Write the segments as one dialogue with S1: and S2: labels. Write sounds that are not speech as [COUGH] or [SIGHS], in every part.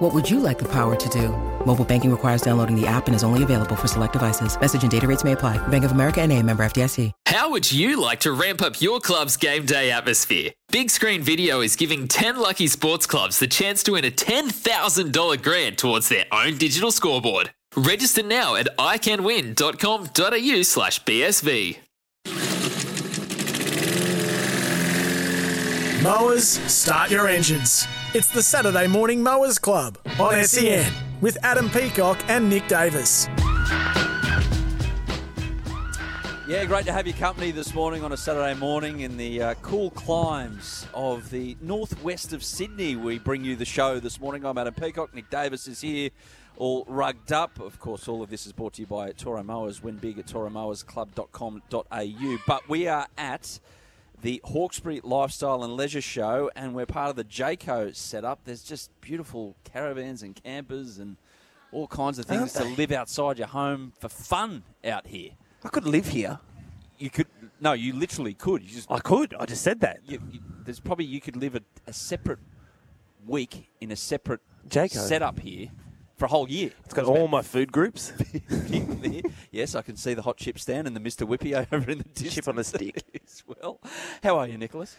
S1: What would you like the power to do? Mobile banking requires downloading the app and is only available for select devices. Message and data rates may apply. Bank of America and a member FDIC.
S2: How would you like to ramp up your club's game day atmosphere? Big Screen Video is giving 10 lucky sports clubs the chance to win a $10,000 grant towards their own digital scoreboard. Register now at iCanWin.com.au slash BSV.
S3: Mowers, start your engines. It's the Saturday Morning Mowers Club on SEN with Adam Peacock and Nick Davis.
S4: Yeah, great to have your company this morning on a Saturday morning in the uh, cool climes of the northwest of Sydney. We bring you the show this morning. I'm Adam Peacock. Nick Davis is here, all rugged up. Of course, all of this is brought to you by Toro Mowers. Win big at toromowersclub.com.au. But we are at the Hawkesbury Lifestyle and Leisure Show, and we're part of the JCO setup. There's just beautiful caravans and campers and all kinds of things to live outside your home for fun out here.
S5: I could live here.
S4: You could no, you literally could. You just
S5: I could. I just said that.
S4: you, you, there's probably you could live a, a separate week in a separate
S5: Jaco.
S4: setup here for a whole year.
S5: It's got all my food
S4: [LAUGHS]
S5: groups.
S4: yes, I can see the hot chip stand and the Mr. Whippy [LAUGHS] over in the distance
S5: Chip on a stick.
S4: [LAUGHS] as well. How are you, Nicholas?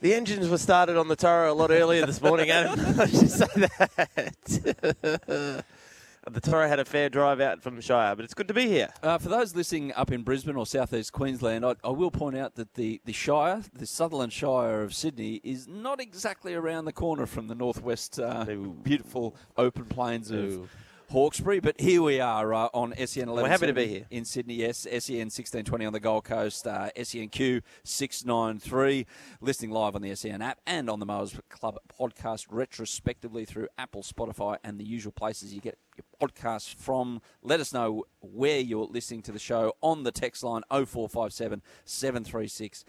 S5: The engines were started on the Toro a lot earlier this morning, Adam. [LAUGHS] I should say that. [LAUGHS] the Toro had a fair drive out from Shire, but it's good to be here.
S4: Uh, for those listening up in Brisbane or southeast Queensland, I, I will point out that the, the Shire, the Sutherland Shire of Sydney, is not exactly around the corner from the northwest uh,
S5: No.
S4: beautiful open plains
S5: No.
S4: of Hawkesbury. But here we are uh, on SEN 11.
S5: We're happy to be here.
S4: in Sydney. Yes, SEN sixteen twenty on the Gold Coast. Uh, SENQ six nine three. Listening live on the SEN app and on the Mowers Club podcast, retrospectively through Apple, Spotify, and the usual places you get your podcasts from. Let us know where you're listening to the show on the text line 0457 736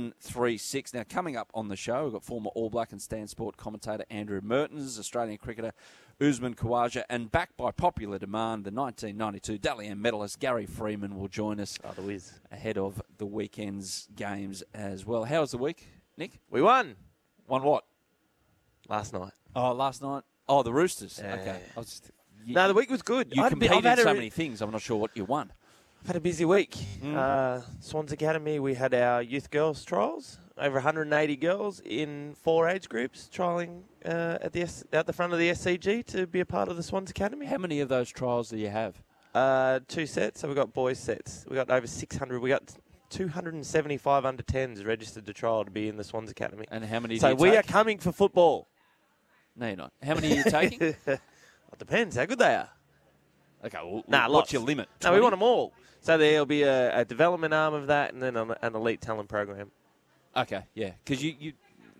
S4: 736. Now, coming up on the show, we've got former All Black and Stan Sport commentator Andrew Mertens, Australian cricketer Usman Khawaja, and backed by popular demand, the 1992 Dally M medalist Gary Freeman will join us
S5: Oh, the whiz.
S4: ahead of the weekend's games as well. How was the week, Nick?
S5: We won
S4: Won what?
S5: last night.
S4: Oh, last night. Oh, the Roosters.
S5: Yeah.
S4: Okay. I was just, you,
S5: No, the week was good.
S4: you
S5: I'd be-
S4: competed
S5: I've had
S4: in
S5: a
S4: so
S5: re-
S4: many things. I'm not sure what you won.
S5: I've had a busy week. Uh, Swans Academy, we had our youth girls trials. Over 180 girls in four age groups trialing uh, at the S- at the front of the SCG to be a part of the Swans Academy.
S4: How many of those trials do you have?
S5: Uh, two sets. So we got boys sets. We got over 600. We got 275 under 10s registered to trial to be in the Swans Academy.
S4: And how many?
S5: So
S4: do you
S5: we
S4: take?
S5: are coming for football.
S4: No, you're not. How many are you
S5: [LAUGHS]
S4: taking? okay,
S5: It depends how good they are.
S4: well,
S5: Nah,
S4: what's
S5: lots.
S4: your limit?
S5: No, we
S4: 20?
S5: want them all. So there'll be a, a development arm of that, and then an, an elite talent program.
S4: Okay, yeah, because you you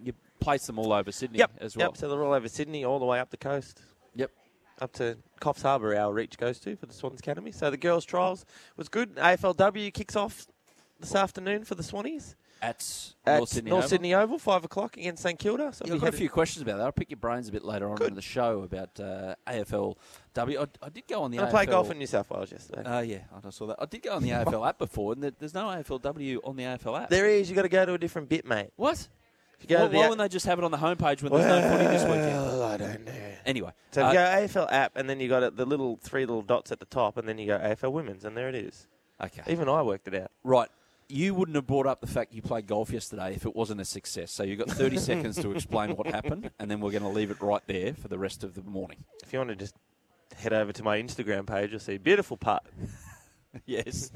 S4: you place them all over Sydney as well.
S5: Yep. So they're all over Sydney, all the way up the coast,
S4: Yep.
S5: up to Coffs Harbour. Our reach goes to for the Swans Academy. So the girls' trials was good. AFLW kicks off this afternoon for the Swannies.
S4: At,
S5: at
S4: North Sydney.
S5: North
S4: Oval.
S5: Sydney Oval, five o'clock against St Kilda. So
S4: Yeah, I've got a few questions about that. I'll pick your brains a bit later on in the show about uh, AFLW. I, I did go on the
S5: I
S4: AFL.
S5: played golf in New South Wales yesterday.
S4: Uh, yeah, I saw that. I did go on the AFL app before, and there- there's no AFLW on the AFL app.
S5: there is. You got to go to a different bit, mate.
S4: what?
S5: If you go
S4: why
S5: to
S4: why
S5: the
S4: wouldn't they just have it on the homepage when there's no footy this weekend?
S5: Well, I don't know.
S4: Anyway,
S5: So
S4: uh,
S5: if you go AFL app, and then you got it, the little three little dots at the top, and then you go AFL women's, and there it is.
S4: okay.
S5: Even I worked it out.
S4: Right. You wouldn't have brought up the fact you played golf yesterday if it wasn't a success. So you've got
S5: [LAUGHS]
S4: 30 seconds to explain what happened, and then we're going to leave it right there for the rest of the morning.
S5: If you want to just head over to my Instagram page, you'll see beautiful putt.
S4: [LAUGHS] Yes.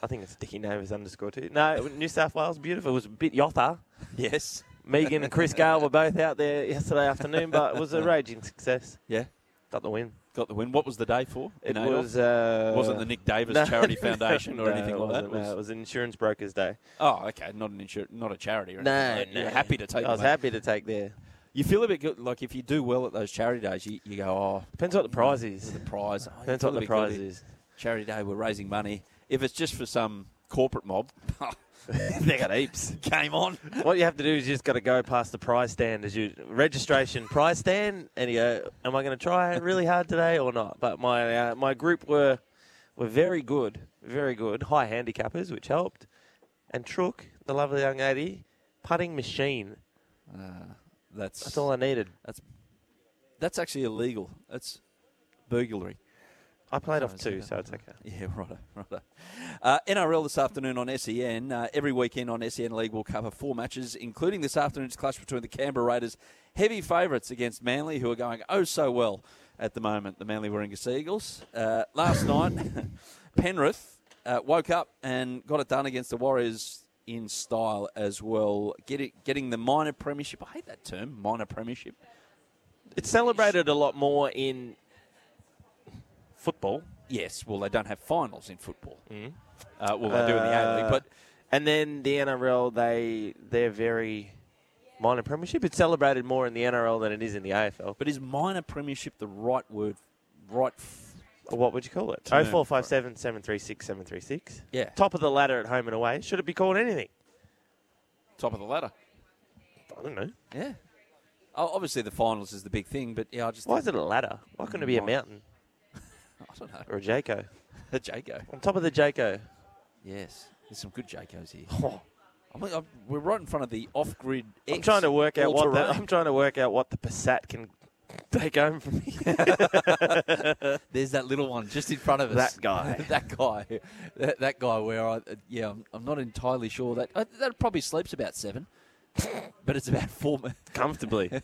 S5: I think it's Dickie Navis underscore two. No, New South Wales, beautiful. It was a bit yotter.
S4: Yes.
S5: Megan and Chris Gale were both out there yesterday afternoon, but it
S4: [LAUGHS]
S5: was a raging success.
S4: Yeah.
S5: Got the win.
S4: Got the win. What was the day for?
S5: It
S4: in AFL?
S5: was. Uh,
S4: wasn't the Nick Davis
S5: no,
S4: Charity
S5: [LAUGHS] no,
S4: Foundation or
S5: no,
S4: anything
S5: it
S4: like that.
S5: wasn't, no,
S4: was-
S5: it was Insurance Brokers Day.
S4: oh, okay. Not an insur- not a charity. Or anything like that. You're happy to take.
S5: I was
S4: them.
S5: happy to take there.
S4: You feel a bit good, like if you do well at those charity days, you, you go, oh,
S5: Depends what the prize is.
S4: the prize. Oh, you
S5: Depends
S4: feel
S5: what
S4: a
S5: the
S4: bit guilty.
S5: prize is.
S4: Charity day, we're raising money. If it's just for some corporate mob. [LAUGHS] they got
S5: [LAUGHS]
S4: heaps. Game on.
S5: What you have to do is you just got to go past the prize stand as you registration prize stand, and you go, "Am I going to try really hard today or not?" But my uh, my group were were very good, very good, high handicappers, which helped. And Trook, the lovely young lady, putting machine.
S4: Uh, That's
S5: That's all I needed.
S4: That's actually illegal. That's burglary.
S5: I played
S4: Sorry,
S5: off two,
S4: sorry.
S5: so it's okay.
S4: [LAUGHS] Yeah, righto, righto. Uh, NRL this afternoon on SEN. Uh, every weekend on SEN League will cover four matches, including this afternoon's clash between the Canberra Raiders, heavy favourites against Manly, who are going oh so well at the moment, the Manly Warringah Seagulls. Uh, last night, [LAUGHS] Penrith uh, woke up and got it done against the Warriors in style as well, Get it, getting the minor premiership. I hate that term, minor premiership.
S5: It's celebrated a lot more in football,
S4: Yes, well, they don't have finals in football.
S5: Mm.
S4: Uh, well, they do in the A League,
S5: Uh,
S4: but
S5: and then the NRL they they're very minor premiership. It's celebrated more in the NRL than it is in the AFL.
S4: But is minor premiership the right word? Right. F-
S5: Or what would you call it? Oh four five seven seven three six seven three six.
S4: Yeah.
S5: Top of the ladder at home and away. Should it be called anything?
S4: Top of the ladder.
S5: I don't know.
S4: Yeah. Oh, obviously, the finals is the big thing, but yeah, I just.
S5: Why is it a ladder? Why couldn't it be a mountain
S4: [LAUGHS] I don't know.
S5: or a
S4: [LAUGHS]
S5: Jaco?
S4: The Jago.
S5: On top of the Jaco.
S4: Yes. There's some good Jacos here. Oh. I'm, I'm, we're right in front of the off grid.
S5: I'm trying to work out what the, I'm trying to work out what the Passat can take home from
S4: [LAUGHS]
S5: me.
S2: There's that little one just in front of us.
S5: that guy.
S2: [LAUGHS] That guy, that, that guy. Where I, yeah, I'm, I'm not entirely sure that uh, that probably sleeps about seven, but it's about four me-
S5: Comfortably.
S2: [LAUGHS]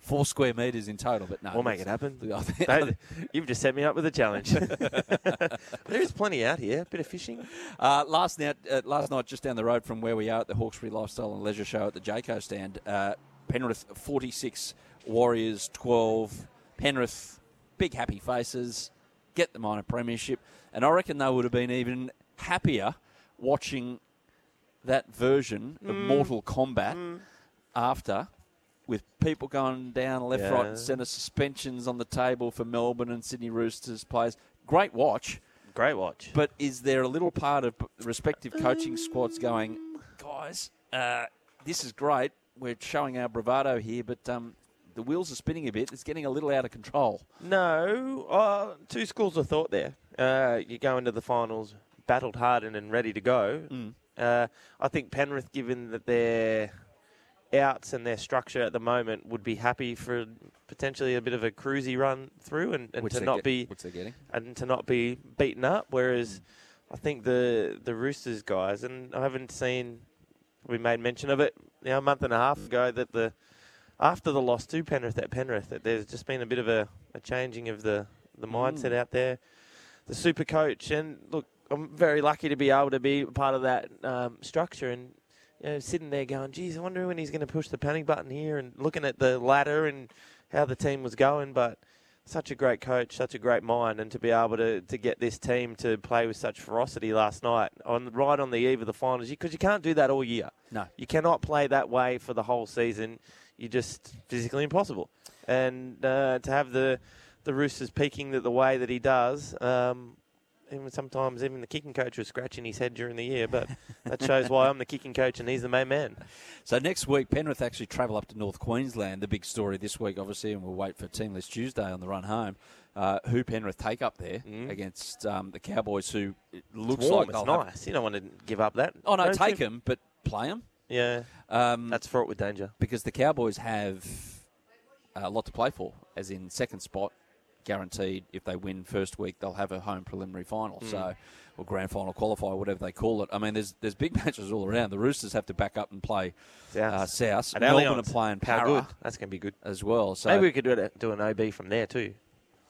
S2: four square meters in total. But no,
S5: We'll make it
S2: it's-
S5: happen.
S2: [LAUGHS] I think-
S5: That- you've just set me up with a
S2: [LAUGHS]
S5: challenge. [LAUGHS] there is plenty out here. bit of fishing.
S4: Uh, last night, uh, last night, just down the road from where we are at the Hawkesbury Lifestyle and Leisure Show at the Jaco stand, uh, Penrith 46, Warriors 12. Penrith, big happy faces, get the minor premiership, and I reckon they would have been even happier watching that version of
S5: Mm.
S4: Mortal Kombat after. With people going down left, right,
S5: Yeah.
S4: and centre, suspensions on the table for Melbourne and Sydney Roosters players. Great watch.
S5: Great watch.
S4: But is there a little part of respective coaching squads going,
S5: Um.
S4: guys, uh, this is great. We're showing our bravado here, but um, the wheels are spinning a bit. It's getting a little out of control.
S5: No, uh, two schools of thought there. Uh, you go into the finals battled hardened and ready to go.
S4: Mm.
S5: Uh, I think Penrith, given that their outs and their structure at the moment, would be happy for potentially a bit of a cruisy run through and, and to
S4: they're
S5: not
S4: get-
S5: be
S4: which they're getting.
S5: and to not be beaten up. Whereas I think the the Roosters guys, and I haven't seen we made mention of it you know, a month and a half ago that the after the loss to Penrith at Penrith, that there's just been a bit of a, a changing of the the mindset out there. The super coach and look, I'm very lucky to be able to be part of that um, structure and. You know, sitting there going, geez, I wonder when he's going to push the panic button here and looking at the ladder and how the team was going. But such a great coach, such a great mind, and to be able to, to get this team to play with such ferocity last night, on right on the eve of the finals, because you can't do that all year.
S4: No.
S5: you cannot play that way for the whole season. You're just physically impossible. And uh, to have the the Roosters peaking that the way that he does, um, even sometimes even the kicking coach was scratching his head during the year, but that shows why I'm the kicking coach and he's the main man.
S4: So next week, Penrith actually travel up to North Queensland. The big story this week, obviously, and we'll wait for Team List Tuesday on the run home. Uh, who Penrith take up there against um, the Cowboys, who it looks
S5: Mm. It's warm,
S4: like
S5: it's
S4: they'll have-
S5: nice. You don't want to give up that.
S4: Oh no,
S5: Don't
S4: take
S5: you?
S4: them, but play them
S5: Yeah,
S4: um,
S5: that's fraught with danger.
S4: because the Cowboys have uh, a lot to play for, as in second spot guaranteed. If they win first week, they'll have a home preliminary final,
S5: Hmm.
S4: so or grand final qualifier, whatever they call it. I mean, there's there's big [LAUGHS] matches all around. The Roosters have to back up and play
S5: South.
S4: uh, South.
S5: At
S4: Melbourne are
S5: Allianz.
S4: playing
S5: How
S4: Para
S5: good. That's going to be good.
S4: as well. So
S5: Maybe we could do, it, do an OB from there too.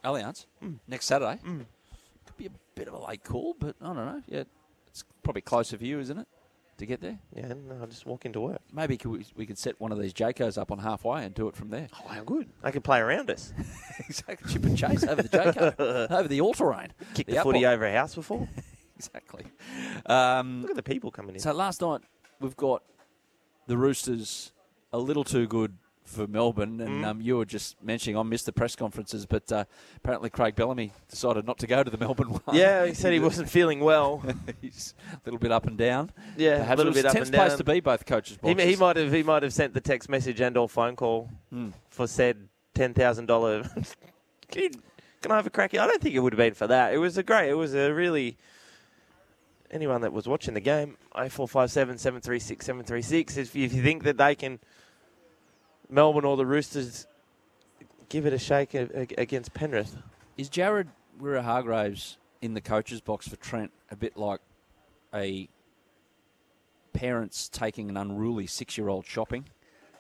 S4: Allianz
S5: Hmm.
S4: next Saturday could be a bit of a late call, but I don't know. Yeah, it's probably closer for you, isn't it, to get there?
S5: Yeah, and I'll just walk into work.
S4: Maybe could we, we could set one of these Jacos up on halfway and do it from there.
S5: Oh, how good. I could play around us.
S4: [LAUGHS] Exactly. Chip and chase over the
S5: [LAUGHS]
S4: Jaco, over the all terrain.
S5: Kick the,
S4: up
S5: footy
S4: ball.
S5: over a house before.
S4: [LAUGHS] Exactly. Um,
S5: Look at the people coming in.
S4: so last night we've got the Roosters a little too good for Melbourne, and
S5: Mm.
S4: um, you were just mentioning I missed the press conferences, but uh, apparently Craig Bellamy decided not to go to the Melbourne [LAUGHS] one.
S5: Yeah, he said he wasn't feeling well.
S4: [LAUGHS] He's a little bit up and down.
S5: Yeah,
S4: Perhaps
S5: a little
S4: it was
S5: bit up
S4: tense
S5: and
S4: place
S5: down.
S4: to be, both coaches.
S5: He, he
S4: bosses.
S5: might have he might have sent the text message and or phone call
S4: Hmm.
S5: for said ten thousand dollar. [LAUGHS] can, you- can I have a crack? at- I don't think it would have been for that. It was a great. It was a really. Anyone that was watching the game, oh four five seven seven three six seven three six. If you, if you think that they can, Melbourne or the Roosters, give it a shake a, a- against Penrith.
S4: Is Jared Wira Hargraves in the coach's box for Trent a bit like a parents taking an unruly six year old shopping?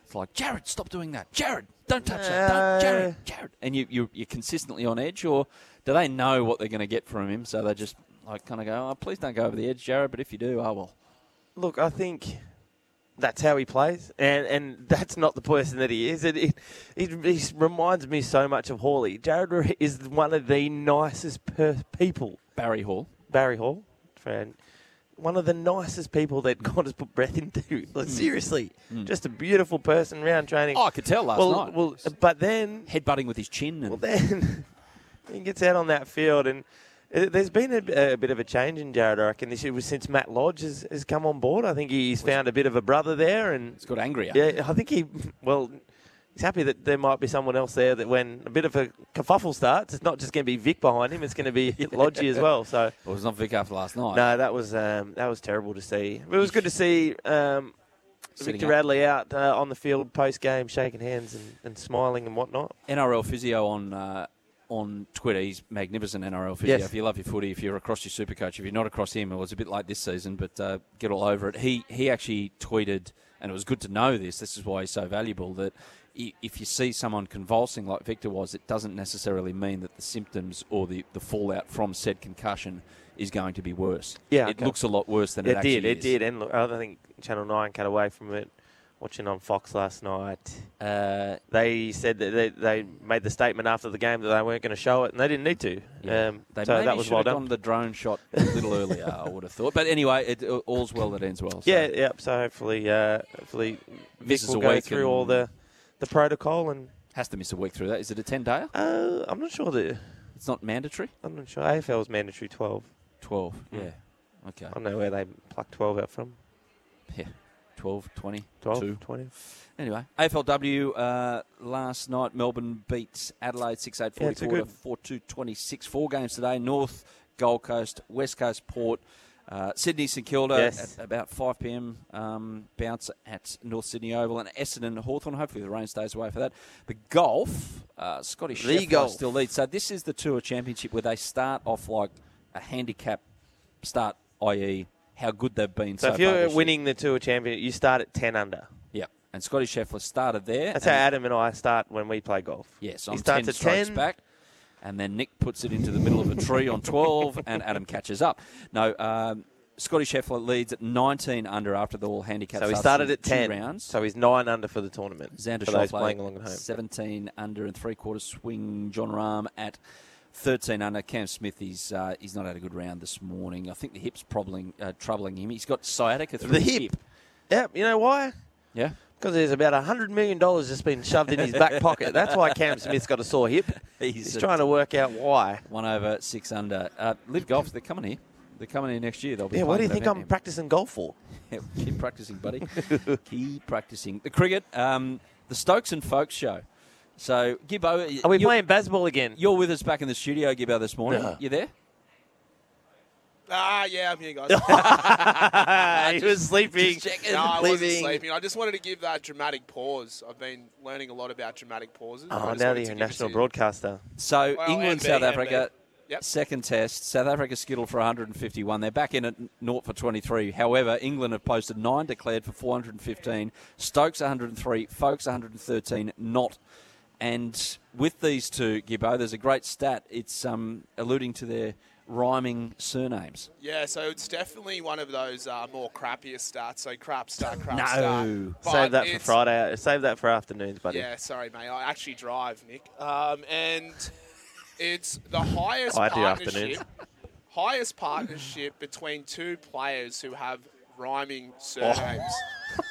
S4: It's like, Jared, stop doing that. Jared, don't touch
S6: Uh,
S4: that. Don't, Jared, Jared. And you, you, you're consistently on edge, or do they know what they're going to get from him? So they just like kind of go, oh, please don't go over the edge, Jared, but if you do, I will.
S5: Look, I think that's how he plays, and and that's not the person that he is. It it, it, it reminds me so much of Hawley. Jared Re- is one of the nicest per- people.
S4: Barry Hall.
S5: Barry Hall, friend, one of the nicest people that [LAUGHS] God has put breath into. Like, seriously, just a beautiful person. Round training.
S4: Mm. Oh, I could tell last
S5: well,
S4: night.
S5: well, but then
S4: Headbutting with his chin. And
S5: well, then he gets out on that field, and uh, there's been a, a bit of a change in Jared. I reckon this year was since Matt Lodge has, has come on board. I think he's found a bit of a brother there, and
S4: it's got angrier.
S5: yeah, I think he well. He's happy that there might be someone else there that when a bit of a kerfuffle starts, it's not just going to be Vic behind him, it's going to
S4: [LAUGHS]
S5: be Lodgy as well. So,
S4: Well, it was not Vic after last night.
S5: no, that was um, that was terrible to see. But it was good to see um,
S4: Sitting
S5: Victor
S4: up.
S5: Radley out uh, on the field post game, shaking hands and, and smiling and whatnot.
S4: NRL physio on uh, on Twitter. He's magnificent NRL physio.
S5: Yes.
S4: If you love your footy, if you're across your super coach, if you're not across him, well, it's a bit like this season, but uh, get all over it. He he actually tweeted, and it was good to know this. This is why he's so valuable. That i- if you see someone convulsing like Victor was, it doesn't necessarily mean that the symptoms or the, the fallout from said concussion is going to be worse.
S5: Yeah,
S4: it
S5: okay.
S4: looks a lot worse than it,
S5: It, did.
S4: actually
S5: It
S4: is.
S5: did. And look, I don't think Channel Nine cut away from it. Watching on Fox last night,
S4: Uh,
S5: they said that they, they made the statement after the game that they weren't going to show it, and they didn't need to.
S4: Yeah.
S5: Um,
S4: they
S5: so
S4: maybe
S5: that was
S4: should
S5: well
S4: have
S5: done.
S4: done the drone shot a little earlier. I would have thought, but anyway, it, all's well that ends well. so.
S5: Yeah, yep. So hopefully, uh, hopefully, Vic
S4: Mrs.
S5: will go
S4: Awake
S5: through all
S4: and-
S5: the the protocol, and
S4: Has to miss a week through that. Is it a 10 day?
S5: uh, I'm not sure that
S4: It's not mandatory?
S5: I'm not sure AFL's mandatory 12.
S4: 12.
S5: Mm.
S4: Yeah. Okay.
S5: I don't know where they pluck 12 out from.
S4: Yeah. 12, 20,
S5: 12,
S4: two.
S5: 20.
S4: Anyway, AFLW uh, last night, Melbourne beats Adelaide 6 8
S5: Yeah, it's a
S4: 44
S5: good-
S4: 4 2 26. Four games today North, Gold Coast, West Coast, Port. Uh, Sydney St Kilda
S5: Yes.
S4: at about 5 pm um, bounce at North Sydney Oval and Essendon Hawthorn. Hopefully the rain stays away for that. The golf, uh, Scotty Scheffler
S5: golf.
S4: still leads. So this is the Tour Championship where they start off like a handicap start, i.e., how good they've been
S5: So,
S4: so,
S5: if
S4: far
S5: you're
S4: this year.
S5: winning the tour champion, you start at 10 under.
S4: Yep. And Scotty Scheffler started there.
S5: That's
S4: and-
S5: how Adam and I start when we play golf.
S4: Yes,
S5: He
S4: on
S5: starts
S4: 10
S5: at
S4: strokes
S5: 10.
S4: back. And then Nick puts it into the middle of a tree on 12, and Adam catches up. No, um, Scotty Scheffler leads at 19 under after the all handicap.
S5: So he
S4: starts
S5: started
S4: in
S5: at
S4: two
S5: 10
S4: rounds.
S5: So he's 9 under for the tournament.
S4: Xander
S5: for those
S4: Schauffele
S5: playing along at home.
S4: 17 under and three quarter swing. John Rahm at 13 under. Cam Smith, he's, uh, he's not had a good round this morning. I think the hip's probably, uh, troubling him. He's got sciatica through
S5: The
S4: his
S5: hip. Yep, you know why?
S4: Yeah.
S5: Because there's about $100 million just been shoved in his back pocket. That's why Cam
S4: [LAUGHS]
S5: Smith's got a sore hip.
S4: He's
S5: He's
S4: a-
S5: trying to work out why.
S4: One over, six under. Uh, Live Golf's, they're coming here. They're coming here next year. They'll be
S5: Yeah, what do you
S4: playing
S5: think
S4: an event
S5: I'm
S4: here.
S5: practicing golf for?
S4: Yeah, [LAUGHS] keep practicing, buddy. [LAUGHS] keep practicing. The cricket, um, the Stokes and Folks show. So, Gibbo,
S5: Are we
S4: you're,
S5: playing baseball again?
S4: You're with us back in the studio, Gibbo, this morning.
S5: No.
S4: You there?
S7: Ah, yeah, I'm here, guys.
S5: [LAUGHS]
S7: [LAUGHS]
S5: he was sleeping.
S7: no, I wasn't
S5: Leaving.
S7: sleeping. I just wanted to give that dramatic pause. I've been learning a lot about dramatic pauses. I
S5: Oh,
S7: just
S5: now
S7: wanted
S5: that
S7: to
S5: you're a
S7: give it
S5: national
S7: to-
S5: broadcaster.
S4: So,
S7: Well,
S4: England,
S7: MB,
S4: South Africa,
S7: MB. Yep.
S4: second test. South Africa skittled for 151. They're back in at naught for 23. However, England have posted nine declared for 415. Stokes 103, Folks 113, not. And with these two, Gibbo, there's a great stat. It's um, alluding to their rhyming surnames.
S7: Yeah, so it's definitely one of those uh, more crappier starts. So crap start,
S5: [LAUGHS]
S7: crap
S4: No.
S7: start. But
S5: Save that for
S7: it's-
S5: Friday. Save that for afternoons, buddy.
S7: Yeah, sorry, mate. I actually drive, Nick. Um, and it's the highest
S5: [LAUGHS] I do
S7: partnership,
S5: afternoons.
S7: highest partnership between two players who have rhyming surnames.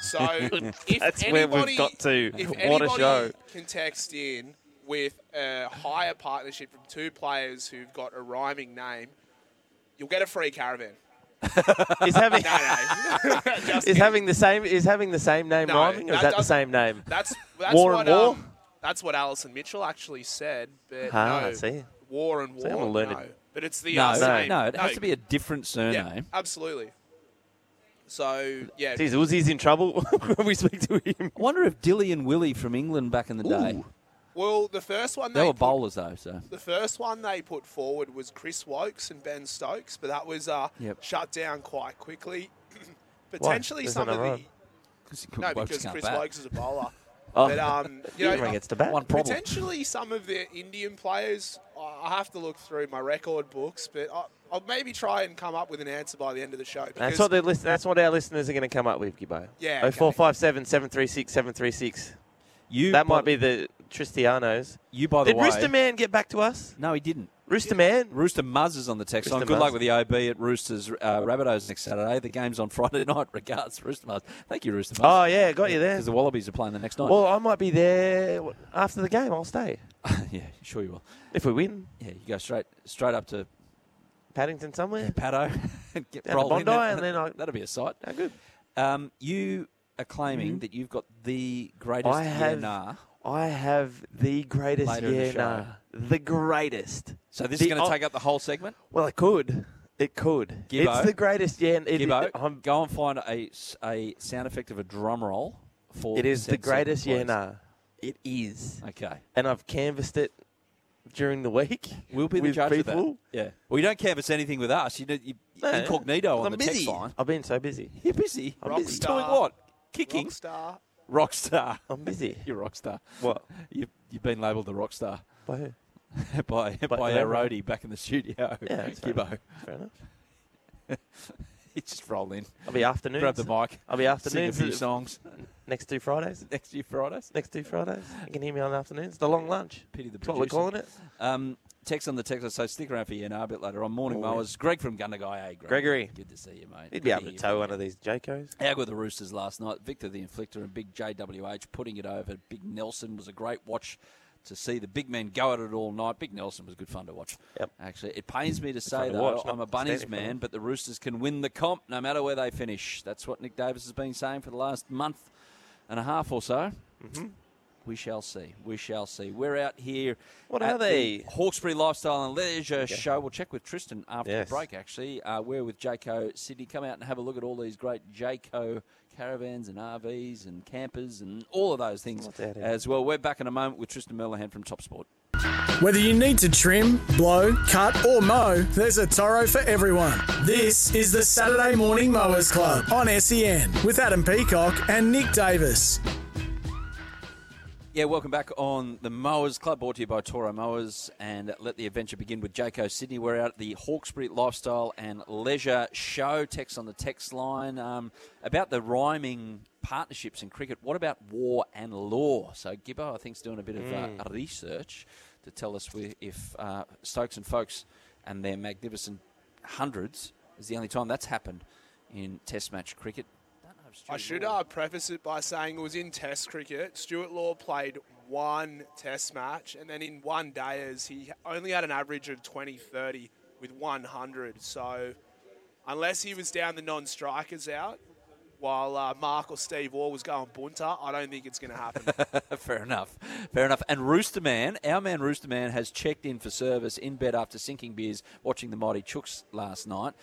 S7: So if
S5: Oh. [LAUGHS] That's where we've
S7: anybody,
S5: got to.
S7: If
S5: What a
S7: anybody
S5: show.
S7: can text in with a higher partnership from two players who've got a rhyming name, you'll get a
S5: [LAUGHS]
S7: free caravan.
S5: Is having
S7: [LAUGHS] No, no. Just
S5: is
S7: kidding.
S5: having the same is having the same name
S7: No,
S5: rhyming, or is
S7: that
S5: that the
S7: doesn't-
S5: same name?
S7: That's that's
S5: War
S7: what
S5: and War?
S7: Um, that's what Alison Mitchell actually said. But
S5: Ah,
S7: no,
S5: see.
S7: war and war.
S5: I'm a learned-
S7: no. But it's the
S4: No,
S7: uh,
S4: no,
S7: same.
S4: no, it has to be a different
S7: yeah,
S4: surname.
S7: absolutely. So yeah,
S5: Jeez, Uzi's in trouble [LAUGHS] when we speak to him.
S4: I wonder if Dilly and Willie from England back in the day.
S7: well the first one
S4: They
S7: they,
S4: were
S7: put-
S4: bowlers though, so
S7: The first one they put forward was Chris Wokes and Ben Stokes, but that was uh,
S4: Yep.
S7: shut down quite quickly. [CLEARS THROAT] Potentially
S5: There's
S7: some of
S5: another
S7: the
S5: one.
S7: no,
S4: Wokes
S7: because
S4: can't
S7: Chris
S4: bat.
S7: Wokes is a bowler.
S5: [LAUGHS] Oh. [LAUGHS]
S7: But um, you
S5: Everyone
S7: know,
S5: gets to bat.
S4: One problem.
S7: Potentially some of the Indian players. I I have to look through my record books, but I, I'll maybe try and come up with an answer by the end of the show.
S5: That's
S7: Because,
S5: what, they're listen- that's what our listeners are going to come up with, Gibbo.
S7: Yeah,
S5: Oh
S7: okay.
S5: four five seven seven three six seven three six.
S4: You
S5: That
S4: by
S5: might
S4: the-
S5: be the Tristianos.
S4: you by the
S5: Did
S4: way.
S5: Rooster Man get back to us?
S4: No, he didn't.
S5: Rooster Man?
S4: Rooster Muzz is on the text line.
S5: Rooster
S4: Good luck
S5: Muzz.
S4: with the OB at Roosters uh, Rabbitohs next Saturday. The game's on [LAUGHS] Friday night. Regards, Rooster Muzz. Thank you, Rooster Muzz.
S5: Oh, yeah, got you there.
S4: Because the Wallabies are playing the next night.
S5: Well, I might be there w- after the game. I'll stay.
S4: [LAUGHS] yeah, sure you will.
S5: If we win,
S4: Yeah, you go straight straight up to
S5: Paddington somewhere.
S4: Paddo [LAUGHS] and get
S5: Down to
S4: rolled in
S5: Bondi
S4: there.
S5: and then I-
S4: that'll be a sight.
S5: Oh, good. Mm-hmm.
S4: Um, you are claiming that you've got the greatest
S5: I have-
S4: ENR.
S5: I have the greatest
S4: Later in the
S5: year
S4: show.
S5: nah. The greatest.
S4: So this
S5: The-
S4: is going to
S5: oh,
S4: take up the whole segment.
S5: Well, it could. It could.
S4: Gibbo.
S5: It's the greatest year. It,
S4: Gibbo,
S5: it- I'm-
S4: go and find a, s- a sound effect of a drum roll for.
S5: it is the
S4: said segment,
S5: greatest year.
S4: please.
S5: Nah. It is.
S4: Okay,
S5: And I've canvassed it during the week.
S4: we'll be the
S5: with
S4: judge
S5: people.
S4: of that. Yeah. Well, you don't canvass anything with us. You, do- you
S5: No,
S4: incognito on
S5: I'm
S4: the
S5: busy.
S4: text line.
S5: I've been so busy.
S4: You're busy.
S5: I'm busy.
S4: Doing
S7: Rockstar.
S4: what? Kicking.
S7: Rockstar.
S4: Rockstar.
S5: I'm busy.
S4: [LAUGHS] You're a rockstar.
S5: What?
S4: [LAUGHS] You've you've been labelled the rockstar
S5: By who?
S4: [LAUGHS] by by, our
S5: everyone.
S4: roadie back in the studio.
S5: Yeah, it's fair
S4: Gibbo.
S5: Fair
S4: [LAUGHS]
S5: enough.
S4: You just roll in.
S5: I'll be afternoons.
S4: Grab the mic.
S5: I'll be
S4: Sing a
S5: afternoons.
S4: few songs
S5: Next two Fridays.
S4: next few Fridays.
S5: Next two Fridays. You can hear me on the afternoons. The long lunch.
S4: Pity the
S5: That's what we're
S4: producer.
S5: calling it.
S4: Um, text on the text. So stick around for ENR a bit later on. Morning
S5: Oh, yeah.
S4: mowers. Greg from Gundagai. Hey, Greg.
S5: Gregory.
S4: Good to see you,
S5: He'd
S4: mate. Good
S5: be able to
S4: hear
S5: tow
S4: from
S5: one
S4: you.
S5: of these Jacos.
S4: How were the Roosters last night? Victor the Inflictor and Big JWH putting it over. Big Nelson was a great watch to see the big men go at it all night. Big Nelson was good fun to watch.
S5: Yep.
S4: Actually, it pains me to say
S5: fun to
S4: though,
S5: watch,
S4: I'm
S5: not
S4: a Bunnies
S5: standing for
S4: man,
S5: them.
S4: but the Roosters can win the comp no matter where they finish. That's what Nick Davis has been saying for the last month and a half or so.
S5: Mm-hmm.
S4: We shall see. We shall see. We're out here.
S5: What
S4: at
S5: are they?
S4: The Hawkesbury Lifestyle and Leisure Show. We'll check with Tristan after
S5: Yes.
S4: the break, actually. Uh, we're with Jayco Sydney. Come out and have a look at all these great Jayco caravans and RVs and campers and all of those things
S5: What's out here?
S4: as well. We're back in a moment with Tristan Merlihan from Top Sport.
S3: Whether you need to trim, blow, cut, or mow, there's a Toro for everyone. This is the Saturday Morning Mowers Club on SEN with Adam Peacock and Nick Davis.
S4: Yeah, welcome back on the Mowers Club, brought to you by Toro Mowers. And let the adventure begin with Jaco Sydney. We're out at the Hawkesbury Lifestyle and Leisure Show. Text on the text line um, about the rhyming partnerships in cricket. What about war and law? So Gibbo, I think, is doing a bit of uh, research to tell us where, if uh, Stokes and Folks and their magnificent hundreds is the only time that's happened in Test match cricket. Don't know if
S7: I
S4: Stuart
S7: should
S4: Law-
S7: uh, preface it by saying it was in Test cricket. Stuart Law played one Test match, and then in one day, as he only had an average of 20 30 with 100. So, unless he was down the non strikers out, while uh, Mark or Steve Waugh was going bunter, I don't think it's going to happen.
S4: [LAUGHS] Fair enough. Fair enough. And Rooster Man, our man Rooster Man, has checked in for service in bed after sinking beers watching the Mighty Chooks last night.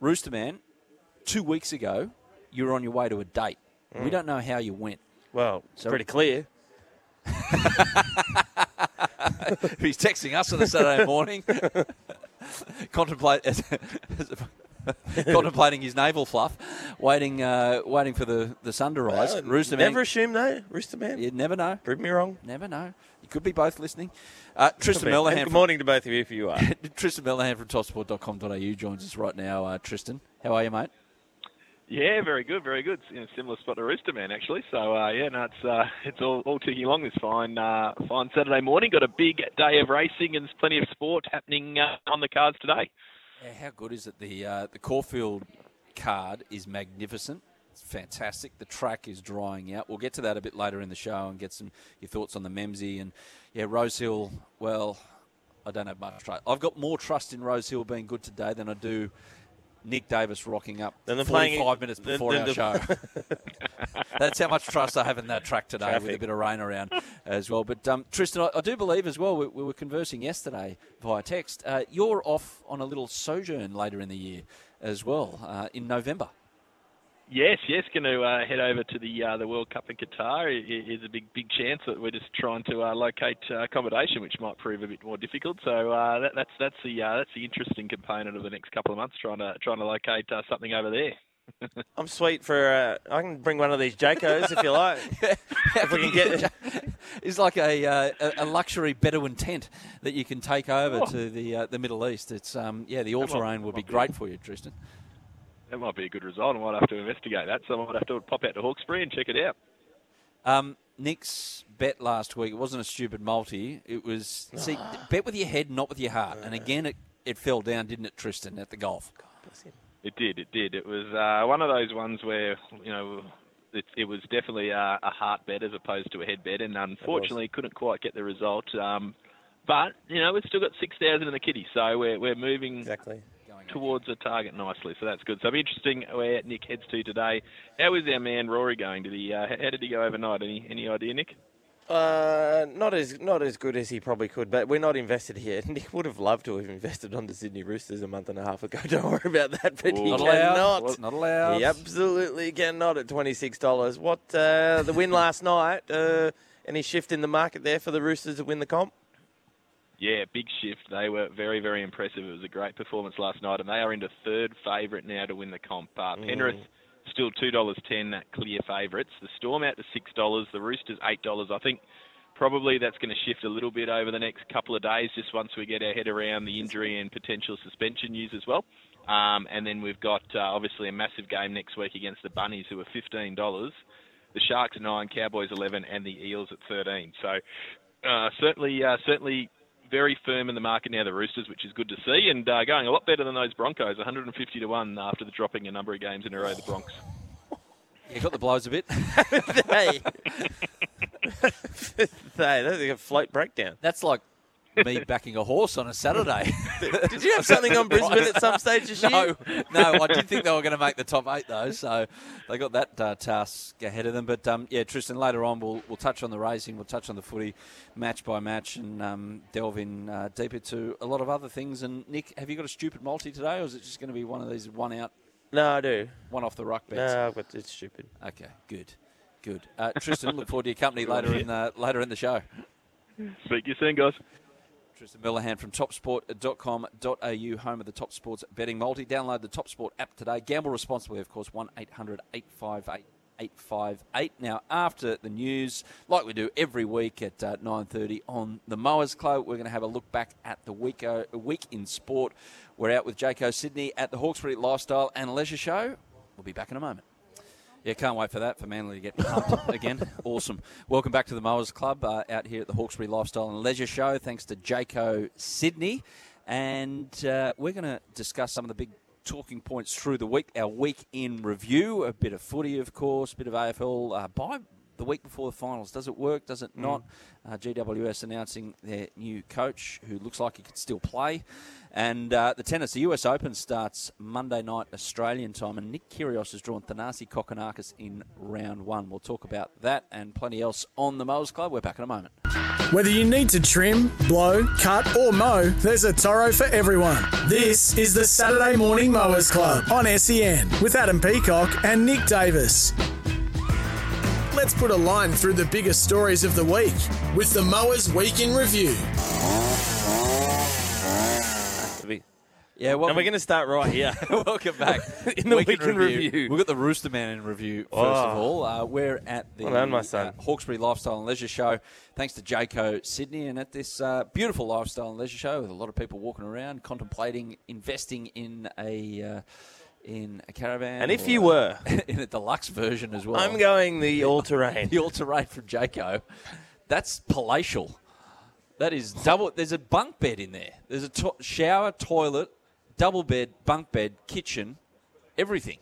S4: Rooster Man, two weeks ago, you were on your way to a date. We don't know how you went.
S5: Mm. Well, it's
S4: So-
S5: pretty clear.
S4: [LAUGHS] He's texting us on
S5: [LAUGHS]
S4: a Saturday morning, [LAUGHS] contemplate, [LAUGHS] contemplating his navel fluff, waiting, uh, waiting for the, the sun to rise. Rooster Man,
S5: Never assume though, Rooster Man.
S4: you never know.
S5: Prove me wrong.
S4: Never know. You could be both listening. Uh, Tristan
S5: And
S4: Mellahan
S5: Good
S4: from
S5: morning to both of you if you are.
S4: Tristan Mellahan from topsport.com.au joins us right now. Uh, Tristan, how are you, mate?
S8: [LAUGHS] Yeah, very good, very good. In a similar spot to Rooster Man, actually. So uh, yeah, no, it's uh, it's all, all ticking along this fine uh, fine Saturday morning. Got a big day of racing and plenty of sport happening uh, on the cards today.
S4: how good is it? The uh, the Caulfield card is magnificent. It's fantastic. The track is drying out. We'll get to that a bit later in the show and get some your thoughts on the Memsey and yeah, Rosehill. Well, I don't have much trust. I've got more trust in Rosehill being good today than I do Nick Davis rocking up
S5: Then they're playing it-
S4: 45 minutes
S5: then-
S4: before
S5: then
S4: our show.
S5: [LAUGHS]
S4: That's how much trust I have in that track today with a
S5: Traffic.
S4: bit of rain around as well. But um, Tristan, I, I do believe as well, we, we were conversing yesterday via text. Uh, you're off on a little sojourn later in the year as well uh, in November.
S8: Yes, yes, going to uh, head over to the uh, the World Cup in Qatar. I- i- is a big big chance that we're just trying to uh, locate uh, accommodation, which might prove a bit more difficult. So uh, that, that's that's the uh, that's the interesting component of the next couple of months, trying to trying to locate uh, something over there. [LAUGHS]
S5: I'm sweet for. Uh, I can bring one of these Jacos if you
S4: [LAUGHS]
S5: like. if we can get.
S4: It's like a, uh, a- a luxury Bedouin tent that you can take over
S8: Oh.
S4: to the uh, the Middle East. It's um, yeah, the all terrain would be great for you, Tristan.
S8: That might be a good result. I might have to investigate that. So I might have to pop out to Hawkesbury and check it out.
S4: Um, Nick's bet last week, it wasn't a stupid multi. It was,
S5: [SIGHS]
S4: see, bet with your head, not with your heart. And again, it, it fell down, didn't it, Tristan, at the golf?
S8: It did. It did. It was uh, one of those ones where you know it, it was definitely a, a heart bet as opposed to a head bet, and unfortunately couldn't quite get the result. Um, but you know we've still got six thousand in the kitty, so we're we're moving
S5: Exactly.
S8: towards the target nicely, so that's good. So it'll be interesting where Nick heads to today. How is our man Rory going? Did he? Uh, how did he go overnight? Any any idea, Nick?
S5: Uh, not as not as good as he probably could, but we're not invested here. [LAUGHS] Nick would have loved to have invested on the Sydney Roosters a month and a half ago. [LAUGHS] Don't worry about that, but he
S8: Not
S5: cannot.
S4: It's Not allowed.
S5: He absolutely cannot at twenty six dollars. What uh, the win last night? Uh, any shift in the market there for the Roosters to win the comp?
S8: Yeah, big shift. They were very, very impressive. It was a great performance last night, and they are into third favourite now to win the comp. Uh,
S6: Mm.
S8: Penrith still two dollars ten clear favourites. The Storm out to six dollars. The Roosters eight dollars. I think probably that's going to shift a little bit over the next couple of days, just once we get our head around the injury and potential suspension news as well. Um, and then we've got uh, obviously a massive game next week against the Bunnies, who are fifteen dollars. The Sharks nine, Cowboys eleven, and the Eels at thirteen. So uh, certainly, uh, certainly very firm in the market now, the Roosters, which is good to see, and uh, going a lot better than those Broncos, 150 to one after the dropping a number of games in a row. The Bronx.
S4: You got the blows a [LAUGHS] bit.
S5: hey, [LAUGHS] hey, that's like a float breakdown.
S4: That's like me backing a horse on a Saturday.
S5: [LAUGHS] Did you have something on Brisbane at some stage this year?
S4: [LAUGHS] no, no, I did think they were going to make the top eight though, so they got that uh, task ahead of them. But um, yeah, Tristan, later on we'll we'll touch on the racing, we'll touch on the footy, match by match, and um, delve in uh, deeper to a lot of other things. And Nick, have you got a stupid multi today, or is it just going to be one of these one out,
S5: No, I do.
S4: one off the ruck bets?
S5: No, but it's stupid.
S4: Okay, good, good. Uh, Tristan, look forward to your
S8: [LAUGHS]
S4: company later in the, later in the show.
S8: Speak to you soon, guys.
S4: Tristan Millihan from topsport.com.au, home of the Top Sports betting multi. Download the Top Sport app today. Gamble responsibly, of course, 1 800 858 858. Now, after the news, like we do every week at uh, 9.30 on the Mowers Club, we're going to have a look back at the week, uh, week in sport. We're out with Jaco Sydney at the Hawkesbury Lifestyle and Leisure Show. We'll be back in a moment. Yeah, can't wait for that, for Manly to get pumped again. Awesome. Welcome back to the Mowers Club uh, out here at the Hawkesbury Lifestyle and Leisure Show. Thanks to Jaco Sydney. And uh, we're going to discuss some of the big talking points through the week, our week in review, a bit of footy, of course, a bit of AFL uh, by the week before the finals. Does it work? Does it not? Uh, GWS announcing their new coach who looks like he could still play. And uh, the tennis, the US Open starts Monday night Australian time, and Nick Kyrgios has drawn Thanasi Kokonakis in round one. We'll talk about that and plenty else on the Moles Club. We're back in a moment.
S3: Whether you need to trim, blow, cut, or mow, there's a Toro for everyone. This is the Saturday Morning Mowers Club on SEN with Adam Peacock and Nick Davis. Let's put a line through the biggest stories of the week with the Mowers Week in Review.
S4: Yeah,
S5: And
S4: welcome,
S5: we're going to start right here.
S4: [LAUGHS] welcome back.
S5: [LAUGHS] In the week in review.
S4: We've got the Rooster Man in review, first of
S5: Oh.
S4: all. Uh, we're at the
S5: Well done, my son.
S4: uh, Hawkesbury Lifestyle and Leisure Show. Thanks to Jaco Sydney, and at this uh, beautiful lifestyle and leisure show, with a lot of people walking around contemplating investing in a uh, in a caravan.
S5: and if
S4: or-
S5: you were,
S4: [LAUGHS] in a deluxe version as well.
S5: I'm going the
S4: [LAUGHS]
S5: all-terrain.
S4: the all terrain from Jaco. That's palatial. That is double. There's a bunk bed in there. There's a to- shower, toilet, double bed, bunk bed, kitchen, everything.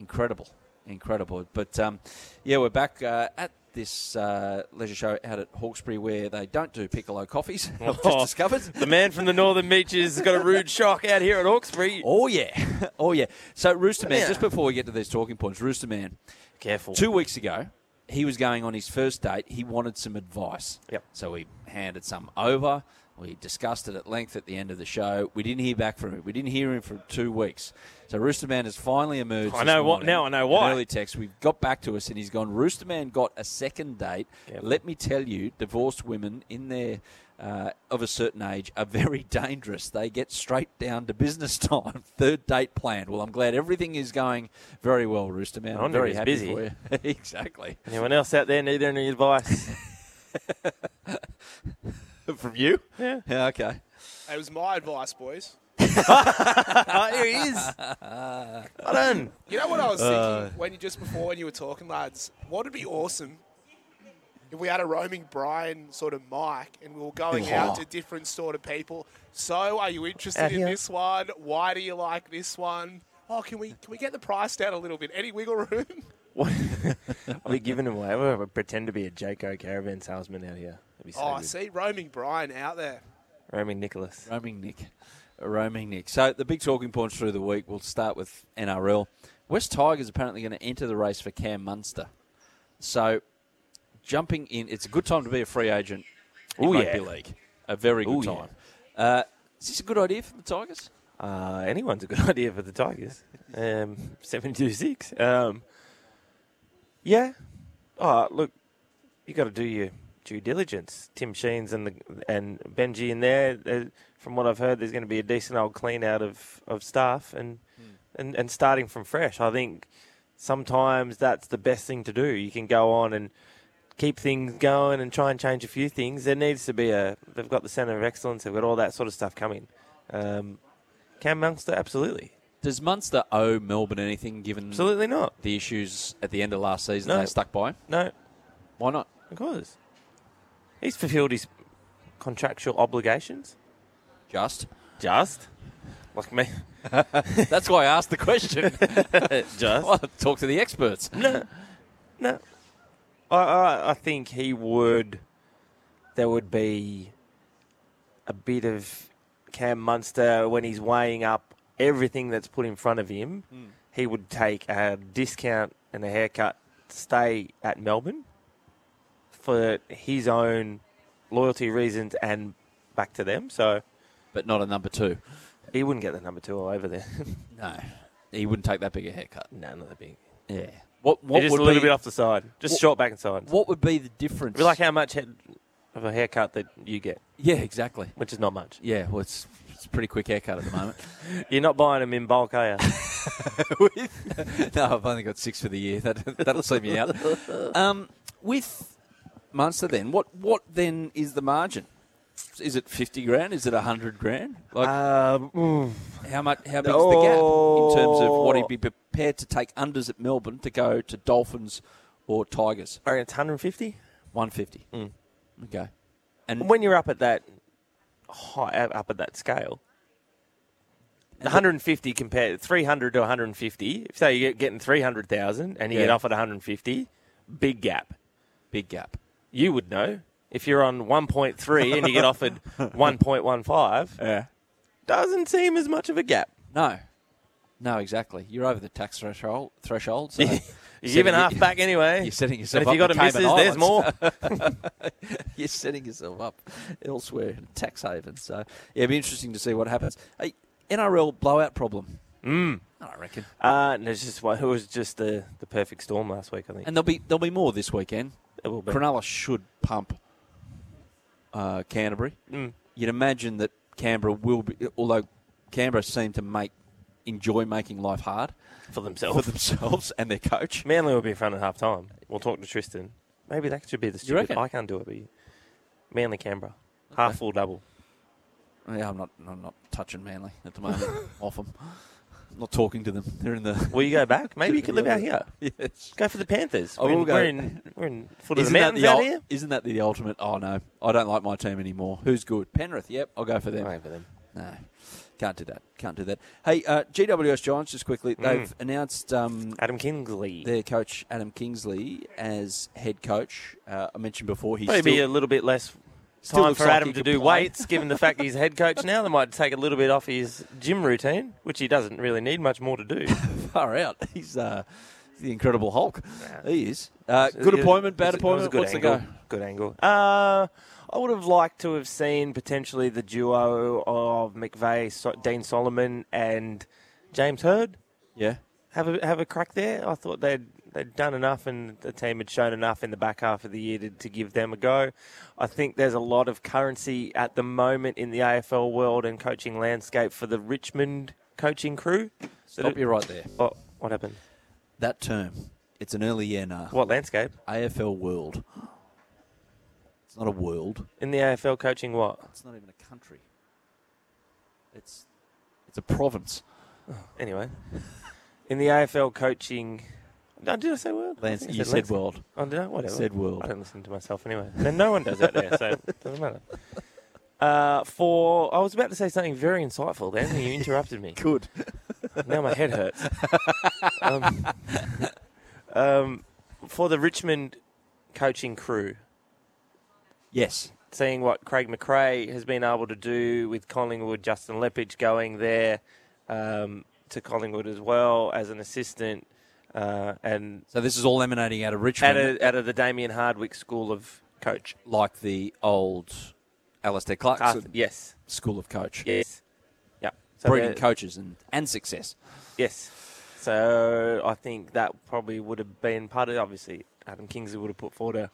S4: Incredible, incredible. But um, yeah, we're back uh, at this uh, leisure show out at Hawkesbury where they don't do piccolo coffees. [LAUGHS] I've
S5: Oh.
S4: just discovered.
S5: The man from the northern beaches has got a rude shock out here at Hawkesbury.
S4: Oh yeah, [LAUGHS] oh yeah. So Rooster Man,
S5: Yeah.
S4: just before we get to these talking points, Rooster Man,
S5: Careful.
S4: two weeks ago, he was going on his first date. He wanted some advice.
S5: Yep.
S4: So we handed some over. We discussed it at length at the end of the show. We didn't hear back from him. We didn't hear him for two weeks. So Rooster Man has finally emerged.
S5: I
S4: this
S5: know what-
S4: morning.
S5: now I know
S4: An
S5: why.
S4: early text. We've got back to us and he's gone. Rooster Man got a second date.
S5: Careful.
S4: Let me tell you, divorced women in their uh, of a certain age are very [LAUGHS] dangerous. They get straight down to business [LAUGHS] time. Third date planned. Well, I'm glad everything is going very well, Rooster Man.
S5: I
S4: I'm
S5: wonder
S4: very
S5: if he's
S4: happy
S5: busy.
S4: for
S5: [LAUGHS]
S4: you. exactly.
S5: Anyone else out there need any advice? [LAUGHS]
S4: From you?
S5: yeah.
S4: Yeah, okay.
S7: It was my advice, boys.
S5: [LAUGHS] Oh, here he is. well done. Uh,
S7: You know what I was thinking when you just before when you were talking, lads? What would be awesome if we had a roaming Brian sort of mic and we were going out to different sort of people. So, are you interested
S5: Out
S7: in
S5: here.
S7: this one? Why do you like this one? Oh, can we can we get the price down a little bit? Any wiggle room?
S5: What- I'll be giving him away. I'm going to pretend to be a Jaco caravan salesman out here. That'd be so
S7: oh, I
S5: good.
S7: see roaming Brian out there.
S5: Roaming Nicholas.
S4: Roaming Nick. Roaming Nick. So the big talking points through the week, we'll start with NRL. West Tigers apparently going to enter the race for Cam Munster. So jumping in, it's a good time to be a free agent in
S5: Ooh,
S4: rugby
S5: yeah.
S4: league. A very good
S5: Ooh, yeah.
S4: time. Uh, is this a good idea for the Tigers?
S5: Uh, anyone's a good [LAUGHS] idea for the Tigers. Um, 726. Um, yeah. Oh, look, you got to do your due diligence. Tim Sheens and the and Benji in there. uh, From what I've heard, there's going to be a decent old clean out of, of staff and, and and starting from fresh. I think sometimes that's the best thing to do. You can go on and keep things going and try and change a few things. There needs to be a. They've got the centre of excellence. They've got all that sort of stuff coming. Um, Cam Munster, absolutely,
S4: Does Munster owe Melbourne anything given
S5: absolutely not.
S4: the issues at the end of last season?
S5: No.
S4: They stuck by him.
S5: No,
S4: Why not?
S5: of course. He's fulfilled his contractual obligations.
S4: Just.
S5: Just like me.
S4: [LAUGHS] That's why I asked the question.
S5: [LAUGHS] Just
S4: Well, talk to the experts.
S5: no. I, I I think he would. There would be a bit of Cam Munster when he's weighing up everything that's put in front of him.
S4: Hmm.
S5: He would take a discount and a haircut to stay at Melbourne for his own loyalty reasons and back to them. So
S4: But not a number two.
S5: he wouldn't get the number two all over there. [LAUGHS]
S4: No, he wouldn't take that big a haircut.
S5: no, not that big.
S4: Yeah. What what
S5: just
S4: would
S5: a little
S4: be
S5: bit off the side, just
S4: What-
S5: short back and side.
S4: what would be the difference?
S5: Be like how much head of a haircut that you get,
S4: yeah, exactly.
S5: which is not much.
S4: Yeah, well, it's it's a pretty quick haircut at the moment.
S5: [LAUGHS] You're not buying them in bulk, are you?
S4: [LAUGHS] With- no, [LAUGHS] I've only got six for the year. [LAUGHS] That that'll see me out. Um, with Munster, then what what then is the margin? Is it fifty grand? Is it hundred grand? Like how much? How big's the gap in terms of what he'd be prepared to take unders at Melbourne to go to Dolphins or Tigers?
S5: I reckon it's 150.
S4: One fifty. Okay. And
S5: Mm. When you're up at that high, up at that scale, 150 compared 300 to 150. If say you're getting 300,000 and you get
S4: Yeah.
S5: offered 150, big gap.
S4: big gap.
S5: You would know if you're on 1.3 and you get
S4: [LAUGHS]
S5: offered 1.15.
S4: Yeah.
S5: Doesn't seem as much of a gap.
S4: No. No, exactly. You're over the tax threshold. Threshold. [LAUGHS] So
S5: You're
S4: setting
S5: giving
S4: your-
S5: half back anyway.
S4: You're setting yourself
S5: and if
S4: up.
S5: you got
S4: for
S5: a missus,
S4: Cayman
S5: there's
S4: Islands.
S5: more.
S4: [LAUGHS] you're setting yourself up elsewhere in a tax haven. So yeah, it'd be interesting to see what happens. Hey, NRL blowout problem. Mm. I reckon.
S5: Uh, no, it's just well, it was just the, the perfect storm last week. I think
S4: And there'll be there'll be more this weekend.
S5: it will be.
S4: Cronulla should pump uh, Canterbury.
S5: Mm.
S4: You'd imagine that Canberra will be, although Canberra seem to make enjoy making life hard
S5: for themselves.
S4: for themselves and their coach.
S5: Manly will be in front at half time. We'll talk to Tristan. Maybe that should be the stupid.
S4: reckon?
S5: I can't do it, but you- Manly Canberra half full double.
S4: Yeah, I'm not. I'm not touching Manly at
S5: [LAUGHS]
S4: the moment. Off them. I'm not talking to them. They're in the.
S5: Will you go
S4: [LAUGHS]
S5: back? Maybe you could live out here.
S4: Yes.
S5: Go for the Panthers.
S4: I
S5: We're in-
S4: will go.
S5: We're in, we're in foot of the
S4: Isn't that
S5: mountains
S4: the,
S5: out
S4: ul-
S5: here.
S4: isn't that the ultimate? Oh no, I don't like my team anymore. Who's good? Penrith. Yep, I'll go for them.
S5: Over them.
S4: No, Can't do that. Can't do that. Hey, uh, GWS Giants, just quickly, they've announced um,
S5: Mm. Adam Kingsley.
S4: their coach Adam Kingsley as head coach. Uh, I mentioned before he's
S5: Maybe
S4: still,
S5: a little bit less
S4: still
S5: time
S4: looks
S5: for
S4: like
S5: Adam
S4: he
S5: to
S4: could
S5: do
S4: play.
S5: weights, given the fact he's head coach now. That might take a little bit off his gym routine, which he doesn't really need much more to do.
S4: Far out. [LAUGHS] He's uh, the Incredible Hulk. He is. Uh, good appointment, bad
S5: It was a- it was
S4: appointment.
S5: a good
S4: What's
S5: angle.
S4: the go?
S5: Good angle. Uh, I would have liked to have seen potentially the duo of McVeigh, so- Dean Solomon, and James Hurd
S4: Yeah.
S5: have a have a crack there. I thought they'd they'd done enough, and the team had shown enough in the back half of the year to, to give them a go. I think there's a lot of currency at the moment in the AFL world and coaching landscape for the Richmond coaching crew.
S4: Stop you right there.
S5: Oh, what happened?
S4: That term. It's an early year now.
S5: What landscape
S4: AFL world. It's not a world.
S5: in the AFL coaching? What
S4: It's not even a country. It's it's a province.
S5: anyway, in the AFL coaching. No, did I say world? I
S4: Lance,
S5: think I
S4: you said
S5: landscape.
S4: world.
S5: Oh, I don't know, whatever.
S4: said world.
S5: I don't listen to myself anyway. [LAUGHS] Then no one does out there, so it doesn't matter. Uh, for I was about to say something very insightful then, and you interrupted me.
S4: [LAUGHS] Good.
S5: Now my head
S4: [LAUGHS]
S5: hurts. um, um, for the Richmond coaching crew,
S4: Yes.
S5: seeing what Craig McRae has been able to do with Collingwood, Justin Leppich going there um, to Collingwood as well as an assistant, uh, and
S4: So this is all emanating out of
S5: out
S4: Richmond,
S5: of, out of the Damien Hardwick School of Coach.
S4: like the old Alistair
S5: Arthur-
S4: Clarkson
S5: yes,
S4: School of Coach,
S5: yes, yeah. So
S4: breeding
S5: they're-
S4: coaches and, and success.
S5: Yes. So I think that probably would have been part of obviously Adam Kingsley would have put forward a,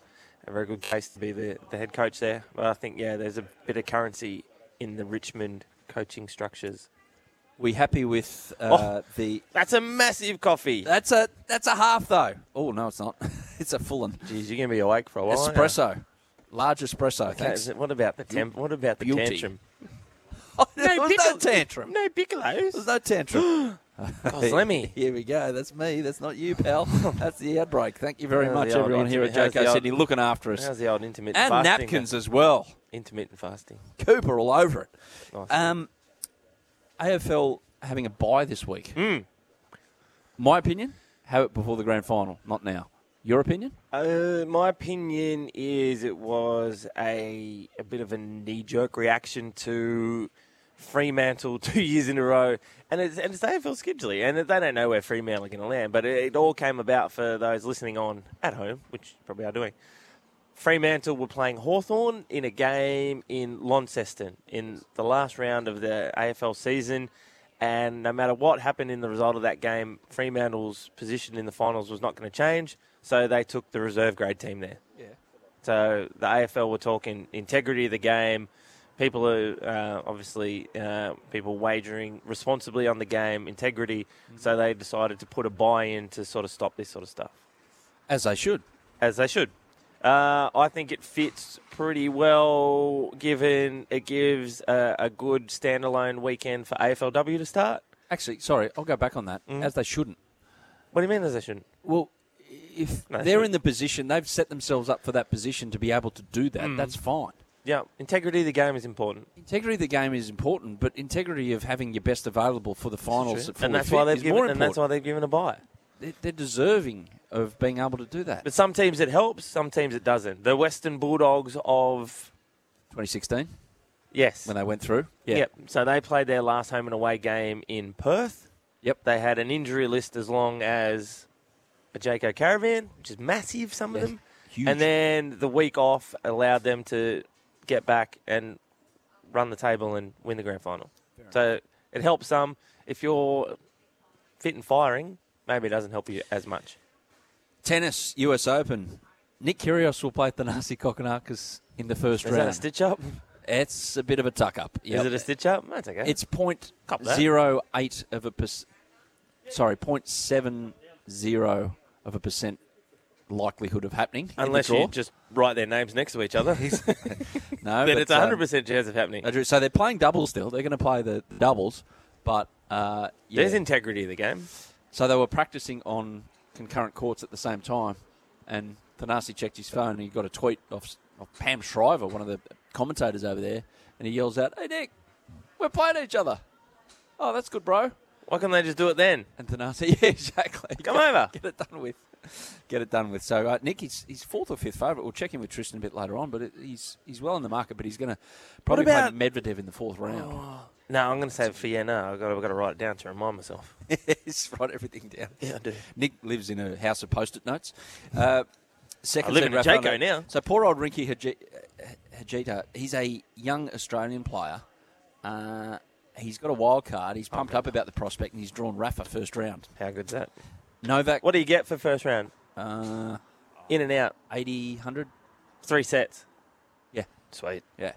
S5: a very good case to be the, the head coach there. But I think yeah, there's a bit of currency in the Richmond coaching structures. Oh,
S4: We happy with uh, the?
S5: That's a massive coffee.
S4: That's a that's a half though. Oh no, it's not. [LAUGHS] it's a full and
S5: Jeez, you're gonna be awake for a while. aren't you?
S4: espresso, large espresso.
S5: Okay,
S4: Thanks.
S5: What about the temp? What about the
S4: Beauty. [LAUGHS] Oh,
S5: tantrum?
S4: there was no
S5: pickle-
S4: tantrum.
S5: No piccolos.
S4: There's
S5: [GASPS]
S4: no tantrum. [GASPS] [LAUGHS]
S5: Oh, Lemmy.
S4: Here we go. That's me. That's not
S5: [LAUGHS]
S4: you, pal. That's the outbreak. Thank you very
S5: How's
S4: much,
S5: the old
S4: everyone here at
S5: internet- how's the
S4: JK
S5: old-
S4: Sydney, looking after us
S5: How's the old intermittent
S4: and
S5: fasting?
S4: napkins as well.
S5: Intermittent fasting.
S4: Cooper all over it.
S5: Nice.
S4: Um, AFL having a bye this week.
S5: Hmm.
S4: My opinion, have it before the grand final, not now. Your opinion?
S5: Uh, my opinion is it was a, a bit of a knee jerk reaction to Fremantle [LAUGHS] two years in a row, and it's and it's AFL scheduling, and they don't know where Fremantle are going to land. But it, it all came about for those listening on at home, which probably are doing. Fremantle were playing Hawthorn in a game in Launceston in the last round of the AFL season. And no matter what happened in the result of that game, Fremantle's position in the finals was not going to change. So they took the reserve grade team there. Yeah. So the AFL were talking integrity of the game. People are uh, obviously uh, people wagering responsibly on the game, integrity. So they decided to put a buy in to sort of stop this sort of stuff
S4: As they should.
S5: as they should. Uh, I think it fits pretty well, given it gives a, a good standalone weekend for AFLW to start. Mm-hmm.
S4: Actually, sorry, I'll go back on that. As they shouldn't.
S5: What do you mean as they shouldn't?
S4: Well, if
S5: No,
S4: they're
S5: sure.
S4: in the position, they've set themselves up for that position to be able to do that. That's fine.
S5: Mm. Yeah, integrity of the game is important,
S4: Integrity of the game is important, but integrity of having your best available for the finals at full
S5: and that's
S4: effect
S5: why they've
S4: is more
S5: given and that's
S4: important.
S5: why they've given a buy.
S4: They- They're deserving of being able to do that.
S5: But some teams it helps, some teams it doesn't. The Western Bulldogs of
S4: 2016,
S5: yes,
S4: when they went through.
S5: yep. So they played their last home and away game in Perth.
S4: Yep.
S5: They had an injury list as long as a Jaco Caravan, which is massive. Some of
S4: Yes.
S5: them.
S4: Huge.
S5: And then the week off allowed them to get back and run the table and win the grand final. So it helps some. If you're fit and firing, maybe it doesn't help you as much.
S4: Tennis US Open. Nick Kyrgios will [LAUGHS] play Thanasi Kokonakis in the first
S5: Is
S4: round.
S5: that a stitch up?
S4: it's a bit of a tuck up.
S5: Is it a stitch up? That's okay.
S4: It's point
S5: Cop that.
S4: zero eight of a percent. Sorry, point seven zero of a percent likelihood of happening. in the
S5: Unless you
S4: draw.
S5: just write their names next to each other, [LAUGHS] then
S4: [LAUGHS] no, but,
S5: it's
S4: um,
S5: a hundred percent chance of happening.
S4: I drew- So they're playing doubles still. They're going to play the doubles, but uh, yeah.
S5: There's integrity of the game.
S4: so they were practicing on concurrent courts at the same time, and Thanasi checked his phone and he got a tweet off, off Pam Shriver, one of the commentators over there, and he yells out, "Hey Nick, we're playing each other." Oh, that's good, bro.
S5: Why can't they just do it then?
S4: And Thanasi, [LAUGHS] yeah, exactly.
S5: Come over.
S4: Get it done with. Get it done with. So, uh, Nick, he's, he's fourth or fifth favourite. We'll check in with Tristan a bit later on, but [LAUGHS] it, he's he's well in the market, but he's going to probably
S5: about- Oh.
S4: play Medvedev in the fourth round.
S5: No, I'm going to say Vienna. I've got, I've got to write it down to remind myself.
S4: yes, write everything down.
S5: Yeah, I do.
S4: Nick lives in a house of post-it notes. Uh, second
S5: I live
S4: seed
S5: in a Jaco
S4: Rafael-
S5: now.
S4: So poor old Rinky Haji- uh, Hajita, he's a young Australian player. Uh, he's got a wild card. He's pumped up about the prospect, and he's drawn Rafa first round.
S5: How good's that?
S4: Novak,
S5: What do you get for first round?
S4: Uh,
S5: In and out.
S4: 80, 100?
S5: Three sets.
S4: Yeah.
S5: Sweet.
S4: Yeah.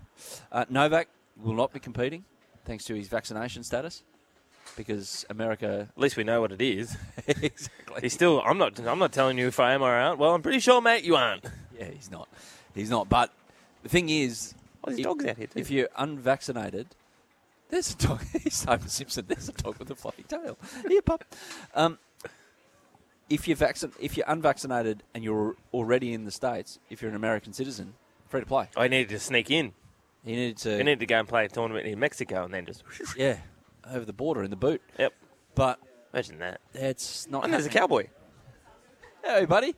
S4: Uh, Novak will not be competing thanks to his vaccination status because America.
S5: At least we know what it is.
S4: [LAUGHS] exactly.
S5: He's still. I'm not. I'm not telling you if I am or aren't. Well, I'm pretty sure, mate, you aren't.
S4: Yeah, he's not. He's not. But the thing is,
S5: Oh, there's
S4: i-
S5: dogs out here too.
S4: if you're unvaccinated, there's a dog. [LAUGHS] He's Homer Simpson. There's a dog with a floppy tail. Here, pup. Um, if you're vaccin- if you're unvaccinated and you're already in the states, if you're an American citizen, free to play.
S5: I Oh, needed to sneak in.
S4: You needed to.
S5: We need to go and play a tournament in Mexico and then just.
S4: yeah, over the border in the boot.
S5: Yep.
S4: But
S5: Imagine that.
S4: it's not.
S5: And there's a
S4: happening.
S5: cowboy.
S4: Hey, buddy.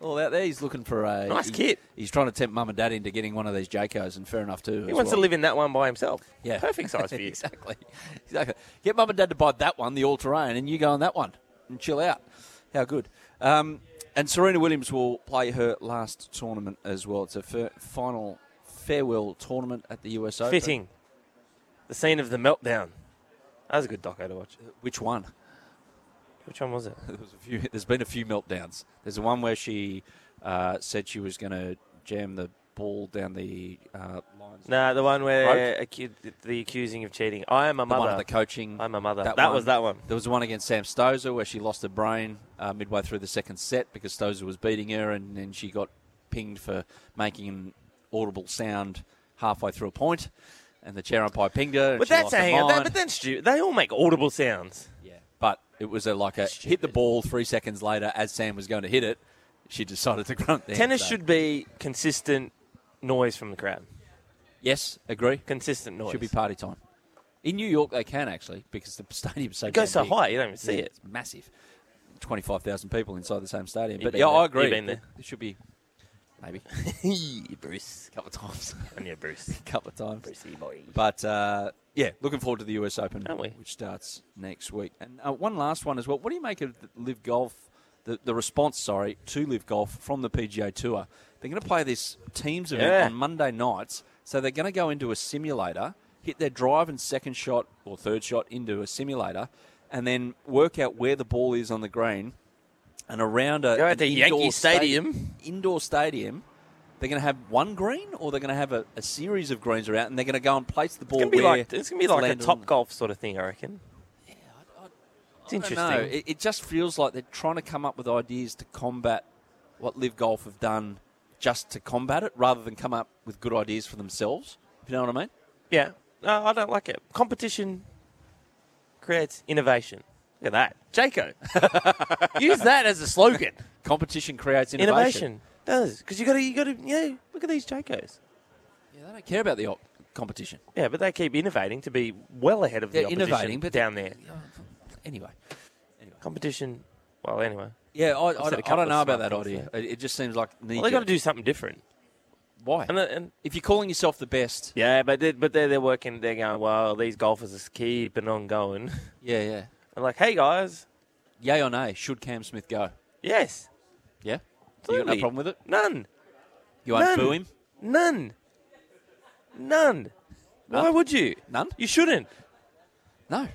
S4: All out there, he's looking for a
S5: Nice
S4: he-
S5: kid.
S4: He's trying to tempt mum and dad into getting one of these Jacos, and fair enough too.
S5: He wants to live in that one by himself.
S4: Yeah,
S5: Perfect
S4: [LAUGHS]
S5: size for you.
S4: exactly, exactly. Get mum and dad to buy Oh, that one, the all-terrain, and you go on that one and chill out. How good. Um, and Serena Williams will play her last tournament as well. It's a fir- final farewell tournament at the US Open.
S5: Fitting. The scene of the meltdown. That was a good doco to watch.
S4: Uh, Which one?
S5: Which one was it?
S4: [LAUGHS] There was a few. There's been a few meltdowns. There's the one where she uh, said she was going to jam the ball down the uh, lines.
S5: No, the one where
S4: Right.
S5: acu- the accusing of cheating. I am a
S4: The
S5: mother.
S4: one of the coaching.
S5: I'm a mother. That was that one.
S4: There was one against Sam Stosur where she lost her brain uh, midway through the second set because Stosur was beating her, and then she got pinged for making an audible sound halfway through a point, and the chair umpire pinged her. And
S5: but
S4: she
S5: that's
S4: lost
S5: a
S4: her
S5: hang on. That,
S4: mind.
S5: but that's stupid. They all make audible sounds.
S4: yeah. But it was a, like a hit the ball three seconds later as Sam was going to hit it. She decided to grunt. the
S5: Tennis
S4: hand, so-
S5: should be consistent noise from the crowd.
S4: Yes, agree.
S5: Consistent noise.
S4: Should be party time. In New York, they can actually because the stadium's so
S5: It goes so
S4: damn big.
S5: high, you don't even see
S4: Yeah,
S5: it.
S4: It's massive. Twenty-five thousand people inside the same stadium.
S5: You
S4: but
S5: been
S4: yeah,
S5: there.
S4: I
S5: You
S4: agree.
S5: been there.
S4: It should be
S5: [LAUGHS]
S4: maybe
S5: Bruce.
S4: a [LAUGHS] couple of times,
S5: And yeah, Bruce.
S4: a [LAUGHS] couple of times.
S5: Brucey boy.
S4: But uh, yeah, looking forward to the US Open,
S5: Aren't we?
S4: which starts next week. And uh, one last one as well. What do you make of the Live Golf? The, the response, sorry, to Live Golf from the PGA Tour. They're going to play this teams event
S5: Yeah.
S4: on Monday nights, so they're going to go into a simulator, hit their drive and second shot or third shot into a simulator, and then work out where the ball is on the green. And around a
S5: Go out
S4: an
S5: to Yankee
S4: indoor sta-
S5: Stadium.
S4: indoor stadium, they're going to have one green, or they're going to have a, a series of greens around, and they're going to go and place the ball.
S5: It's gonna be
S4: where
S5: like it's gonna be like a
S4: landed
S5: top
S4: on-
S5: golf sort of thing, I reckon. It's
S4: I don't
S5: interesting.
S4: know. It, it just feels like they're trying to come up with ideas to combat what Live Golf have done, just to combat it, rather than come up with good ideas for themselves. If you know what I mean?
S5: Yeah. No, I don't like it. Competition creates innovation. Look at that. Jaco.
S4: [LAUGHS]
S5: Use that as a slogan.
S4: Competition creates innovation.
S5: Innovation. Does. Because you gotta you gotta you know, look at these Jacos.
S4: Yeah, they don't care about the op- competition.
S5: Yeah, but they keep innovating to be well ahead of the
S4: They're
S5: opposition
S4: innovating, but
S5: down there.
S4: Anyway,
S5: Competition well anyway.
S4: yeah, I, I,
S5: said a
S4: don't- I
S5: couple
S4: don't
S5: of
S4: know about
S5: smart
S4: that
S5: things
S4: idea. It, it just seems like
S5: Well they gotta do something different.
S4: why.
S5: And, uh, and
S4: if you're calling yourself the best,
S5: yeah, but they, but they're they're working they're going, Well, these golfers just keep and on going. [LAUGHS]
S4: yeah, yeah.
S5: And like, hey guys,
S4: Yay or nay, should Cam Smith go?
S5: yes.
S4: Yeah? You got no
S5: Absolutely.
S4: problem with it?
S5: None.
S4: You won't
S5: None.
S4: boo him?
S5: None. None. Why
S4: None?
S5: would you?
S4: None?
S5: You shouldn't.
S4: No.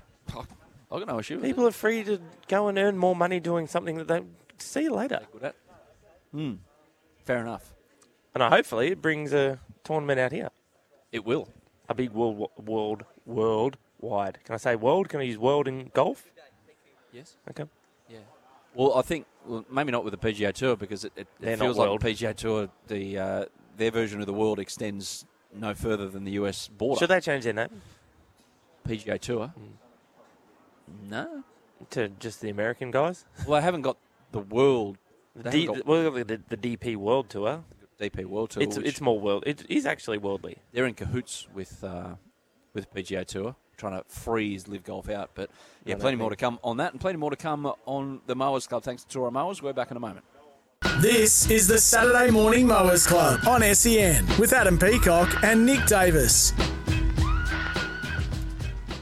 S4: I got no issue with
S5: People are free to go and earn more money doing something that they see you later.
S4: it. Good at- Mm. Fair enough.
S5: And I- hopefully it brings a tournament out here.
S4: It will.
S5: A big world world world wide. Can I say world? Can I use world in golf?
S4: Yes.
S5: Okay.
S4: Well, I think, well, maybe not with the PGA Tour because it, it,
S5: They're
S4: it
S5: not
S4: feels like
S5: world.
S4: the PGA Tour, the, uh, their version of the world extends no further than the US border.
S5: Should they change their name Hmm.
S4: PGA Tour? No.
S5: to just the American guys?
S4: Well, I haven't got the world.
S5: The,
S4: They
S5: D,
S4: haven't
S5: well, the, the DP World Tour.
S4: DP World Tour.
S5: It's
S4: which-
S5: it's more world. It is actually worldly.
S4: they're in cahoots with uh, with PGA Tour. trying to freeze Live Golf out. But yeah, plenty more to come on that, and plenty more to come on the Mowers Club. Thanks to Tora Mowers. We're back in a moment.
S3: This is the Saturday Morning Mowers Club on SEN with Adam Peacock and Nick Davis.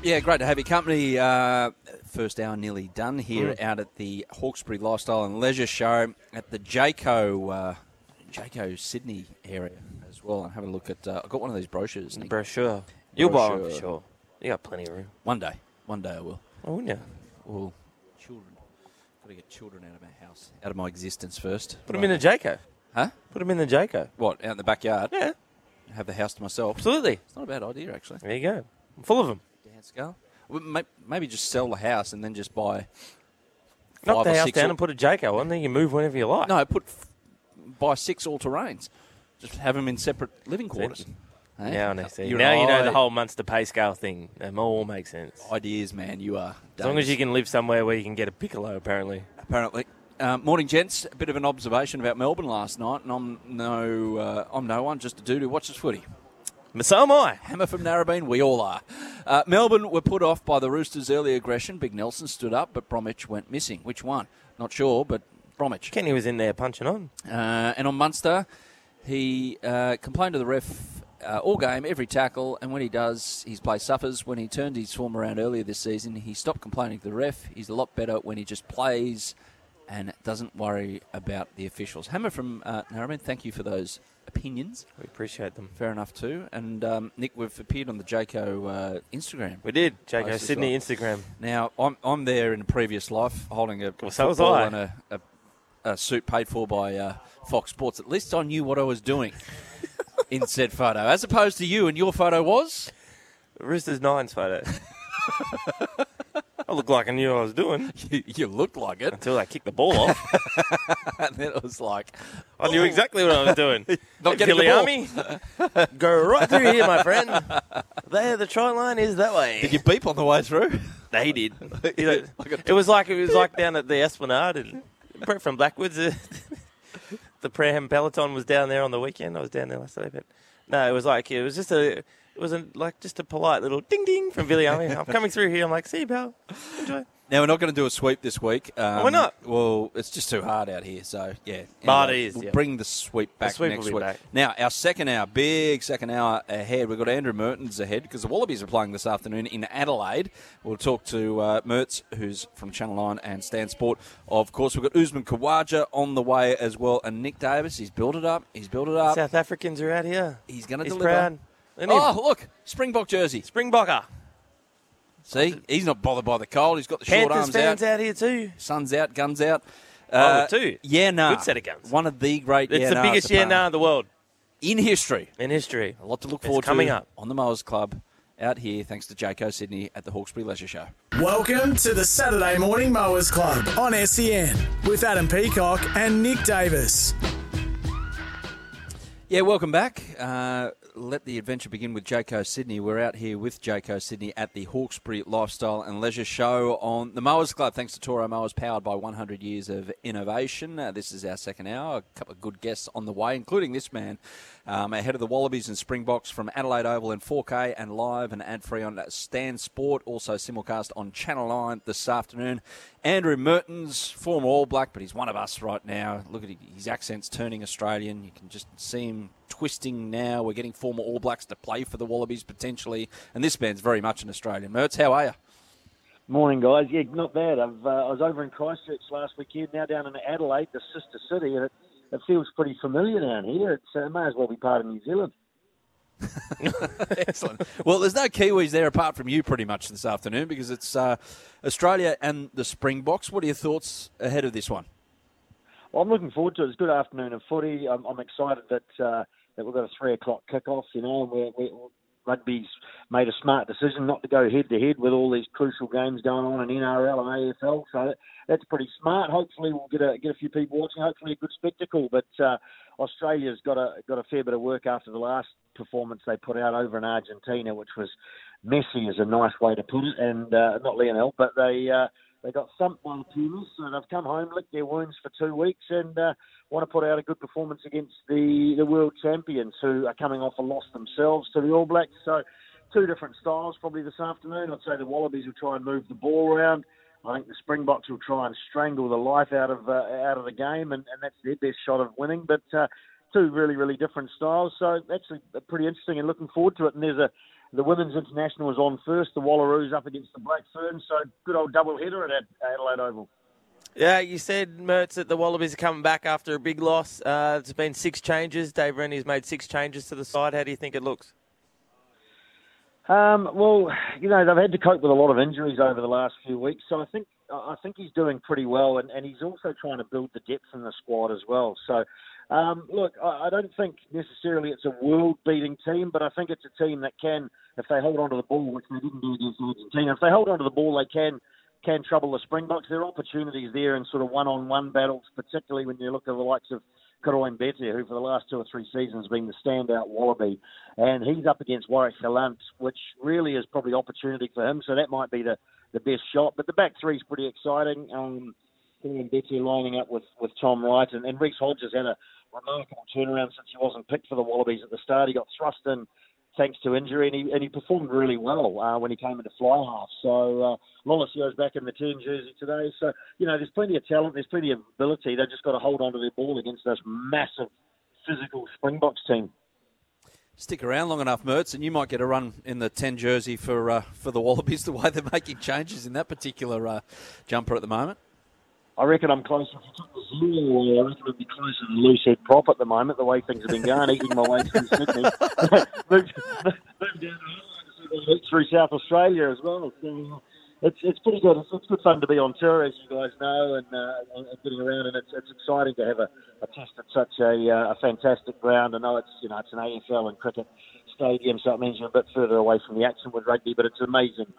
S4: Yeah, great to have your company. Uh, first hour nearly done here
S5: Mm.
S4: out at the Hawkesbury Lifestyle and Leisure Show at the Jaco uh, Jaco Sydney area as well. And have a look at. Uh, I got one of these brochures. Nick.
S5: Brochure. You'll buy one for
S4: Brochure.
S5: sure. You got plenty of room.
S4: One day, one day I will.
S5: Oh, wouldn't you?
S4: All children. Got to get children out of my house, out of my existence first.
S5: Put them in the Jaco.
S4: Huh?
S5: Put them in the Jaco.
S4: What? Out in the backyard.
S5: Yeah,
S4: Have the house to myself.
S5: absolutely.
S4: It's not a bad idea actually.
S5: There you go. I'm full of them.
S4: Dan Scull. Well, may- Maybe just sell the house and then just buy.
S5: Knock
S4: five or
S5: the house
S4: six
S5: down
S4: al-
S5: and put a Jaco on. Then you move whenever you like.
S4: No, put f- buy six all terrains. Just have them in separate living quarters. Hey?
S5: Now, I see.
S4: You're
S5: now you know
S4: right.
S5: the whole Munster pay scale thing. It all makes sense.
S4: ideas, man. You are
S5: As long as you can live somewhere where you can get a piccolo, apparently.
S4: apparently. Um, morning, gents. A bit of an observation about Melbourne last night, and I'm no, uh, I'm no one, just a dude who watches footy.
S5: But so am I.
S4: Hammer from Narrabeen, we all are. Uh, Melbourne were put off by the Roosters' early aggression. Big Nelson stood up, but Bromwich went missing. Which one? Not sure, but Bromwich.
S5: Kenny was in there punching on.
S4: Uh, and on Munster, he uh, complained to the ref uh, all game, every tackle, and when he does, his play suffers. When he turned his form around earlier this season, he stopped complaining to the ref. He's a lot better when he just plays and doesn't worry about the officials. Hammer from uh, Narrabeen, thank you for those opinions.
S5: We appreciate them.
S4: Fair enough, too. And um, Nick, we've appeared on the Jaco uh, Instagram.
S5: We did.
S4: Post
S5: Jaco
S4: as
S5: Sydney
S4: well.
S5: Instagram.
S4: Now, I'm, I'm there in a previous life holding a
S5: Well, so was
S4: football
S5: I.
S4: and a, a, a suit paid for by uh, Fox Sports. At least I knew what I
S5: [LAUGHS]
S4: was doing in said photo, as opposed to you, and your photo was?
S5: Roosters Nines
S4: [LAUGHS]
S5: photo. I look like I knew what I was doing
S4: You, you looked like it.
S5: until I kicked the ball off.
S4: [LAUGHS] And then it was like,
S5: I knew exactly what I was doing.
S4: [LAUGHS] Not
S5: Hey,
S4: getting the ball.
S5: Piliami, go right through here, my friend. [LAUGHS] There, the try line is that way.
S4: did you beep on the way through?
S5: They
S4: [LAUGHS]
S5: did. You know, it was like it was like down at the Esplanade and Brett from Blackwoods. uh, [LAUGHS] the Praham Peloton was down there on the weekend. I was down there last Saturday, but no, it was like it was just a it was a, like just a polite little ding ding from
S4: [LAUGHS]
S5: Villiamy. I'm coming through here. I'm like, see you, pal. Enjoy.
S4: Now, we're not going to do a sweep this week. Um,
S5: we're not?
S4: Well, it's just too hard out here, so yeah.
S5: But
S4: Anyway,
S5: it is,
S4: We'll
S5: yeah.
S4: bring the sweep back
S5: sweep will
S4: next
S5: be
S4: week.
S5: back.
S4: Now, our second hour, big second hour ahead. We've got Andrew Mertens ahead because the Wallabies are playing this afternoon in Adelaide. We'll talk to uh, Mertz, who's from Channel 9 and Stan Sport. Of course, we've got Usman Khawaja on the way as well, and Nick Davis. He's built it up. He's built it up.
S5: South Africans are out here.
S4: He's going to
S5: He's
S4: deliver.
S5: proud. Isn't he?
S4: Oh, look, Springbok jersey.
S5: Springbokker.
S4: See, he's not bothered by the cold. He's got the short
S5: Panthers
S4: arms
S5: fans
S4: out.
S5: out here too.
S4: Sun's out, guns out. Uh,
S5: Oh, two.
S4: Yeah, nah.
S5: Good set of guns.
S4: One of the great.
S5: It's
S4: yeah,
S5: the
S4: nahs
S5: biggest
S4: apart.
S5: year now in the world
S4: in history.
S5: in history.
S4: A lot to look
S5: It's
S4: forward
S5: coming
S4: to
S5: up.
S4: on the Mowers Club out here, thanks to Jaco Sydney at the Hawkesbury Leisure Show.
S3: Welcome to the Saturday Morning Mowers Club on SEN with Adam Peacock and Nick Davis.
S4: Yeah, welcome back. Uh, let the adventure begin with Jaco Sydney. We're out here with Jaco Sydney at the Hawkesbury Lifestyle and Leisure Show on the Mowers Club. Thanks to Toro Mowers, powered by 100 years of innovation. Uh, this is our second hour. A couple of good guests on the way, including this man um, ahead of the Wallabies and Springboks from Adelaide Oval in 4K and live and ad free on Stan Sport. Also simulcast on Channel 9 this afternoon. Andrew Mertens, former All Black, but he's one of us right now. Look at his accents turning Australian. You can just see him twisting now. We're getting former All Blacks to play for the Wallabies potentially. And this man's very much an Australian. Mertz, how are you?
S9: Morning, guys. Yeah, not bad. I've, uh, I was over in Christchurch last weekend, now down in Adelaide, the sister city, and it, it feels pretty familiar down here. It uh, may as well be part of New Zealand.
S4: Excellent. Well, there's no Kiwis there apart from you pretty much this afternoon because it's uh, Australia and the Springboks. What are your thoughts ahead of this one?
S9: Well, I'm looking forward to it. It's a good afternoon of footy. I'm, I'm excited that uh, that we've got a three o'clock kickoff. You know, and we're, we rugby's made a smart decision not to go head to head with all these crucial games going on in NRL and AFL. So that's pretty smart. Hopefully, we'll get a get a few people watching. Hopefully, a good spectacle. But uh, Australia's got a got a fair bit of work after the last performance they put out over in Argentina, which was messy, is a nice way to put it, and uh, not Lionel, but they. Uh, they got thumped by the Pumas, and they've come home, licked their wounds for two weeks, and uh, want to put out a good performance against the, the world champions who are coming off a loss themselves to the All Blacks. So, two different styles probably this afternoon. I'd say the Wallabies will try and move the ball around. I think the Springboks will try and strangle the life out of uh, out of the game, and, and that's their best shot of winning. But uh, two really really different styles, so actually pretty interesting and looking forward to it. And there's a the women's international is on first. The Wallaroos up against the Black Ferns, so good old double header at Ad- Adelaide Oval.
S5: Yeah, you said, Mertz, that the Wallabies are coming back after a big loss. Uh, it's been six changes. Dave Rennie's made six changes to the side. How do you think it looks?
S9: Um, well, you know they've had to cope with a lot of injuries over the last few weeks, so I think I think he's doing pretty well, and, and he's also trying to build the depth in the squad as well. So, um, look, I, I don't think necessarily it's a world-beating team, but I think it's a team that can, if they hold onto the ball, which they didn't do against Argentina, if they hold onto the ball, they can can trouble the Springboks. There are opportunities there in sort of one-on-one battles, particularly when you look at the likes of Karoin Bete, who for the last two or three seasons has been the standout Wallaby, and he's up against Warwick Gallant, which really is probably opportunity for him. So that might be the, the best shot. But the back three is pretty exciting. Um, Karoin Bete lining up with, with Tom Wright, and, and Reese Hodges had a
S10: Oh,
S9: remarkable turnaround since he wasn't picked for the Wallabies at the start. He got thrust in thanks to injury, and he, and he performed really well uh, when he came into fly half. So uh, Lolasio's back in the 10 jersey today. So, you know, there's plenty of talent, there's plenty of ability. They've just got to hold on to their ball against this massive physical Springboks team.
S4: Stick around long enough, Mertz, and you might get a run in the 10 jersey for uh, for the Wallabies, [LAUGHS] the way they're making changes in that particular uh, jumper at the moment.
S9: I reckon I'm closer. If you took the zero away, I reckon I'd be closer to loose head prop at the moment, the way things have been going, eating my way through [LAUGHS] Sydney. moved, moved down through South Australia as well. So it's, it's pretty good. It's, it's good fun to be on tour, as you guys know, and, uh, and getting around. And it's, it's exciting to have a, a test at such a, uh, a fantastic ground. I know it's you know it's an AFL and cricket stadium, so it means you're a bit further away from the action with rugby, but it's amazing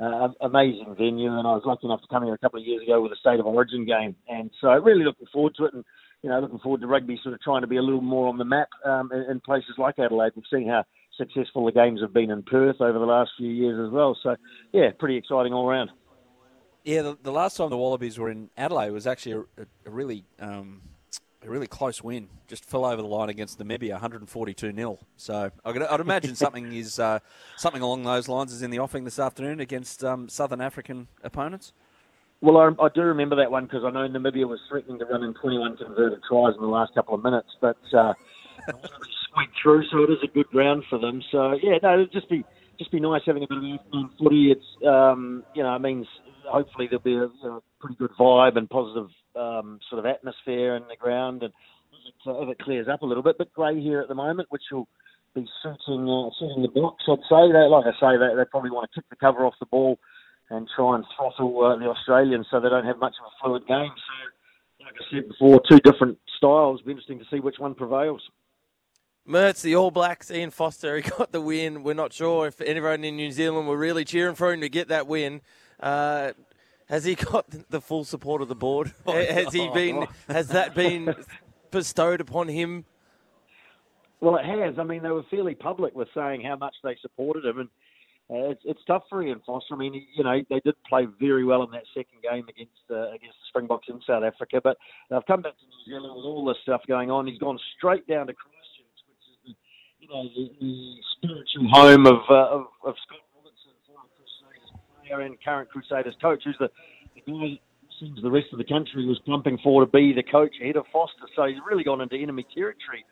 S9: uh, amazing venue, and I was lucky enough to come here a couple of years ago with a state of origin game, and so really looking forward to it, and you know looking forward to rugby sort of trying to be a little more on the map um, in, in places like Adelaide. We've seen how successful the games have been in Perth over the last few years as well, so yeah, pretty exciting all round.
S4: Yeah, the, the last time the Wallabies were in Adelaide was actually a, a really um, a really close win. Just fell over the line against Namibia, 142 0 So I'd, I'd imagine something is uh, something along those lines is in the offing this afternoon against um, Southern African opponents.
S9: Well, I, I do remember that one because I know Namibia was threatening to run in 21 converted tries in the last couple of minutes, but uh, [LAUGHS] squeaked through. So it is a good round for them. So yeah, no, it'd just be just be nice having a bit of afternoon footy. It's um, you know, it means hopefully there'll be a you know, pretty good vibe and positive um, sort of atmosphere in the ground, and if it clears up a little bit, but grey here at the moment, which will be suiting uh, suiting the blocks. I'd say they, like I say, they, they probably want to kick the cover off the ball and try and throttle uh, the Australians so they don't have much of a fluid game. So, like I said before, two different styles. It'll be interesting to see which one prevails.
S5: Mertz, the All Blacks, Ian Foster, [LAUGHS] he got the win. We're not sure if anyone in New Zealand were really cheering for him to get that win. Uh, has he got the full support of the board? [LAUGHS]
S9: Oh,
S5: has he been? Has that been bestowed upon him?
S9: Well, it has. I mean, they were fairly public with saying how much they supported him, and uh, it's, it's tough for Ian Foster. I mean, you know, they did play very well in that second game against uh, against the Springboks in South Africa, but they've come back to New Zealand with all this stuff going on. He's gone straight down to Christchurch, which is the, you know the, the spiritual home of uh, of, of Scott Robertson, former Crusaders player and current Crusaders coach, who's the, the guy seems the rest of the country was pumping for to be the coach ahead of Foster. So he's really gone into enemy territory.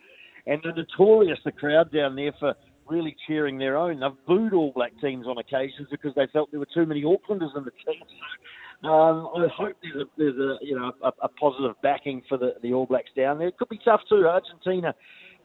S9: And they're notorious, the crowd down there, for really cheering their own. They've booed all black teams on occasions because they felt there were too many Aucklanders in the team. So um, I hope there's a, there's a you know a, a positive backing for the, the All Blacks down there. It could be tough too. Argentina,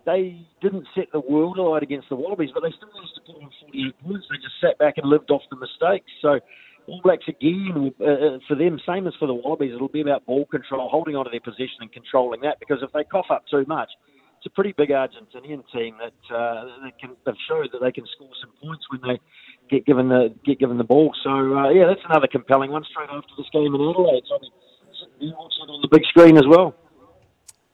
S9: they didn't set the world alight against the Wallabies, but they still managed to put on 48 points. They just sat back and lived off the mistakes. So all Blacks again, uh, for them, same as for the Wallabies, it'll be about ball control, holding on to their possession and controlling that because if they cough up too much, it's a pretty big Argentinian team that, uh, that can, they've showed that they can score some points when they get given the get given the ball. So uh, yeah, that's another compelling one straight after this game in Adelaide. So I'll be sitting watching it on the big screen as well.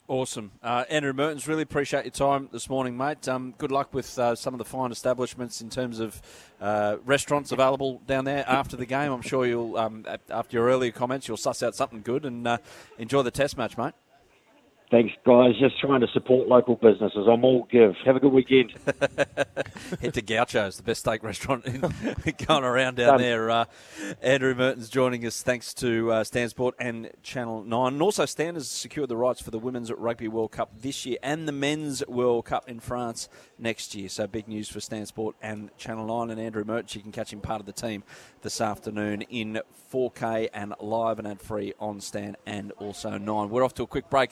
S4: Awesome. Uh, Andrew Mertens, really appreciate your time this morning, mate. Um, good luck with uh, some of the fine establishments in terms of uh, restaurants available down there after the game. I'm sure you'll, uh, um, after your earlier comments, you'll suss out something good and enjoy the test match, mate. [LAUGHS]
S9: Thanks, guys. Just trying to support local businesses. I'm all give. Have a good weekend.
S4: Head to Gaucho's, the best steak restaurant in, [LAUGHS] going around down
S9: Done.
S4: there. Uh, Andrew Merton's joining us thanks to uh, Stansport and Channel 9. And also, Stan has secured the rights for the Women's Rugby World Cup this year and the Men's World Cup in France next year. So, big news for Stansport and Channel 9. And Andrew Merton, you can catch him part of the team this afternoon in 4K and live and ad free on Stan and also 9. We're off to a quick break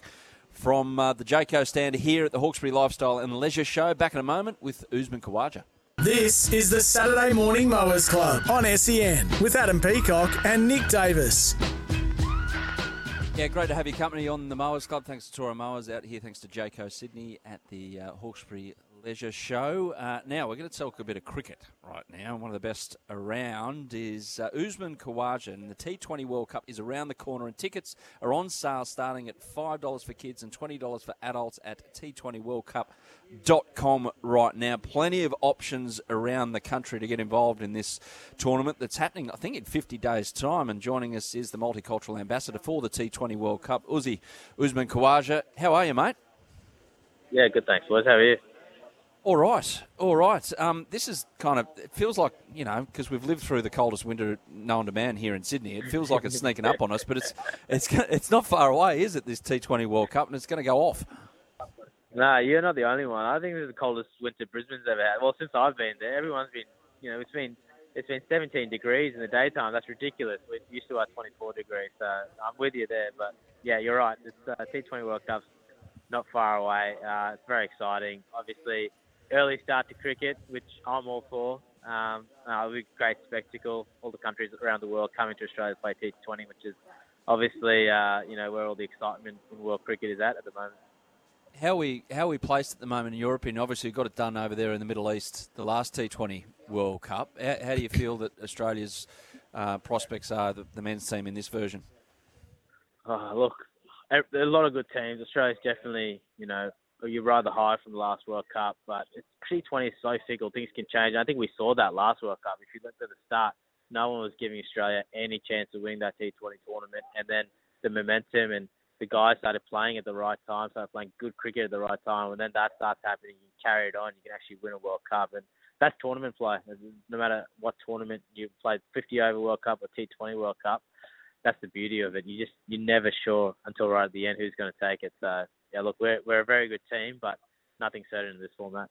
S4: from uh, the Jayco stand here at the Hawkesbury Lifestyle and Leisure Show. Back in a moment with Usman Khawaja.
S3: This is the Saturday Morning Mowers Club on SEN with Adam Peacock and Nick Davis.
S4: Yeah, great to have your company on the Mowers Club. Thanks to Tora Mowers out here. Thanks to Jayco Sydney at the uh, Hawkesbury Leisure Show. Uh, now, we're going to talk a bit of cricket right now. One of the best around is uh, Usman Khawaja. And the T20 World Cup is around the corner, and tickets are on sale starting at $5 for kids and $20 for adults at T20WorldCup.com right now. Plenty of options around the country to get involved in this tournament that's happening, I think, in 50 days' time. And joining us is the multicultural ambassador for the T20 World Cup, Uzi Usman Khawaja. How are you, mate?
S11: Yeah, good thanks, boys. How are you?
S4: All right, all right. Um, this is kind of it feels like you know because we've lived through the coldest winter known to man here in Sydney. It feels like it's sneaking up on us, but it's it's go- it's not far away, is it? This T Twenty World Cup, and it's going to go off.
S11: Nah, you're not the only one. I think this is the coldest winter Brisbane's ever had. Well, since I've been there, everyone's been, you know, it's been it's been 17 degrees in the daytime. That's ridiculous. We're used to our 24 degrees, so I'm with you there. But yeah, you're right. This uh, T20 World Cup's not far away. Uh, it's very exciting. Obviously, early start to cricket, which I'm all for. Um, uh, it'll be a great spectacle. All the countries around the world coming to Australia to play T20, which is obviously, uh, you know, where all the excitement in world cricket is at at the moment.
S4: How we how we placed at the moment in Europe, and obviously we got it done over there in the Middle East, the last T Twenty World Cup. How, how do you feel that Australia's uh, prospects are the, the men's team in this version?
S11: Oh, look, a there are a lot of good teams. Australia's definitely, you know, you're rather high from the last World Cup, but it's T20 is so fickle. Things can change. I think we saw that last World Cup. If you looked at the start, no one was giving Australia any chance of winning that T20 tournament, and then the momentum and the guys started playing at the right time, started playing good cricket at the right time, and then that starts happening. You carry it on, you can actually win a World Cup, and that's tournament play. No matter what tournament you played, 50 over World Cup or T20 World Cup, that's the beauty of it. You just you're never sure until right at the end who's going to take it. So yeah, look, we're we're a very good team, but nothing certain in this format.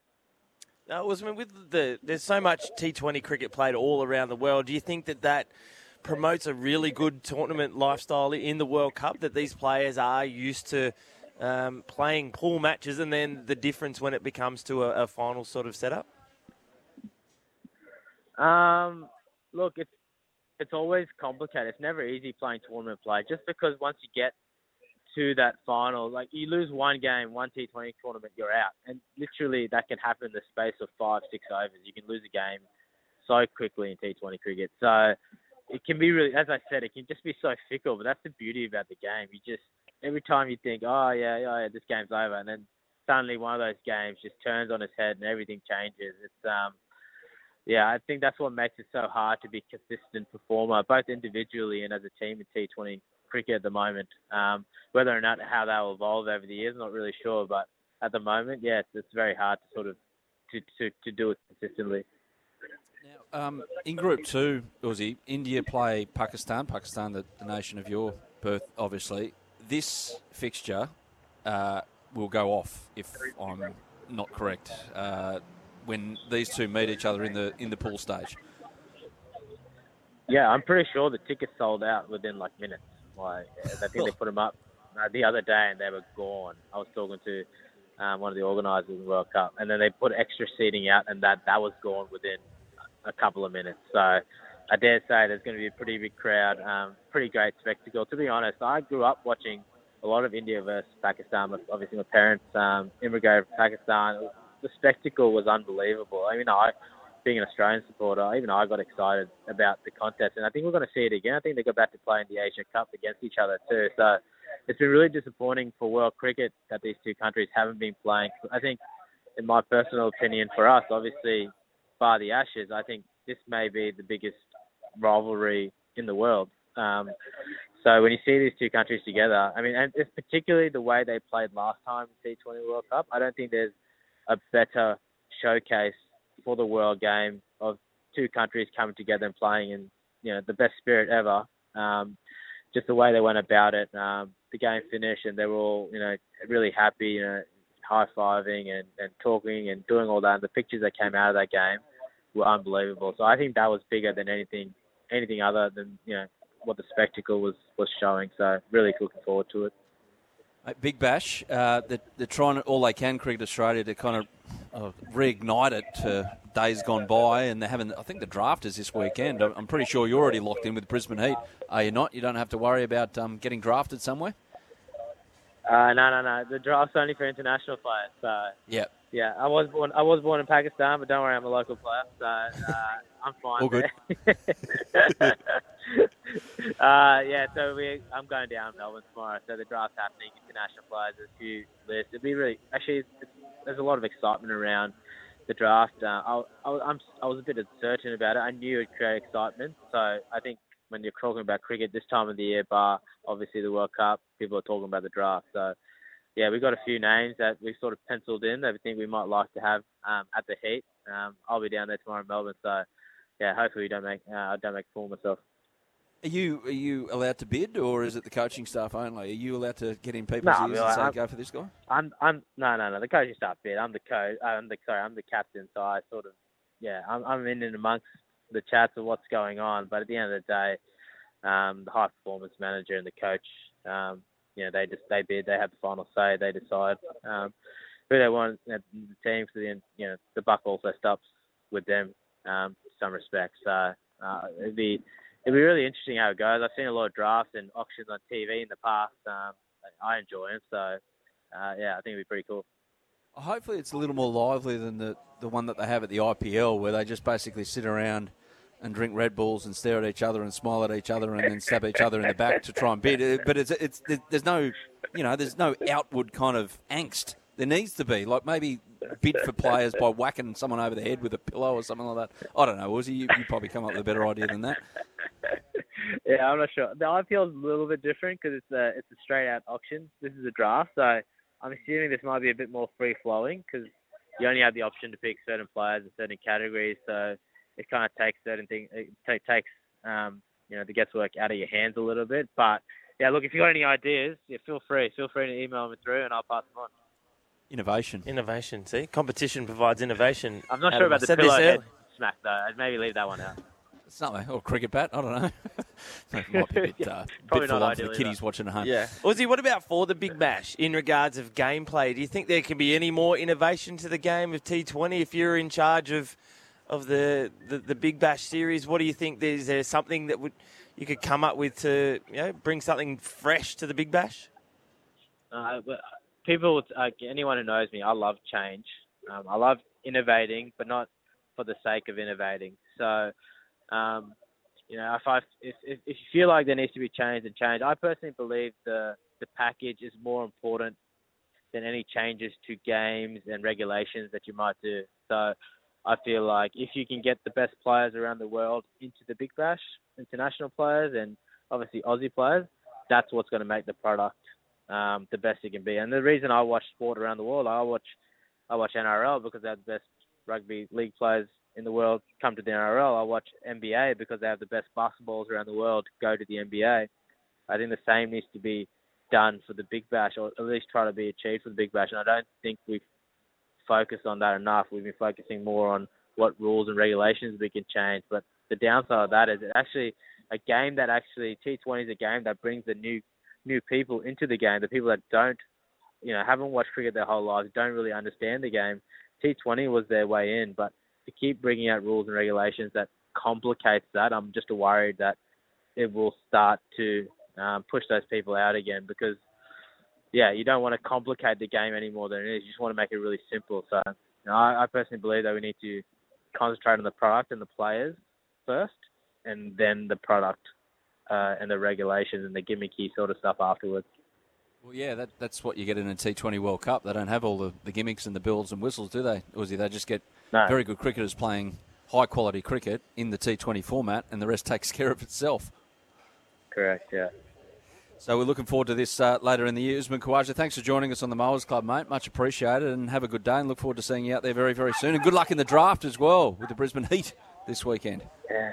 S5: No, it uh, was I mean, with the there's so much T20 cricket played all around the world. Do you think that that promotes a really good tournament lifestyle in the World Cup that these players are used to um, playing pool matches, and then the difference when it becomes to a, a final sort of setup?
S11: Um, look, it's it's always complicated. It's never easy playing tournament play. Just because once you get to that final, like you lose one game, one T20 tournament, you're out, and literally that can happen in the space of five, six overs. You can lose a game so quickly in T20 cricket. So it can be really, as I said, it can just be so fickle. But that's the beauty about the game. You just every time you think, oh yeah, yeah, yeah this game's over, and then suddenly one of those games just turns on its head and everything changes. It's um yeah, I think that's what makes it so hard to be a consistent performer, both individually and as a team in T20 cricket at the moment. Um, whether or not how that will evolve over the years, I'm not really sure, but at the moment, yeah, it's, it's very hard to sort of to, to, to do it consistently.
S4: Um, in Group Two, Aussie, India play Pakistan. Pakistan, the, the nation of your birth, obviously. This fixture uh, will go off if I'm not correct. Uh, when these two meet each other in the in the pool stage.
S11: Yeah, I'm pretty sure the tickets sold out within like minutes. Like I think they put them up uh, the other day and they were gone. I was talking to um, one of the organisers of the World Cup, and then they put extra seating out, and that that was gone within a couple of minutes. So I dare say there's going to be a pretty big crowd, um, pretty great spectacle. To be honest, I grew up watching a lot of India versus Pakistan. but Obviously, my parents um, immigrated from Pakistan. The spectacle was unbelievable. I mean, I being an Australian supporter, even I got excited about the contest, and I think we're going to see it again. I think they go back to playing the Asia Cup against each other too. So it's been really disappointing for world cricket that these two countries haven't been playing. I think, in my personal opinion, for us, obviously, bar the Ashes, I think this may be the biggest rivalry in the world. Um, So when you see these two countries together, I mean, and it's particularly the way they played last time in T20 World Cup. I don't think there's a better showcase for the World Game of two countries coming together and playing in you know the best spirit ever. Um, just the way they went about it, um, the game finished, and they were all you know really happy, you know, high fiving and, and talking and doing all that. And the pictures that came out of that game were unbelievable. So I think that was bigger than anything anything other than you know what the spectacle was was showing. So really looking forward to it.
S4: Mate, Big Bash, uh, they're, they're trying all they can, Cricket Australia, to kind of uh, reignite it to days gone by, and they're having, I think the draft is this weekend. I'm I'm pretty sure you're already locked in with Brisbane Heat, are you not? You don't have to worry about um, getting drafted somewhere?
S11: Uh, no, no, no. The draft's only for international players. So
S4: Yeah.
S11: yeah, I was born I was born in Pakistan, but don't worry, I'm a local player, so uh, I'm fine.
S4: All good.
S11: there. [LAUGHS] uh, yeah, so we I'm going down to Melbourne tomorrow, so the draft's happening. International players, there's a few lists. It'd be really actually it's, there's a lot of excitement around the draft. Uh, I, I, I'm I was a bit uncertain about it. I knew it'd create excitement, so I think when you're talking about cricket this time of the year, bar obviously the World Cup, people are talking about the draft. So, yeah, we got a few names that we sort of penciled in that we think we might like to have um, at the Heat. Um, I'll be down there tomorrow in Melbourne, so yeah, hopefully we don't make uh, I don't make a fool of myself.
S4: Are you are you allowed to bid, or is it the coaching staff only? Are you allowed to get in people's
S11: No,
S4: ears
S11: I
S4: and
S11: mean,
S4: say,
S11: I'm-
S4: go for this guy?
S11: I'm I'm no no no the coaching staff bit. I'm the coach. I'm the sorry. I'm the captain. So I sort of yeah. I'm I'm in and amongst the chats of what's going on. But at the end of the day, um, the high performance manager and the coach, um, you know, they just they bid. They have the final say. They decide um, who they want at the team. So then you know the buck also stops with them um, in some respects. So uh, it'd be it'd be really interesting how it goes. I've seen a lot of drafts and auctions on TV in the past. Um, I enjoy them so uh, yeah, I think it'd be pretty cool.
S4: Hopefully, it's a little more lively than the, the one that they have at the IPL, where they just basically sit around and drink Red Bulls and stare at each other and smile at each other and then stab each other in the back to try and beat it. But it's it's there's no you know there's no outward kind of angst. There needs to be like maybe bid for players by whacking someone over the head with a pillow or something like that. I don't know, Aussie. You, you probably come up with a better idea than that. [LAUGHS]
S11: Yeah, I'm not sure. The IPL is a little bit different because it's a it's a straight out auction. This is a draft, so I'm assuming this might be a bit more free flowing because you only have the option to pick certain players in certain categories. So it kind of takes certain things, it ta- takes um, you know the guesswork out of your hands a little bit. But yeah, look, if you got any ideas, yeah, feel free. Feel free to email me through, and I'll pass them on.
S4: Innovation.
S5: Innovation. See, competition provides innovation.
S11: I'm not
S5: Adam,
S11: sure
S5: I
S11: about the
S5: said this
S11: pillow head
S5: earlier.
S11: smack though. I'd maybe leave that one out.
S4: It's not like or cricket bat. I don't know. [LAUGHS] Uh-huh. it might
S11: [LAUGHS]
S4: be a bit, uh,
S11: Probably
S4: bit full
S11: not
S4: on for the
S11: ideal
S4: kiddies watching at home.
S5: Yeah. Aussie, what about for the Big Bash in regards of gameplay? Do you think there can be any more innovation to the game of T20 if you're in charge of of the, the, the Big Bash series? What do you think? Is there something that would you could come up with to you know bring something fresh to the Big Bash?
S11: Uh, but people, uh, anyone who knows me, I love change. Um, I love innovating, but not for the sake of innovating. So, um, you know, if I if, if if you feel like there needs to be change, then change. I personally believe the the package is more important than any changes to games and regulations that you might do. So, I feel like if you can get the best players around the world into the Big Bash, international players and obviously Aussie players, that's what's going to make the product um, the best it can be. And the reason I watch sport around the world, I watch I watch NRL because they have the best rugby league players in the world come to the NRL. I watch NBA because they have the best basketballs around the world go to the NBA. I think the same needs to be done for the Big Bash, or at least try to be achieved for the Big Bash. And I don't think we've focused on that enough. We've been focusing more on what rules and regulations we can change. But the downside of that is it actually a game that actually T20 is a game that brings the new new people into the game, the people that don't, you know, haven't watched cricket their whole lives, don't really understand the game. T20 was their way in, but to keep bringing out rules and regulations that complicates that, I'm just worried that it will start to um, push those people out again because, yeah, you don't want to complicate the game any more than it is. You just want to make it really simple. So you know, I, I personally believe that we need to concentrate on the product and the players first, and then the product uh, and the regulations and the gimmicky sort of stuff afterwards.
S4: Well, yeah, that, that's what you get in a T20 World Cup. They don't have all the, the gimmicks and the bells and whistles, do they, Aussie? They just get
S11: No.
S4: very good cricketers playing high quality [LAUGHS] cricket in the T20 format, and the rest takes care of itself.
S11: Correct. Yeah.
S4: So we're looking forward to this uh, later in the year. Usman Khawaja, thanks for joining us on the Mowers Club, mate. Much appreciated, and have a good day. And look forward to seeing you out there very, very soon. And good luck in the draft as well with the Brisbane [LAUGHS] Heat this weekend.
S11: Yeah.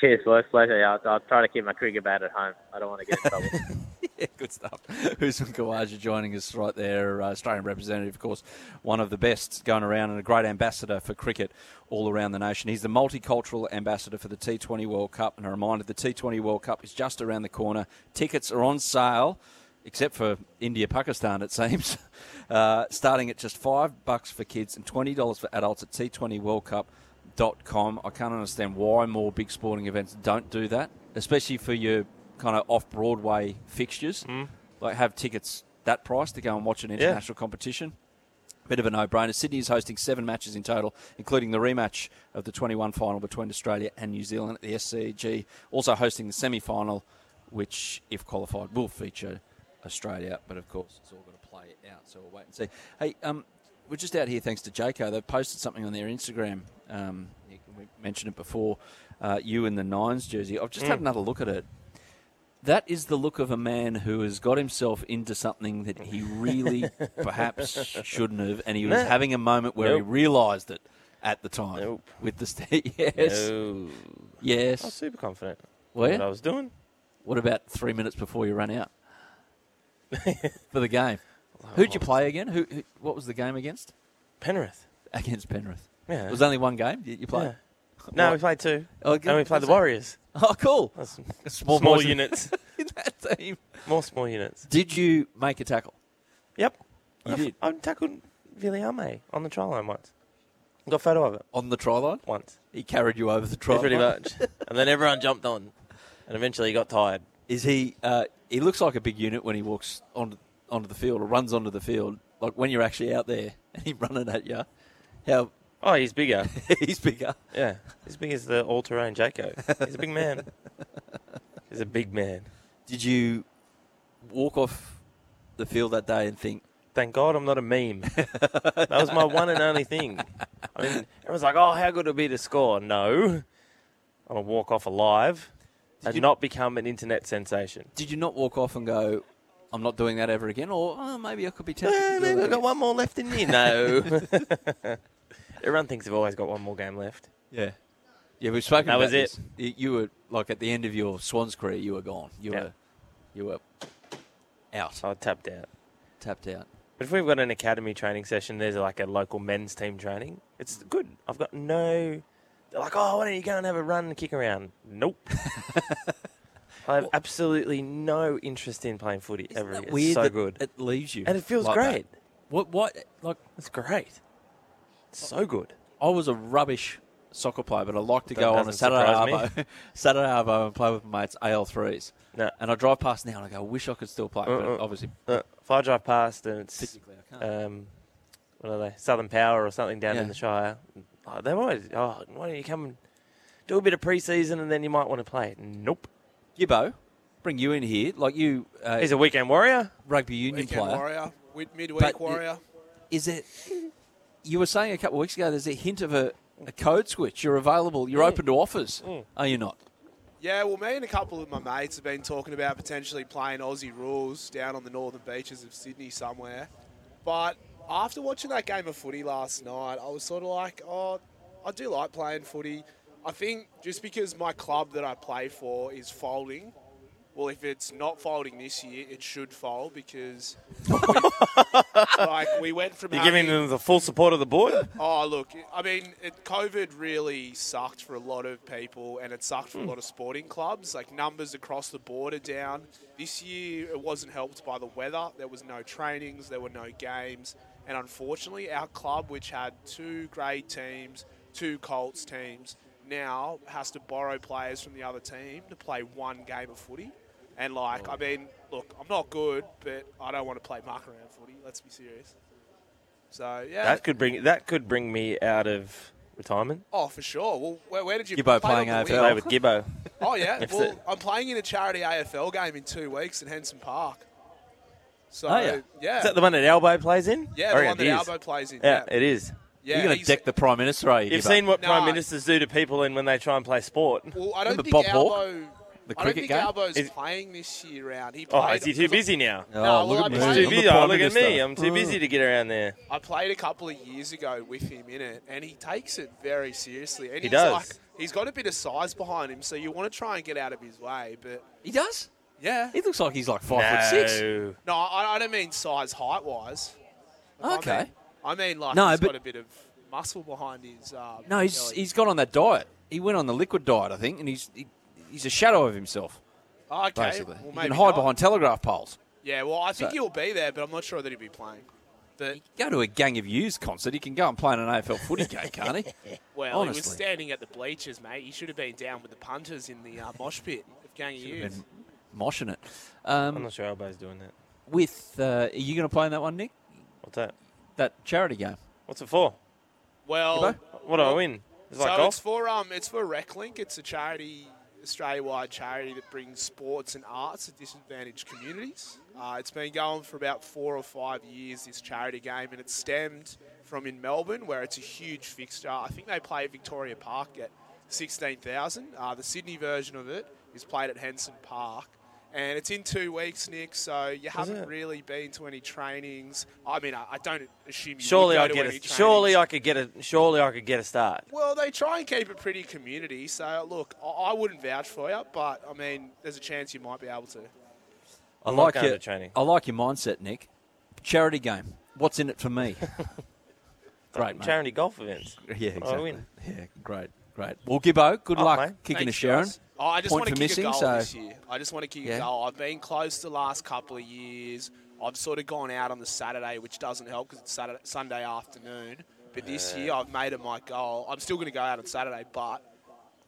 S11: Cheers, boys. Pleasure. Yeah, I'll, I'll try to keep my cricket bat at home. I don't want to get
S5: [LAUGHS]
S11: in trouble.
S4: yeah, good stuff. [LAUGHS] Usman Khawaja joining us right there, uh, Australian representative, of course, one of the best going around and a great ambassador for cricket all around the nation. He's the multicultural ambassador for the T20 World Cup. And a reminder the T20 World Cup is just around the corner. Tickets are on sale, except for India Pakistan, it seems, [LAUGHS] uh, starting at just 5 bucks for kids and $20 for adults at T20WorldCup.com. I can't understand why more big sporting events don't do that, especially for your kind of off Broadway fixtures. Like have tickets that price to go and watch an international competition. Bit of a no-brainer. Sydney is hosting seven matches in total, including the rematch of the 21 final between Australia and New Zealand at the SCG. Also hosting the semi-final, which, if qualified, will feature Australia. But of course, it's all got to play out, so we'll wait and see. Hey, um, we're just out here thanks to Jaco. They've posted something on their Instagram. Um, Nick, we mentioned it before. Uh, you in the Nines jersey. I've just had
S5: Mm.
S4: another look at it. That is the look of a man who has got himself into something that
S5: [LAUGHS]
S4: he really perhaps shouldn't have, and he was
S5: No.
S4: having a moment where
S5: Nope.
S4: he realised it at the time.
S5: Nope.
S4: With the st- [LAUGHS] yes,
S5: No. I was
S4: yes.
S5: super confident.
S4: Were
S5: What I
S4: you?
S5: was doing.
S4: What about three minutes before you
S5: [LAUGHS]
S4: run out for the game? Who'd you play again? Who, who? What was the game against?
S5: Penrith.
S4: Against Penrith.
S5: Yeah.
S4: It was only one game. You, you played. [LAUGHS]
S5: Yeah. No, we
S4: What?
S5: played two.
S4: Oh,
S5: and we
S4: good.
S5: played the Warriors.
S4: [LAUGHS] Oh, cool. [LAUGHS]
S5: That's
S4: Small
S5: small
S4: boys in- [LAUGHS]
S5: units.
S4: In that team.
S5: More small units.
S4: Did you make a tackle?
S5: Yep.
S4: You did
S5: I tackled Villiame on the try line once. Got a photo of it
S4: on the try line.
S5: once.
S4: He carried you over the try [LAUGHS]
S5: pretty
S4: line.
S5: much. and then everyone jumped on. And eventually he got tired.
S4: Is he? Uh, he looks like a big unit when he walks onto onto the field or runs onto the field. Like when you're actually out there [LAUGHS] and he's running at you, how
S5: Oh, he's bigger.
S4: [LAUGHS] he's bigger.
S5: yeah. He's big as the all terrain Jaco. He's a big
S4: [LAUGHS]
S5: man. He's a big man.
S4: Did you walk off the field that day and think,
S5: Thank God I'm not a meme. that was my one and only thing. I mean, everyone's like, oh, how good it would be to score. No. I'm going to walk off alive and
S4: you-
S5: not become an internet sensation.
S4: did you not walk off and go, I'm not doing that ever again, or oh, maybe I could be tempted
S5: Eh,
S4: to do
S5: maybe
S4: that
S5: I've got
S4: again."
S5: one more left in me. No. [LAUGHS] Everyone thinks they've always got one more game left.
S4: [LAUGHS] Yeah. Yeah, we've spoken
S5: That
S4: about
S5: was
S4: this.
S5: it.
S4: Y- You were like at the end of your Swans career, you were gone. You
S5: Yeah.
S4: were, you were out,
S5: So I tapped out.
S4: tapped out.
S5: But if we've got an academy training session, there's like a local men's team training. It's good. I've got no. They're like, oh, why don't you go and have a run and kick around?
S4: [LAUGHS]
S5: Nope. I have absolutely no interest in playing footy
S4: Isn't
S5: ever.
S4: that
S5: It's
S4: weird
S5: so
S4: that
S5: good.
S4: It leaves you,
S5: and it feels
S4: like that?
S5: great.
S4: What? What? Like
S5: It's great. It's so good.
S4: I was a rubbish soccer player, but I like to
S5: That
S4: go on a
S5: doesn't
S4: Saturday
S5: surprise
S4: arvo, [LAUGHS] Saturday arvo, and play with my mates AL threes.
S5: No.
S4: And I drive past now, and I go, I wish I could still play,
S5: Uh,
S4: but
S5: uh.
S4: obviously
S5: Uh, if I drive past and it's
S4: physically I can't.
S5: um, what are they? Southern Power or something down
S4: Yeah.
S5: in the Shire. Oh, they're always, oh, why don't you come and do a bit of preseason and then you might want to play? Nope.
S4: Gibbo, bring you in here, like you, uh,
S5: He's a weekend warrior.
S4: rugby union
S7: Weekend
S4: player.
S7: warrior, mid- midweek
S4: But you-
S7: warrior.
S4: Is it? You were saying a couple of weeks ago, there's a hint of a, a code switch. You're available. You're open to offers. Are you not?
S7: Yeah, well, me and a couple of my mates have been talking about potentially playing Aussie rules down on the northern beaches of Sydney somewhere. But after watching that game of footy last night, I was sort of like, oh, I do like playing footy. I think just because my club that I play for is folding, well, if it's not folding this year, it should fold because, we, [LAUGHS] like, we went from
S5: You're
S7: having-
S5: giving them the full support of the board?
S7: Oh, look, I mean, it, COVID really sucked for a lot of people and it sucked for a lot of sporting clubs. Like, numbers across the board are down. This year, it wasn't helped by the weather. There was no trainings, there were no games. And unfortunately, our club, which had two grade teams, two Colts teams, now has to borrow players from the other team to play one game of footy. And, like, I mean, look, I'm not good, but I don't want to play muck around footy. Let's be serious. So, yeah.
S5: That could bring that could bring me out of retirement.
S7: Oh, for sure. Well, where, where did you
S4: Gibbo
S7: play
S4: playing
S7: on the
S4: AFL.
S5: Play
S7: wing?
S5: with Gibbo.
S7: Oh
S5: [LAUGHS]
S7: yeah.
S5: That's
S7: Well,
S5: it.
S7: I'm playing in a charity AFL game in two weeks in Henson Park. So
S4: Oh, yeah.
S7: yeah,
S5: Is that the one that Elbow plays in?
S7: yeah,
S5: I
S7: the
S5: reckon
S7: one that
S5: it is.
S7: Albo plays in.
S5: Yeah,
S7: Yeah,
S5: it is.
S7: Yeah,
S4: You're going to
S7: he's-
S4: deck the prime minister, are you?
S5: You've
S4: Gibbo?
S5: seen what
S7: Nah.
S5: prime ministers do to people in when they try and play sport.
S7: Well, I don't
S4: Remember
S7: think
S4: Bob Hawke?
S7: Albo.
S4: the The
S7: I don't
S4: cricket
S7: think
S4: game?
S7: Albo's
S5: Is-
S7: playing this year round. He
S5: Oh,
S7: played-
S5: is he too busy now?
S7: No,
S4: Oh,
S7: well,
S4: look
S7: I
S4: at me.
S5: He's
S7: played-
S5: too
S4: Look
S5: busy.
S4: at
S5: Oh, look at
S4: Prime
S5: me.
S4: Minister.
S5: I'm too busy to get around there.
S7: I played a couple of years ago with him in it, and he takes it very seriously. And
S5: He
S7: he's
S5: does.
S7: Like, he's got a bit of size behind him, so you want to try and get out of his way. But
S4: He does.
S7: yeah,
S4: He looks like he's like five
S5: no.
S4: foot six.
S7: no, I, I don't mean size height wise.
S4: Okay.
S7: I mean, I mean like
S4: No,
S7: he's
S4: but-
S7: got a bit of muscle behind his. Uh,
S4: No, he's
S7: belly.
S4: he's got on that diet. He went on the liquid diet, I think, and he's he, he's a shadow of himself
S7: okay.
S4: basically.
S7: Well,
S4: he
S7: maybe
S4: can hide
S7: not.
S4: behind telegraph poles.
S7: Yeah, well, I think
S4: So-
S7: he'll be there, but I'm not sure that he'll be playing. But
S4: Go to a gang of yous concert. He can go and play in an AFL footy game, can't he?
S7: [LAUGHS]
S12: Well, he
S4: Honestly.
S12: was standing at the bleachers, mate. He should have been down with the punters in the uh, mosh pit of Gang of Youths.
S4: Been moshing it.
S5: I'm
S4: Um,
S5: not sure Elbow's doing that.
S4: with uh, are you going to play in that one, Nick?
S5: What's that?
S4: That charity game.
S5: What's it for?
S7: Well,
S5: What do I win? Is it
S7: so
S5: like
S7: it's
S5: golf?
S7: for um, it's for RecLink. It's a charity, Australia-wide charity that brings sports and arts to disadvantaged communities. Uh, it's been going for about four or five years. This charity game, and it stemmed from in Melbourne, where it's a huge fixture. I think they play at Victoria Park at sixteen thousand. Uh, the Sydney version of it is played at Henson Park. And it's in two weeks, Nick. So you haven't
S5: it?
S7: really been to any trainings. I mean, I, I don't assume you would
S5: Surely
S7: go
S5: I
S7: to
S5: get
S7: any
S5: a. Surely
S7: trainings.
S5: I could get a. Surely I could get a start.
S7: Well, they try and keep it pretty community. So, look, I, I wouldn't vouch for you, but I mean, there's a chance you might be able to.
S4: I
S5: not
S4: like
S5: going
S4: your
S5: to training.
S4: I like your mindset, Nick. Charity game. What's in it
S5: [LAUGHS]
S4: for me? Great, mate.
S5: Charity golf events.
S4: Yeah, exactly.
S5: win.
S4: Yeah, great, great. Well, Gibbo, good
S5: Oh,
S4: luck
S5: mate.
S4: kicking
S7: Thanks,
S4: a Sharon.
S7: guys. Oh, I just
S4: Point
S7: want to
S4: for
S7: kick
S4: missing,
S7: a goal
S4: so-
S7: this year. I just want to kick
S4: Yeah.
S7: a goal. I've been close the last couple of years. I've sort of gone out on the Saturday, which doesn't help because it's Saturday, Sunday afternoon. But this year, I've made it my goal. I'm still going to go out on Saturday, but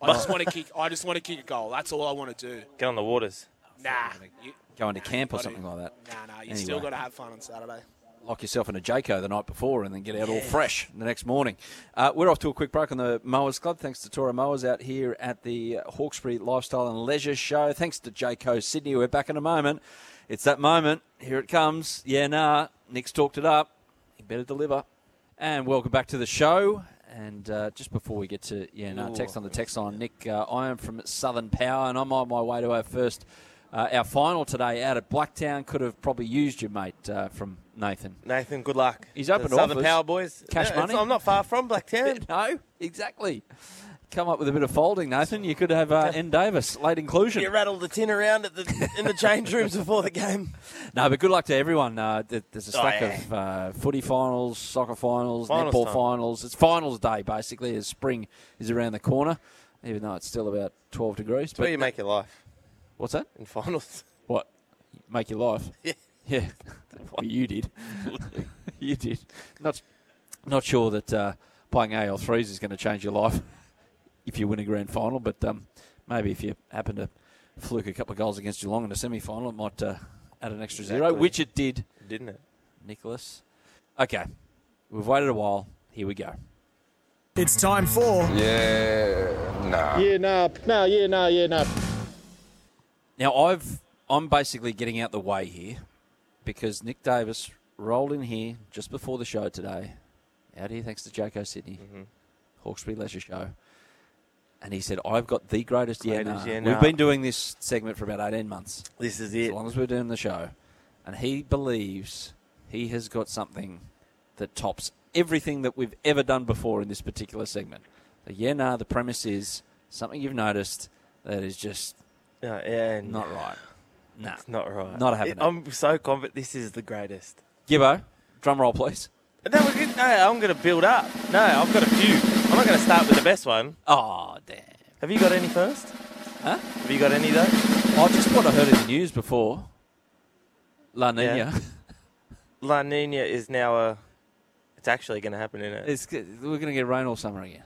S7: I just want to kick. I just want to kick a goal. That's all I want
S4: [LAUGHS]
S7: to do.
S5: Get on the waters.
S7: Nah, you,
S4: Going to camp or
S7: gotta-
S4: something like that.
S7: nah, nah. You still
S4: Anyway.
S7: got to have fun on Saturday.
S4: Lock yourself in a Jayco the night before and then get out all fresh the next morning. Uh, we're off to a quick break on the Mowers Club. Thanks to Tora Mowers out here at the uh, Hawkesbury Lifestyle and Leisure Show. Thanks to Jayco Sydney. We're back in a moment. It's that moment. Here it comes. Yeah, nah. Nick's talked it up. He better deliver. And welcome back to the show. And uh, just before we get to yeah, no text on the text line, Nick, uh, I am from Southern Power, and I'm on my way to our first, uh, our final today out at Blacktown. Could have probably used you, mate, uh, from Nathan.
S5: Nathan, good luck.
S4: He's open
S5: the
S4: to
S5: Southern
S4: offers.
S5: Power Boys.
S4: Cash
S5: it's-
S4: money?
S5: I'm not far from Blacktown.
S4: [LAUGHS] No, exactly. Come up with a bit of folding, Nathan. You could have uh, N Davis late inclusion.
S5: you rattle the tin around at the,
S4: [LAUGHS]
S5: in the change rooms before the game.
S4: No, but good luck to everyone. Uh, th- there's a
S5: Oh,
S4: stack
S5: yeah.
S4: of uh, footy finals, soccer finals,
S5: Finals
S4: netball
S5: time.
S4: finals. It's finals day, basically, as spring is around the corner, even though it's still about 12 degrees.
S5: That's where you
S4: But
S5: make your life
S4: what's that?
S5: in finals.
S4: What? Make your life?
S5: [LAUGHS] Yeah.
S4: [LAUGHS] Yeah. well, you did. [LAUGHS] you did. Not, not sure that uh, playing AL3s is going to change your life if you win a grand final, but um, maybe if you happen to fluke a couple of goals against Geelong in the semi final, it might uh, add an extra zero,
S5: Exactly.
S4: which it did.
S5: Didn't it?
S4: Nicholas. Okay, we've waited a while. Here we go.
S3: It's time for
S13: Yeah, nah, nah, yeah, nah, yeah, nah.
S4: Now I've I'm basically getting out the way here because Nick Davis rolled in here just before the show today. Out here, thanks to Jaco Sydney, Hawkesbury Leisure Show, and he said, "I've got the greatest,
S5: Greatest
S4: year
S5: year
S4: now." We've
S5: now.
S4: been doing this segment for about eighteen months,
S5: This is
S4: as
S5: it.
S4: long as we're doing the show, and he believes he has got something that tops everything that we've ever done before in this particular segment. So, yeah, nah, the premise is something you've noticed that is just
S5: No, yeah, Uh, and
S4: not right. Nah.
S5: it's not right. um,
S4: Not having it.
S5: I'm so confident this is the greatest.
S4: Gibbo, drum roll, please.
S5: No, we're good. no, I'm going to build up. No, I've got a few. I'm not going to start with the best one.
S4: Oh, damn.
S5: Have you got any first?
S4: Huh?
S5: Have you got any though?
S4: Oh, just what I heard in the news before. La Nina.
S5: Yeah. [LAUGHS] La Nina is now a. It's actually going to happen in it.
S4: It's, we're going to get rain all summer again.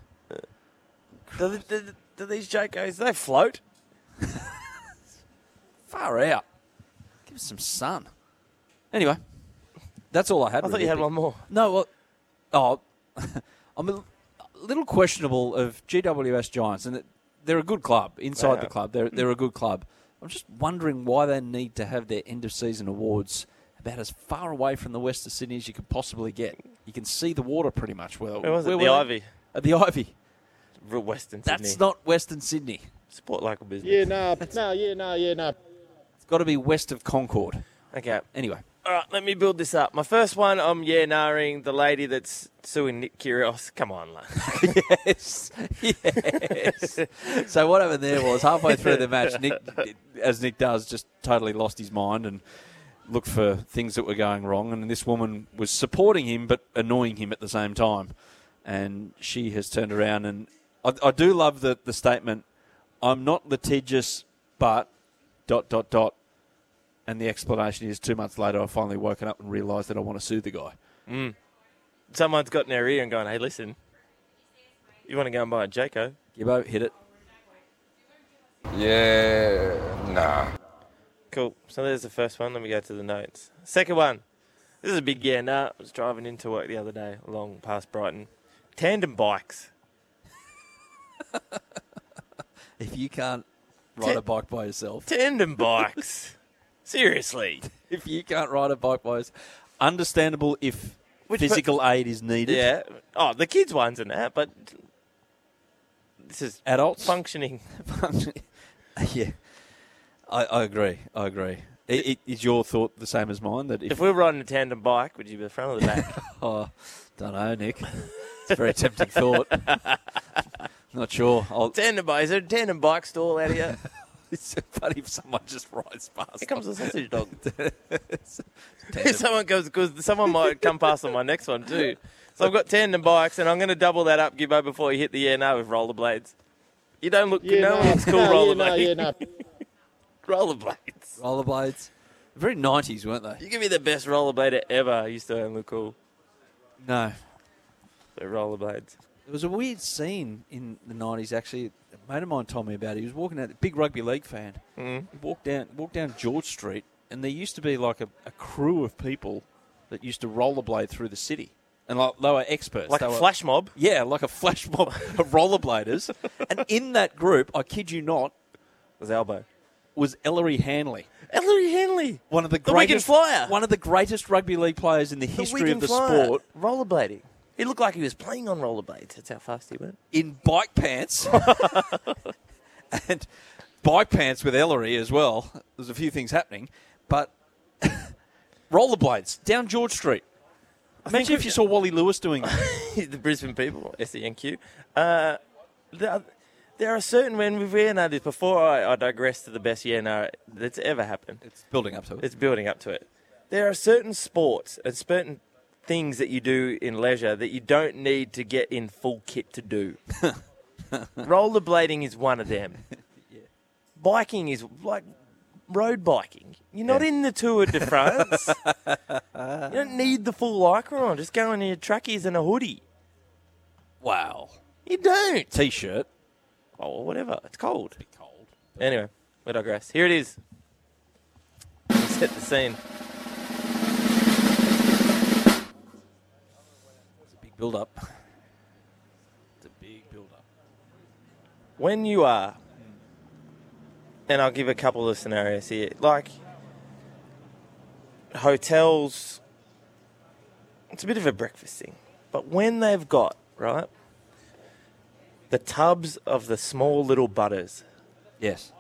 S5: Do, th- do, th- do these jokers they float?
S4: Far out. Give us some sun. Anyway, that's all I had.
S5: I thought you had
S4: really.
S5: one more.
S4: No, well, oh, [LAUGHS] I'm a l- little questionable of GWS Giants, and that- they're a good club inside
S5: They
S4: the
S5: are.
S4: club. They're they're a
S5: [CLEARS THROAT]
S4: good club. I'm just wondering why they need to have their end of season awards about as far away from the west of Sydney as you could possibly get. You can see the water pretty much. Well,
S5: Where was it?
S4: where
S5: the
S4: were they?
S5: Ivy.
S4: At the Ivy.
S5: Real Western
S4: That's
S5: Sydney.
S4: not Western Sydney.
S5: Support local business.
S13: Yeah, no, no, yeah, no, yeah, no.
S4: It's got to be west of Concord.
S5: Okay.
S4: Anyway,
S5: All right, let me build this up. My first one, I'm yeah narring the lady that's suing Nick Kyrgios. Come on, like.
S4: [LAUGHS] yes, yes. [LAUGHS] so what happened there was halfway through the match, Nick, as Nick does, just totally lost his mind and looked for things that were going wrong. And this woman was supporting him but annoying him at the same time. And she has turned around and I, I do love the the statement. I'm not litigious, but dot dot dot. And the explanation is two months later, I finally woken up and realised that I want to sue the guy.
S5: Mm. someone's got in their ear and gone, hey, listen, you want to go and buy a Jaco?
S4: Gibbo, hit it.
S14: Yeah, nah.
S5: Cool. So there's the first one. Let me go to the notes. Second one. This is a big yeah. Nah, I was driving into work the other day along past Brighton. Tandem bikes.
S4: [LAUGHS] If you can't ride a bike by yourself, [LAUGHS]
S5: Tandem bikes. Seriously.
S4: if you can't ride a bike by yourself, understandable if physical aid is needed.
S5: Yeah. Oh, the kids' ones and that, but this is
S4: Adults?
S5: functioning.
S4: yeah. I, I agree. I agree. I it, is your thought the same as mine? That
S5: [LAUGHS]
S4: if,
S5: If we we're riding a tandem bike, would you be the front or the back?
S4: [LAUGHS] oh, don't know, Nick. It's a very tempting thought. [LAUGHS] Not sure. I'll,
S5: [LAUGHS] tandem bike. Is there a tandem bike stall out here?
S4: [LAUGHS] it's funny if someone just rides past.
S5: Here comes the
S4: [LAUGHS]
S5: sausage dog. [LAUGHS]
S4: Tandem.
S5: someone comes because someone might come past on my next one too. So I've got tandem bikes, and I'm going to double that up, Gibbo, before you hit the yeah no with rollerblades. You don't look
S13: Yeah,
S5: no
S13: no,
S5: one looks cool
S13: [LAUGHS] no, yeah, no, yeah, no.
S5: rollerblades. [LAUGHS] Rollerblades.
S4: Rollerblades. Very 90s, weren't they?
S5: You could be the best rollerblader ever. I used to don't look cool.
S4: No.
S5: But rollerblades.
S4: There was a weird scene in the nineties. Actually, a mate of mine told me about. it. He was walking out, big rugby league fan.
S5: Mm-hmm.
S4: Mm. He walked down, walked down George Street, and there used to be like a, a crew of people that used to rollerblade through the city, and like they were experts,
S5: Like
S4: they
S5: a
S4: were-
S5: flash mob.
S4: Yeah, like a flash
S5: [LAUGHS]
S4: mob of rollerbladers. and in that group, I kid you not,
S5: was elbow.
S4: was Ellery Hanley,
S5: Ellery Henley.
S4: one of the
S5: The Wigan
S4: greatest
S5: Flyer.
S4: one of the greatest rugby league players in the history
S5: Wigan
S4: of the
S5: Flyer.
S4: sport,
S5: Rollerblading. He looked like he was playing on rollerblades. That's how fast he went.
S4: in bike
S5: [LAUGHS]
S4: pants and bike pants with Ellery as well. There's a few things happening, but [LAUGHS] rollerblades down George Street. Imagine if you saw Wally Lewis doing that.
S5: [LAUGHS] the Brisbane people, SENQ. Uh, there, are- there are certain when we've yeah, no, this before I, I digress to the best yeah no that's ever happened.
S4: It's building up to it.
S5: It's building up to it. There are certain sports and certain things that you do in leisure that you don't need to get in full kit to
S4: [LAUGHS]
S5: do. Rollerblading is one of them. Biking is like road biking. You're not in the Tour de
S4: [LAUGHS]
S5: France. you don't need the full lycra on. Just go in your trackies and a hoodie.
S4: wow.
S5: You don't.
S4: T-shirt.
S5: Oh, whatever. It's cold. It's cold. Anyway, we digress. Here it is. Set the scene.
S4: It's a big build up. It's a big build up.
S5: When you are, and I'll give a couple of scenarios here, like hotels, it's a bit of a breakfast thing, but when they've got, right, the tubs of the small little butters,
S4: Yes.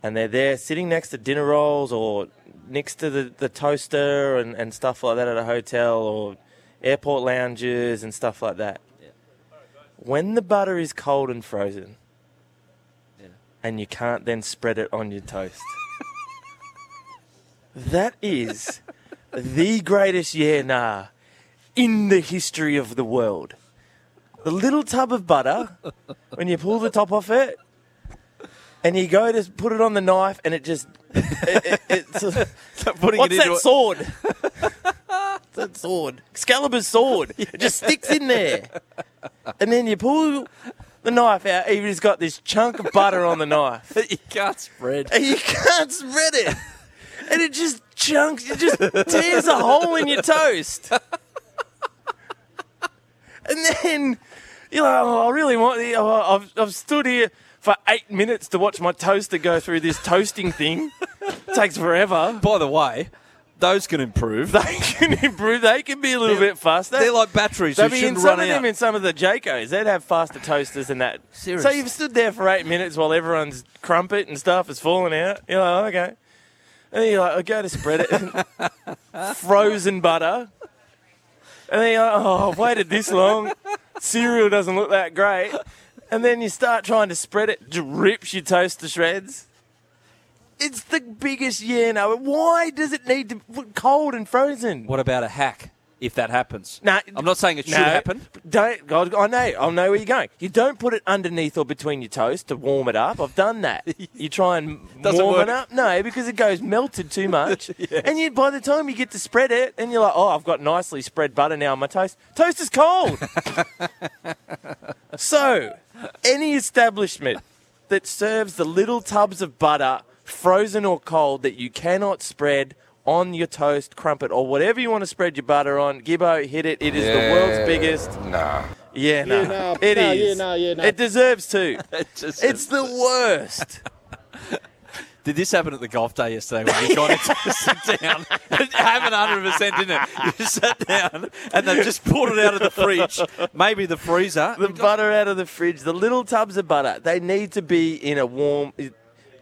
S5: and they're there sitting next to dinner rolls or next to the, the toaster and, and stuff like that at a hotel or airport lounges and stuff like that. When the butter is cold and frozen and you can't then spread it on your toast, that is the greatest yeah nah in the history of the world. The little tub of butter, when you pull the top off it, and you go to put it on the knife, and it just it, it,
S4: [LAUGHS]
S5: it's a,
S4: putting
S5: what's
S4: it
S5: that
S4: into a-
S5: sword? What's that sword, Excalibur's sword,
S4: [LAUGHS]
S5: it just sticks in there, and then you pull the knife out. and It's got this chunk of butter on the knife,
S4: [LAUGHS] you can't spread.
S5: and [LAUGHS] you can't spread it, and it just chunks. It just tears a hole in your
S4: [LAUGHS]
S5: toast, and then you're like, oh, I really want. the- Oh, I've, I've stood here for eight minutes [LAUGHS] to watch my toaster go through this toasting thing. It takes forever.
S4: By the way, those can improve.
S5: [LAUGHS] They can improve. They can be a little
S4: They're-
S5: bit faster.
S4: they're like batteries.
S5: They'll
S4: You
S5: be in
S4: shouldn't
S5: some
S4: run
S5: of them
S4: out.
S5: in some of the Jacos. They'd have faster toasters than that. So
S4: Seriously.
S5: you've stood there for eight minutes while everyone's crumpet and stuff is falling out. You're like, "Oh, okay. And then you're like, I go to spread it. [LAUGHS] Frozen butter. And then you're like, oh, I've waited this long. Cereal doesn't look that great. And then you start trying to spread it, just rips your toast to shreds. It's the biggest yeah no. Why does it need to look cold and frozen?
S4: What about a hack if that happens?
S5: No,
S4: I'm not saying it should
S5: no,
S4: happen.
S5: Don't. God, I know. I know where you're going. You don't put it underneath or between your toast to warm it up. I've done
S4: [LAUGHS]
S5: that. You try and
S4: Doesn't
S5: warm
S4: work.
S5: it up. No, because it goes melted too
S4: [LAUGHS]
S5: much. And you, by the time you get to spread it, and you're like, oh, I've got nicely spread butter now on my toast. Toast is cold. so, any establishment that serves the little tubs of butter, frozen or cold, that you cannot spread on your toast, crumpet, or whatever you want to spread your butter on, Gibbo, hit it. It is the world's biggest.
S14: Nah.
S5: Yeah, no.
S13: Yeah, nah,
S5: It
S13: nah,
S5: is.
S13: yeah, nah, yeah, nah.
S5: It deserves to.
S4: it's
S5: the worst.
S4: Did this happen at the golf day yesterday when you got it to sit down? [LAUGHS] It happened 100%, didn't it? You sat down and they just pulled it out of the fridge, maybe the freezer.
S5: the butter out of the fridge, the little tubs of butter, they need to be in a warm. It,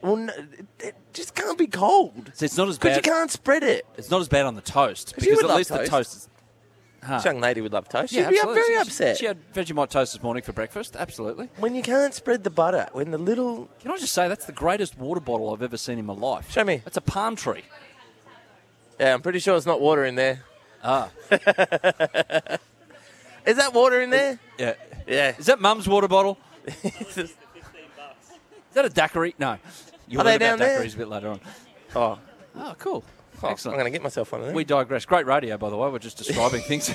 S5: well, no, it, it just can't be cold.
S4: So it's not as
S5: Because
S4: bad.
S5: you can't spread it.
S4: It's not as bad on the toast
S5: She would
S4: because at
S5: love
S4: least the
S5: toast.
S4: toast is. Huh.
S5: This young lady would love toast. She'd
S4: Yeah,
S5: be
S4: absolutely.
S5: very
S4: She-
S5: upset.
S4: She had Vegemite toast this morning for breakfast. Absolutely.
S5: when you can't spread the butter, when the little.
S4: Can I just say that's the greatest water bottle I've ever seen in my life?
S5: Show me.
S4: That's a palm tree.
S5: Yeah, I'm pretty sure it's not water in there.
S4: Ah,
S5: Is that water in there?
S4: yeah.
S5: Yeah.
S4: Is that Mum's
S5: [LAUGHS]
S4: water bottle? Is that a daiquiri? No. You'll
S5: Are they
S4: learn
S5: down
S4: about
S5: there?
S4: daiquiris a bit later on.
S5: Oh,
S4: Oh, cool.
S5: oh, I'm
S4: Excellent.
S5: going to get myself one of them.
S4: We digress. Great radio, by the way. We're just describing
S5: [LAUGHS]
S4: things. [LAUGHS]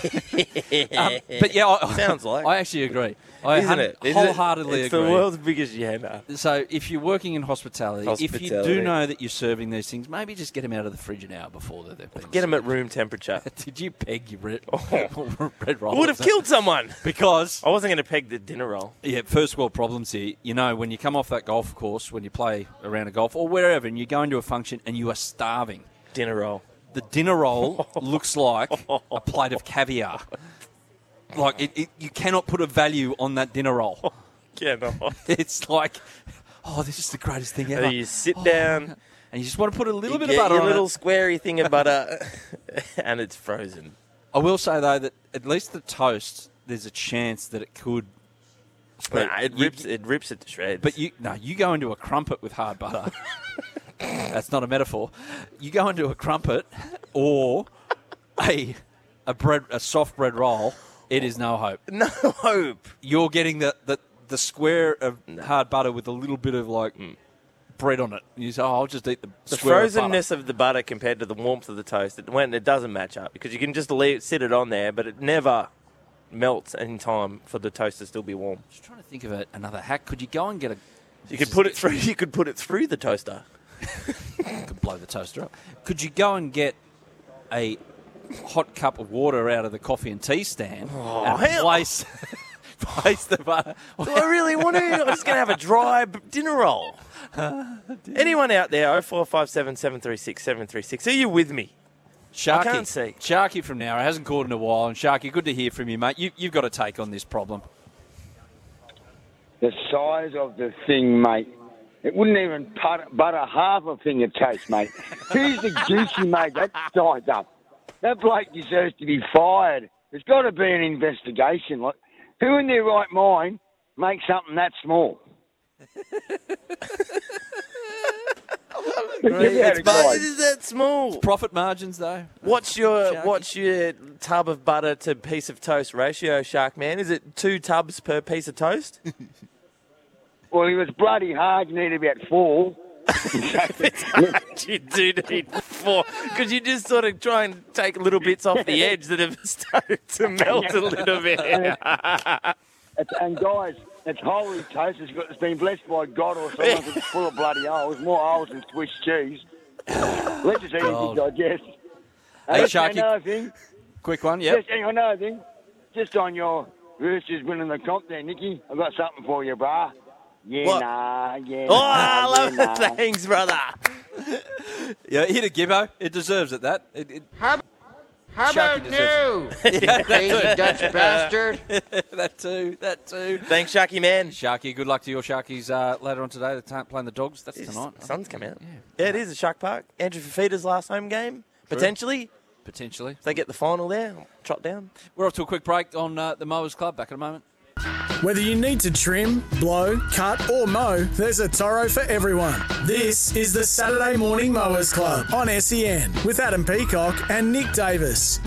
S4: Um, but yeah, I,
S5: Sounds like.
S4: I actually agree. I
S5: Isn't
S4: hun-
S5: it? Isn't it?
S4: wholeheartedly
S5: it's
S4: agree.
S5: the world's biggest yammer.
S4: So if you're working in hospitality, if you do
S5: Hospitality.
S4: know that you're serving these things, maybe just get them out of the fridge an hour before they're they're being
S5: Get them at room temperature. Oh.
S4: served. [LAUGHS] Did you peg your red, [LAUGHS] red roll?
S5: Would have killed someone.
S4: [LAUGHS] because
S5: I wasn't going to peg the dinner roll.
S4: yeah, first world problems here. You know, when you come off that golf course, when you play around a golf or wherever, and you go into a function and you are starving,
S5: Dinner roll.
S4: the
S5: [LAUGHS]
S4: dinner roll looks like a plate of caviar. Like it, it, you cannot put a value on that
S5: [LAUGHS]
S4: dinner roll.
S5: Yeah, no.
S4: [LAUGHS] It's like, oh, this is the greatest thing ever.
S5: And you sit
S4: Oh,
S5: down,
S4: and you just want to put a little
S5: you
S4: bit
S5: get
S4: of butter
S5: your
S4: on
S5: little
S4: it.
S5: squarey thing of
S4: [LAUGHS]
S5: butter, [LAUGHS] and it's frozen.
S4: I will say though that at least the toast, there's a chance that it could. But
S5: Nah, it
S4: you-
S5: rips it rips it to shreds.
S4: But you no, you go into a crumpet with
S5: [LAUGHS]
S4: hard butter. That's not a metaphor. You go into a crumpet or a a bread a soft bread roll. It is no hope.
S5: [LAUGHS] no hope.
S4: You're getting the the, the square of hard butter with a little bit of like bread on it. You say, oh, I'll just eat the,
S5: Mm. The
S4: square of butter."
S5: frozenness of the butter compared to the warmth of the toast, it, when it doesn't match up because you can just leave sit it on there, but it never melts in time for the toast to still be warm.
S4: Just trying to think of a, another hack. Could you go and get a?
S5: You could put it through.
S4: [LAUGHS]
S5: You could put it through the toaster.
S4: could blow the toaster up. Could you go and get a hot cup of water out of the coffee and tea stand and
S5: Oh, hell.
S4: place [LAUGHS] place the butter?
S5: Do I really want to? I'm just going
S7: [LAUGHS]
S5: to have a dry b- dinner roll. [LAUGHS] Anyone out there, 0457 736 736, are you with me?
S4: Sharky,
S5: can't see.
S4: Sharky from now hasn't called in a while, and Sharky, good to hear from you, mate. You, you've got a take on this problem.
S14: The size of the thing, mate. It wouldn't even put, butter half a finger taste, mate. Who's the goose who made that size up? That bloke deserves to be fired. There's got to be an investigation. Like, who in their right mind makes something that small? Give me that a
S5: But
S14: guy.
S5: it is that small.
S4: Profit margins, though.
S5: What's your
S4: Sharky.
S5: what's your tub of butter to piece of toast ratio, Shark Man? Is it two tubs per piece of toast?
S14: Well, he was bloody hard. You need about four.
S5: [LAUGHS] you do need four because you just sort of try and take little bits off the edge that have [LAUGHS] started to melt a little
S4: [LAUGHS]
S5: bit.
S14: It's, and guys, it's holy toast. It's, got, it's been blessed by God or someone 'cause it's full of bloody holes, more holes than Swiss cheese. Let's just easy
S4: God.
S14: digest.
S4: Hey,
S14: Just
S4: Sharky.
S14: Another thing.
S4: Quick one, yep.
S14: Just hang on, another thing. Just on your versus winning the comp there, Nicky. I've got something for you, brah. Yeah,
S5: What?
S14: nah, yeah.
S5: Oh,
S14: nah,
S5: I
S14: yeah,
S5: love
S14: nah.
S5: it. Thanks, brother.
S4: Yeah, hit a gibbo. It deserves it. That. It, it,
S15: How, how
S4: Sharky
S15: about you,
S4: deserves it.
S15: you
S4: [LAUGHS] Yeah, that's
S15: crazy
S4: it. [LAUGHS]
S15: Dutch bastard?
S4: that too. That too.
S5: Thanks, Sharky man.
S4: Sharky, good luck to your Sharkies uh, later on today. They're ta- playing the dogs. That's
S5: It's-
S4: tonight.
S5: sun's come out. Yeah, it is a Shark Park. Andrew Fafita's last home game,
S4: True.
S5: potentially.
S4: Potentially.
S5: If they get the final there, I'll trot down.
S4: We're off to a quick break on uh, the Mowers Club. Back in a moment.
S3: Whether you need to trim, blow, cut, or mow, there's a Toro for everyone. This is the Saturday Morning Mowers Club on SEN with Adam Peacock and Nick Davis.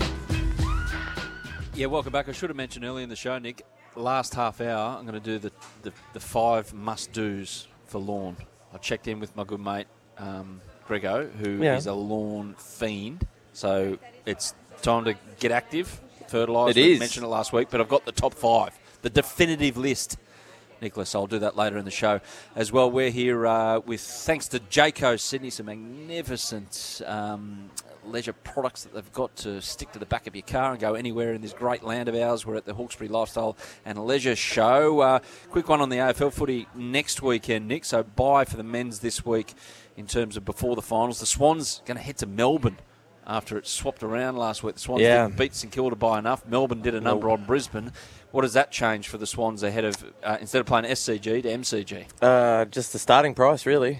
S4: Yeah, welcome back. I should have mentioned earlier in the show, Nick. Last half hour, I'm going to do the, the, the five must dos for lawn. I checked in with my good mate um, Grego, who is
S5: Yeah.
S4: a lawn fiend. So it's time to get active, fertilise.
S5: It
S4: We
S5: is.
S4: Mentioned it last week, but I've got the top five, the definitive list. Nicholas, I'll do that later in the show as well. We're here uh, with thanks to Jayco Sydney, some magnificent um, leisure products that they've got to stick to the back of your car and go anywhere in this great land of ours. We're at the Hawkesbury Lifestyle and Leisure Show. Uh, quick one on the AFL footy next weekend, Nick. So bye for the men's this week in terms of before the finals. The Swans going to head to Melbourne. After it swapped around last week, the Swans
S5: Yeah.
S4: didn't beat St Kilda by enough. Melbourne did a number on Brisbane. What does that change for the Swans ahead of uh, instead of playing SCG to MCG?
S5: Uh, just the starting price, really.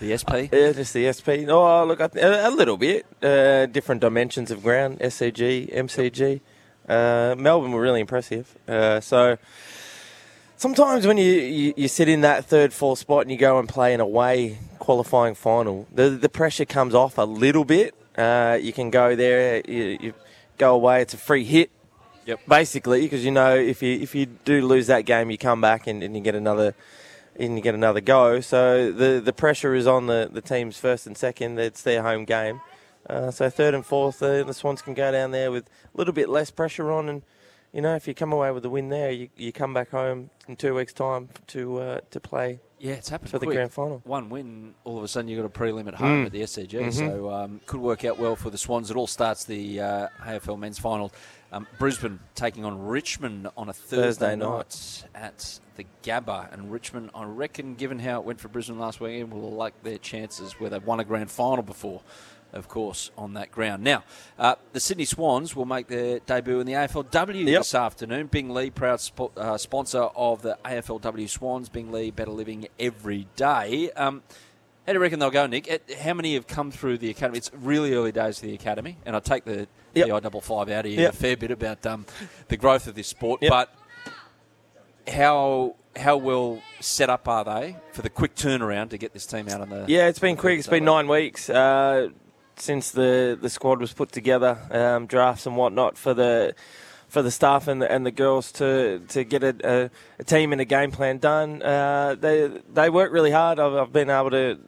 S4: the SP?
S5: [LAUGHS] Yeah, just the SP. Oh, look, I th- a a little bit. Uh, different dimensions of ground, SCG, MCG. Uh, Melbourne were really impressive. Uh, so sometimes when you, you, you sit in that third, fourth spot and you go and play an away qualifying final, the, the pressure comes off a little bit. Uh, you can go there, you, you go away, it's a free hit.
S4: Yep.
S5: Basically, because you know if you if you do lose that game, you come back and, and you get another and you get another go. So the the pressure is on the, the teams first and second. It's their home game. Uh, so third and fourth, uh, the Swans can go down there with a little bit less pressure on, and you know if you come away with a win there, you, you come back home in two weeks' time to uh, to play.
S4: Yeah, it's happened
S5: for the
S4: quick.
S5: grand final.
S4: One win, all of a sudden you got a prelim at home
S5: Mm.
S4: at the SCG,
S5: Mhm.
S4: so um, could work out well for the Swans. It all starts the uh, AFL men's final. Um, Brisbane taking on Richmond on a Thursday,
S5: Thursday night.
S4: at the Gabba, and Richmond, I reckon, given how it went for Brisbane last weekend, will like their chances where they've won a grand final before. Of course, on that ground. Now, uh, the Sydney Swans will make their debut in the AFLW
S5: Yep.
S4: this afternoon. Bing Lee, proud spo- uh, sponsor of the AFLW Swans. Bing Lee, better living every day. Um, how do you reckon they'll go, Nick? At- How many have come through the academy? It's really early days for the academy, and I take the
S5: Yep.
S4: the I double five out of you
S5: Yep.
S4: a fair bit about um, the growth of this sport.
S5: Yep.
S4: But how how well set up are they for the quick turnaround to get this team out on the?
S5: Yeah, it's been quick. It's been nine weeks uh, since the the squad was put together, um, drafts and whatnot for the for the staff and the, and the girls to to get a, a, a team and a game plan done. Uh, they they work really hard. I've, I've been able to.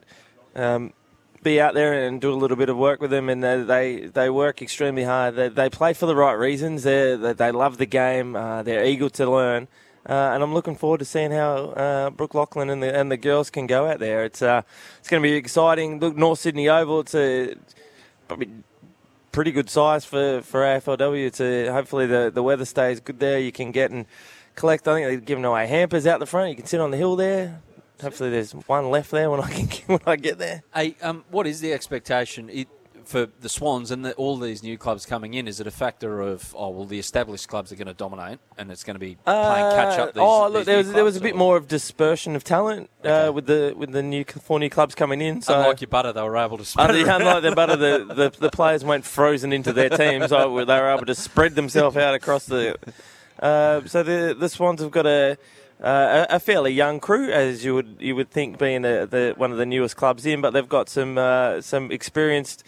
S5: Um, be out there and do a little bit of work with them, and they they, they work extremely hard. They, they play for the right reasons. They're, they they love the game. Uh, they're eager to learn, uh, and I'm looking forward to seeing how uh, Brooke Lachlan and the and the girls can go out there. It's uh, it's going to be exciting. Look, North Sydney Oval. It's a probably pretty good size for, for AFLW. To hopefully the, the weather stays good there. You can get and collect. I think they're giving away hampers out the front. You can sit on the hill there. Hopefully there's one left there when I can [LAUGHS] when I get there.
S4: Hey, um, what is the expectation it, for the Swans and the, all these new clubs coming in? Is it a factor of oh well, the established clubs are going to dominate and it's going to be playing catch
S5: Uh,
S4: up? These,
S5: oh, look,
S4: these
S5: there
S4: new
S5: was there was a
S4: clubs,
S5: bit
S4: or-
S5: more of dispersion of talent uh, with the with the new four new clubs coming in. So
S4: Unlike your butter, they were able to. spread
S5: Other-
S4: it around.
S5: unlike the butter,
S4: [LAUGHS]
S5: the, the, the players weren't frozen into their teams. So they were able to spread themselves out across the. Uh, so the the Swans have got a, uh, a a fairly young crew, as you would you would think, being a, the one of the newest clubs in. But they've got some uh, some experienced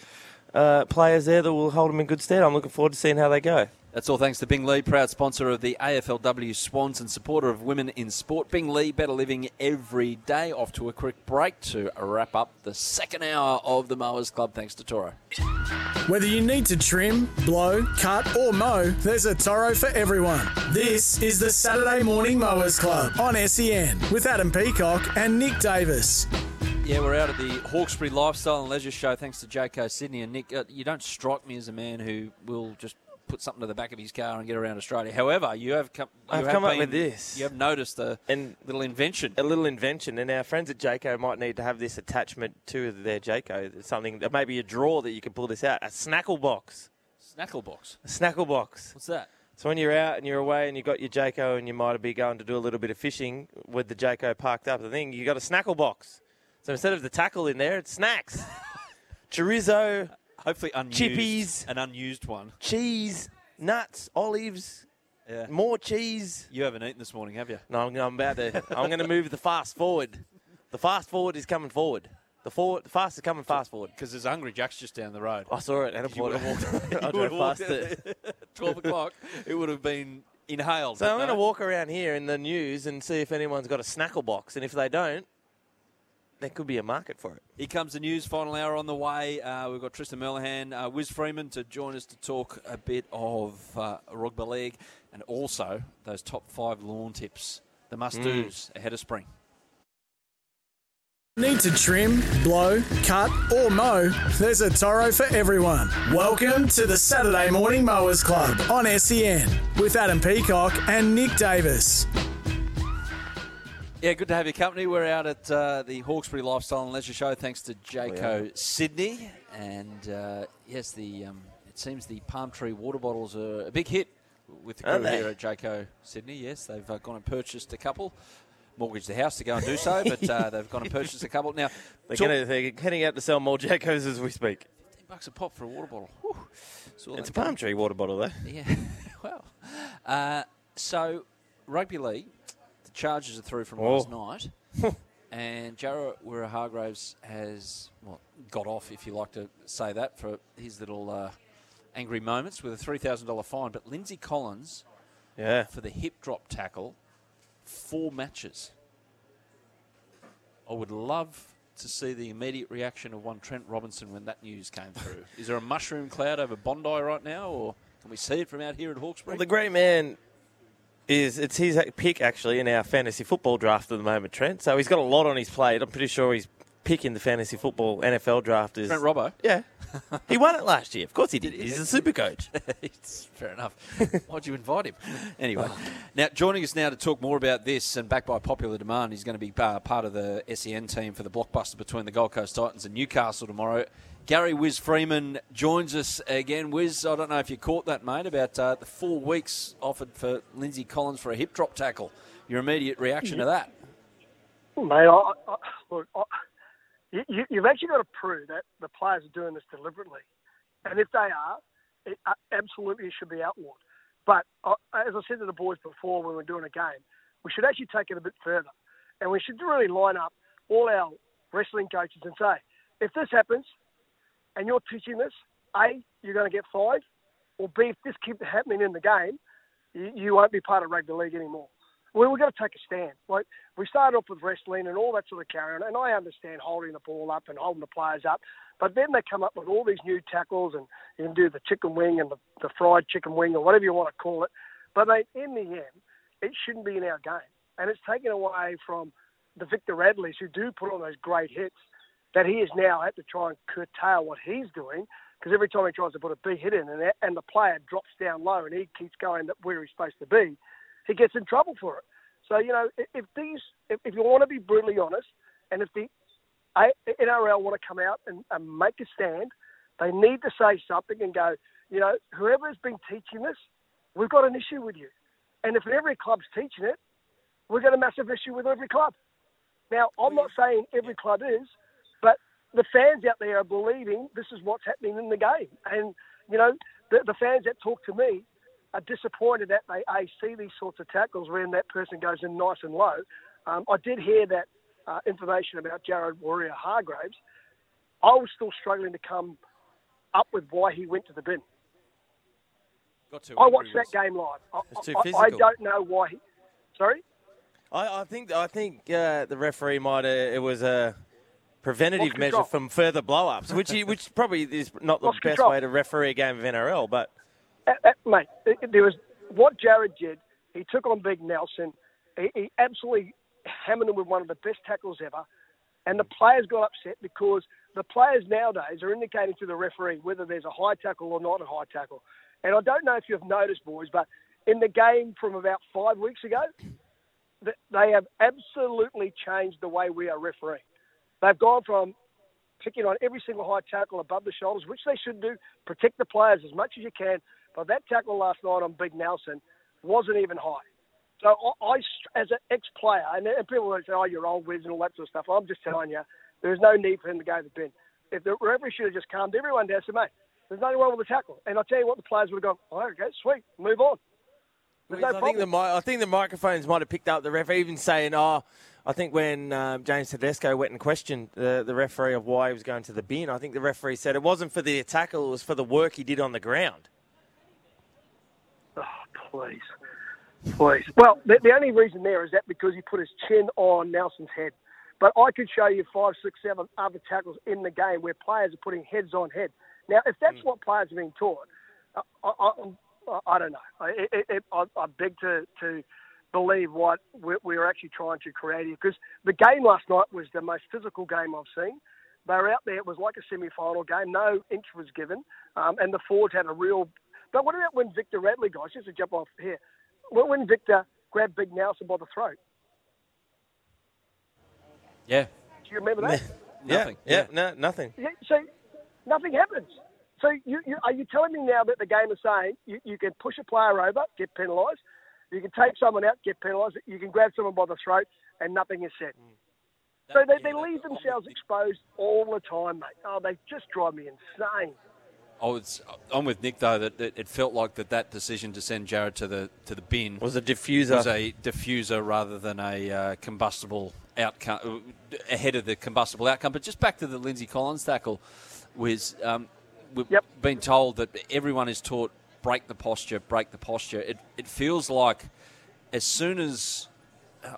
S5: uh, players there that will hold them in good stead. I'm looking forward to seeing how they go.
S4: That's all thanks to Bing Lee, proud sponsor of the AFLW Swans and supporter of women in sport. Bing Lee, better living every day. Off to a quick break to wrap up the second hour of the Mowers Club. Thanks to Toro.
S3: Whether you need to trim, blow, cut, or mow, there's a Toro for everyone. This is the Saturday Morning Mowers Club on SEN with Adam Peacock and Nick Davis.
S4: Yeah, we're out at the Hawkesbury Lifestyle and Leisure Show. Thanks to JK Sydney and Nick. Uh, you don't strike me as a man who will just
S9: put something to the back of his car and get around Australia. However, you have come. you
S5: I've
S9: have
S5: come up
S9: been-
S5: with this.
S9: You have noticed a little invention.
S5: A little invention, and our friends at Jaco might need to have this attachment to their Jaco. Something that maybe a drawer that you can pull this out. A snackle box.
S9: snackle box.
S5: A snackle box.
S9: What's that?
S5: So when you're out and you're away and you've got your Jaco and you might be going to do a little bit of fishing with the Jaco parked up, the thing you got a snackle box. So instead of the tackle in there, it's snacks, chorizo,
S9: hopefully unused,
S5: chippies,
S4: an unused one,
S5: cheese, nuts, olives, more cheese.
S4: You haven't eaten this morning, have you?
S5: No, I'm, I'm about to. I'm going to move the fast forward. The fast forward is coming forward. The forward, the fast is coming fast forward.
S4: Because there's Hungry Jack's just down the road.
S5: I saw it and I bought
S4: would've
S5: it.
S4: walked- [LAUGHS] you
S5: I drove
S4: would've walked
S5: past
S4: out
S5: [LAUGHS] it.
S4: [LAUGHS] there at 12 o'clock. It would have been inhaled.
S5: So I'm going to
S4: to
S5: walk around here in the news and see if anyone's got a snackle box, and if they don't, there could be a market for it.
S4: Here comes the news. Final hour on the way. Uh, we've got Tristan Merlihan, uh, Wiz Freeman to join us to talk a bit of uh, rugby league and also those top five lawn tips, the must dos
S5: Mm.
S4: ahead of spring.
S3: Need to trim, blow, cut, or mow? There's a Toro for everyone. Welcome to the Saturday Morning Mowers Club on SEN with Adam Peacock and Nick Davis.
S4: Yeah, good to have your company. We're out at uh, the Hawkesbury Lifestyle and Leisure Show, thanks to Jaco
S9: We are.
S4: Sydney. And uh, yes, the um, it seems the palm tree water bottles are a big hit with the
S9: Aren't
S4: crew
S9: they?
S4: here at Jaco Sydney. Yes, they've uh, gone and purchased a couple, mortgaged the house to go and do so, but uh, they've
S5: [LAUGHS]
S4: gone and purchased a couple. Now,
S5: They're,
S4: talk-
S5: gonna, they're heading out to sell more Jackos as we speak.
S4: bucks a pop for a water bottle.
S5: It's a palm tree water bottle, though.
S4: Yeah, [LAUGHS] well. Uh, so, rugby league, the charges are through from
S5: Oh.
S4: last night.
S5: [LAUGHS]
S4: and Jarrah Wira Hargraves has, well, got off, if you like to say that, for his little uh, angry moments with a $3,000 fine. But Lindsay Collins,
S5: yeah.
S4: for the hip drop tackle, four matches. I would love to see the immediate reaction of one Trent Robinson when that news came
S5: [LAUGHS]
S4: through. Is there a mushroom cloud over Bondi right now, or can we see it from out here at Hawkesbury?
S5: Well, the great man is it's his pick actually in our fantasy football draft at the moment, Trent. So he's got a lot on his plate. I'm pretty sure he's picking the fantasy football NFL draft is
S4: Trent Robbo.
S5: Yeah, he won it last year. Of course he did. He's a super coach.
S4: it's [LAUGHS] fair enough. Why'd you invite him? [LAUGHS] Anyway, now joining us now to talk more about this and backed by popular demand, he's going to be uh, part of the SEN team for the blockbuster between the Gold Coast Titans and Newcastle tomorrow. Gary Wiz Freeman joins us again. Wiz, I don't know if you caught that, mate, about uh, the four weeks offered for Lindsay Collins for a hip drop tackle. Your immediate reaction to that?
S10: Well, Mate, I, I, oh, look, I, you- you, you've actually got to prove that the players are doing this deliberately. And if they are, it uh, absolutely should be outlawed. But I, as I said to the boys before when we were doing a game, we should actually take it a bit further. And we should really line up all our wrestling coaches and say, if this happens and you're teaching this, A, you're going to get fined, or B, if this keeps happening in the game, you, you won't be part of rugby league anymore. We were going to take a stand. Like we started off with wrestling and all that sort of carry on, and I understand holding the ball up and holding the players up, but then they come up with all these new tackles, and you can do the chicken wing and the, the fried chicken wing or whatever you want to call it. But mate, in the end, it shouldn't be in our game, and it's taken away from the Victor Radleys who do put on those great hits that he is now had to try and curtail what he's doing because every time he tries to put a big hit in and, and the player drops down low and he keeps going that where he's supposed to be, he gets in trouble for it. So you know, i- if these, if, if you want to be brutally honest, and if the A- NRL want to come out and, and make a stand, they need to say something and go, you know, whoever's been teaching this, we've got an issue with you. And if every club's teaching it, we've got a massive issue with every club. Now, I'm not saying every club is, but the fans out there are believing this is what's happening in the game. And, you know, the, the fans that talk to me are disappointed that they A, see these sorts of tackles when that person goes in nice and low. Um, I did hear that uh, information about Jared Warrior Hargraves. I was still struggling to come up with why he went to the bin.
S4: Got to
S10: I watched that game live. I,
S5: It's too
S10: I- I- I
S5: physical.
S10: don't know why. He, sorry?
S5: I, I think I think uh, the referee might have, it was a preventative
S10: Lost
S5: measure
S10: control.
S5: from further blow-ups, which he- which probably is not the
S10: Lost
S5: best
S10: control.
S5: way to referee a game of NRL. But
S10: Uh, uh, mate, it- it- there was what Jared did. He took on Big Nelson. He, he absolutely hammered him with one of the best tackles ever. And the players got upset because the players nowadays are indicating to the referee whether there's a high tackle or not a high tackle. And I don't know if you've noticed, boys, but in the game from about five weeks ago, th- they have absolutely changed the way we are refereeing. They've gone from picking on every single high tackle above the shoulders, which they should do, protect the players as much as you can. But that tackle last night on Big Nelson wasn't even high. So I, I str- as an ex-player, and, and people will say, "Oh, you're old whiz and all that sort of stuff." I'm just telling you, there's no need for him to go to the bin. If the referee should have just calmed everyone down, said, "Mate, there's nothing wrong with the tackle," and I tell you what, the players would have gone, "Oh, okay, sweet, move on." There's no
S5: I think, the, mi- I think the microphones might have picked up the ref, even saying, oh, I think when um, James Tedesco went and questioned the, the referee of why he was going to the bin, I think the referee said it wasn't for the tackle, it was for the work he did on the ground.
S10: Oh, please. Please. Well, the, the only reason there is that because he put his chin on Nelson's head. But I could show you five, six, seven other tackles in the game where players are putting heads on head. Now, if that's what players are being taught, I, I, I, I don't know. I, it, it, I, I beg to, to believe what we're, we're actually trying to create here because the game last night was the most physical game I've seen. They were out there. It was like a semi-final game. No inch was given, um, and the forwards had a real. But what about when Victor Radley, guys? Just to jump off here, when, when Victor grabbed Big Nelson by the throat.
S4: Yeah.
S10: Do you remember that?
S4: Nothing.
S5: [LAUGHS] Yeah, no, nothing.
S10: [LAUGHS] Yeah, so nothing happens. So you, you, are you telling me now that the game is saying you, you can push a player over, get penalised, you can take someone out, get penalised, you can grab someone by the throat, and nothing is said. so they, they leave themselves exposed all the time, mate. Oh, they just drive me insane.
S4: I was, I'm with Nick though that that it felt like that, that decision to send Jared to the to the bin
S5: Was a diffuser.
S4: was a diffuser rather than a uh, combustible outcome uh, ahead of the combustible outcome. But just back to the Lindsay Collins tackle, was um, we've been told that everyone is taught break the posture, break the posture. It it feels like as soon as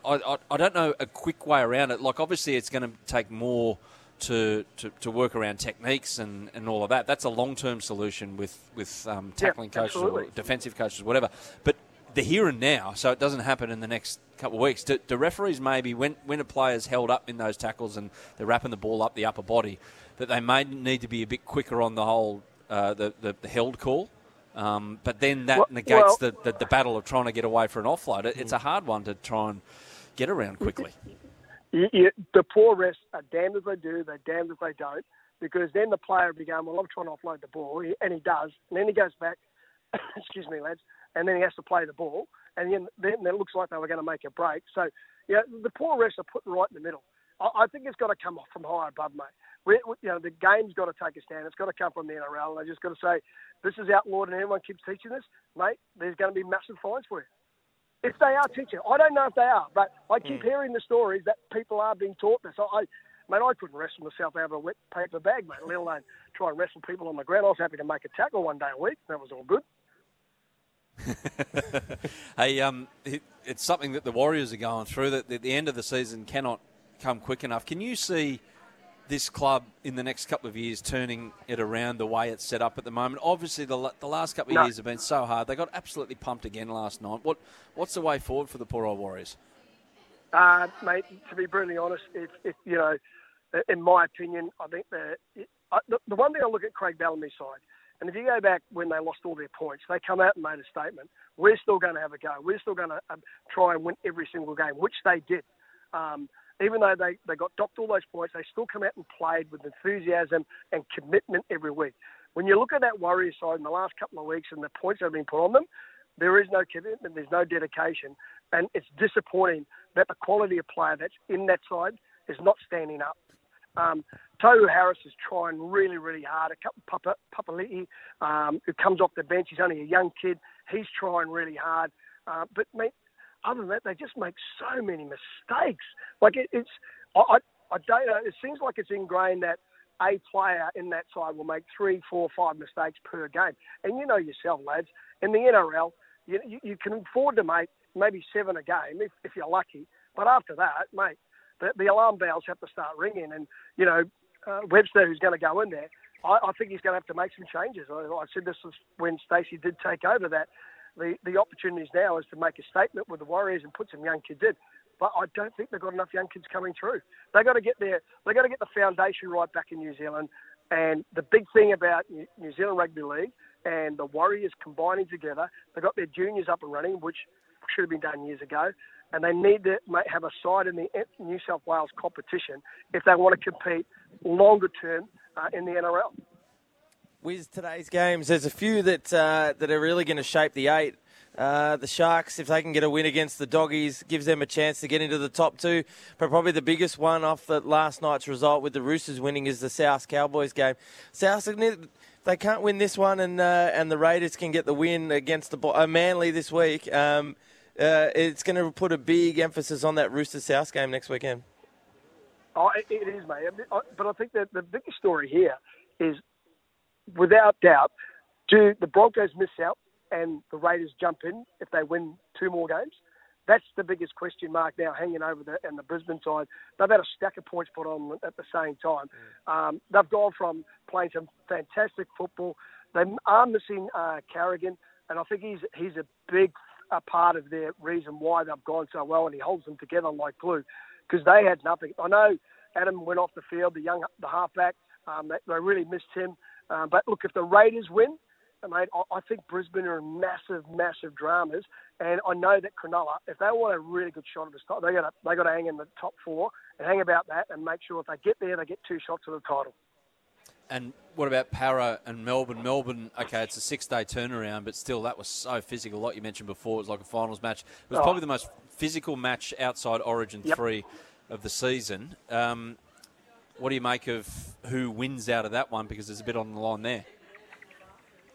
S4: I, I, I don't know a quick way around it. Like obviously, it's going to take more to, to, to work around techniques and, and all of that. That's a long term solution with with um,
S10: Yeah,
S4: tackling coaches or
S10: absolutely.
S4: defensive coaches, whatever. But the here and now, so it doesn't happen in the next couple of weeks. Do, do referees maybe when when a player's held up in those tackles and they're wrapping the ball up the upper body, that they may need to be a bit quicker on the whole uh, the, the the held call. Um, but then that
S10: Well-
S4: negates
S10: well- Mm.
S4: the, the, the battle of trying to get away for an offload. It, it's a hard one to try and get around quickly.
S10: You, you, the poor refs are damned if they do, they're damned if they don't, because then the player will be going, well, I'm trying to offload the ball, and he does, and then he goes back, [COUGHS] excuse me, lads, and then he has to play the ball, and then, then it looks like they were going to make a break. So, yeah, the poor refs are put right in the middle. I, I think it's got to come from high above, mate. We, we, you know, the game's got to take a stand. It's got to come from the NRL, and they just got to say, this is outlawed, and everyone keeps teaching this, mate. There's going to be massive fines for you. If they are teaching, I don't know if they are, but I keep hearing the stories that people are being taught this. I, I mate, I couldn't wrestle myself out of a wet paper bag, mate, let alone try and wrestle people on the ground. I was happy to make a tackle one day a week. That was all good.
S4: Hey, um, it, it's something that the Warriors are going through that that the end of the season cannot come quick enough. Can you see this club in the next couple of years turning it around the way it's set up at the moment? Obviously, the, la- the last couple of
S10: No.
S4: years have been so hard. They got absolutely pumped again last night. What What's the way forward for the poor old Warriors?
S10: Uh, mate, to be brutally honest, if, if you know, in my opinion, I think the, I- the the one thing I look at Craig Bellamy's side, and if you go back when they lost all their points, they come out and made a statement. We're still going to have a go. We're still going to um, try and win every single game, which they did. Um, even though they, they got docked all those points, they still come out and played with enthusiasm and commitment every week. When you look at that Warriors side in the last couple of weeks and the points that have been put on them, there is no commitment, there's no dedication, and it's disappointing that the quality of player that's in that side is not standing up. Um, Tohu Harris is trying really, really hard. A couple Papa Papali'i, um, who comes off the bench, he's only a young kid. He's trying really hard, uh, but mate, other than that, they just make so many mistakes. Like it, it's, I, I, I don't know. It seems like it's ingrained that a player in that side will make three, four, five mistakes per game. And you know yourself, lads, in the NRL, you, you, you can afford to make maybe seven a game if, if you're lucky. But after that, mate, the, the alarm bells have to start ringing. And, you know, uh, Webster, who's going to go in there, I, I think he's going to have to make some changes. I, I said this was when Stacey did take over that the, the opportunities now is to make a statement with the Warriors and put some young kids in. But I don't think they've got enough young kids coming through. They got to get their they got to get the foundation right back in New Zealand. And the big thing about New New Zealand Rugby League and the Warriors combining together. They got their juniors up and running, which should have been done years ago. And they need to ma- have a side in the New South Wales competition if they want to compete longer term uh, in the NRL.
S5: With today's games, there's a few that uh, that are really going to shape the eight. Uh, the Sharks, if they can get a win against the Doggies, gives them a chance to get into the top two. But probably the biggest one off the last night's result with the Roosters winning is the South Cowboys game. South, if they can't win this one, and uh, and the Raiders can get the win against the Bo- uh, Manly this week. Um, uh, it's going to put a big emphasis on that Roosters South game next weekend.
S10: Oh, it, it is, mate. I mean, I- But I think that the biggest story here is, without doubt, do the Broncos miss out and the Raiders jump in if they win two more games? That's the biggest question mark now hanging over the and the Brisbane side. They've had a stack of points put on at the same time. Um, they've gone from playing some fantastic football. They are missing uh, Carrigan, and I think he's he's a big uh part of their reason why they've gone so well, and he holds them together like glue because they had nothing. I know Adam went off the field, the young, the halfback. Um, they, they really missed him. Um, but look, if the Raiders win, uh, mate, I, I think Brisbane are in massive, massive dramas. And I know that Cronulla, if they want a really good shot at the top, they got to they got to hang in the top four and hang about that and make sure if they get there, they get two shots at the title.
S4: And what about Para and Melbourne? Melbourne, okay, it's a six-day turnaround, but still, that was so physical. Like you mentioned before, it was like a finals match. It was
S10: Oh.
S4: probably the most physical match outside Origin
S10: Yep.
S4: three of the season. Um, what do you make of who wins out of that one? Because there's a bit on the line there.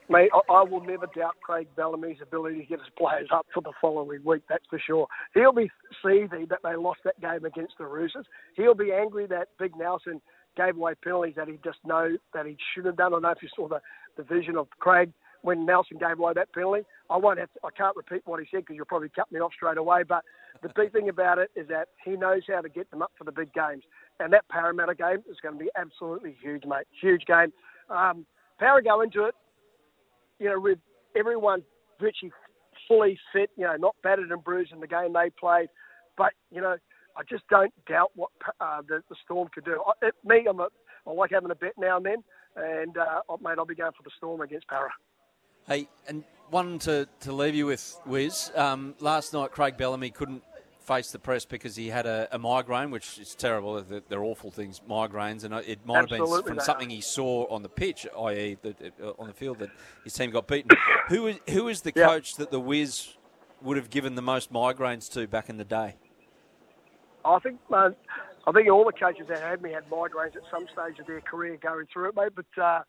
S10: Mate, I, I will never doubt Craig Bellamy's ability to get his players up for the following week, that's for sure. He'll be seething that they lost that game against the Roosters. He'll be angry that Big Nelson gave away penalties that he just know that he should have done. I don't know if you saw the, the vision of Craig when Nelson gave away that penalty. I won't have to, I can't repeat what he said because you'll probably cut me off straight away. But the big thing about it is that he knows how to get them up for the big games, and that Parramatta game is going to be absolutely huge, mate. Huge game. Um, Power go into it you know, with everyone virtually fully fit, you know, not battered and bruised in the game they played. But, you know, I just don't doubt what uh, the, the Storm could do. I, it, me, I'm a, I like having a bet now and then. And, uh, oh, mate, I'll be going for the Storm against Para.
S4: Hey, and one to, to leave you with, Wiz. Um, last night, Craig Bellamy couldn't face the press because he had a, a migraine, which is terrible. They're, they're awful things, migraines, and it might have
S10: Absolutely
S4: been
S10: they
S4: from something he saw on the pitch, i.e., the, uh, on the field that his team got beaten. who is who is the coach that the Wiz would have given the most migraines to back in the day?
S10: I think uh, I think all the coaches that had me had migraines at some stage of their career going through it, mate. But uh,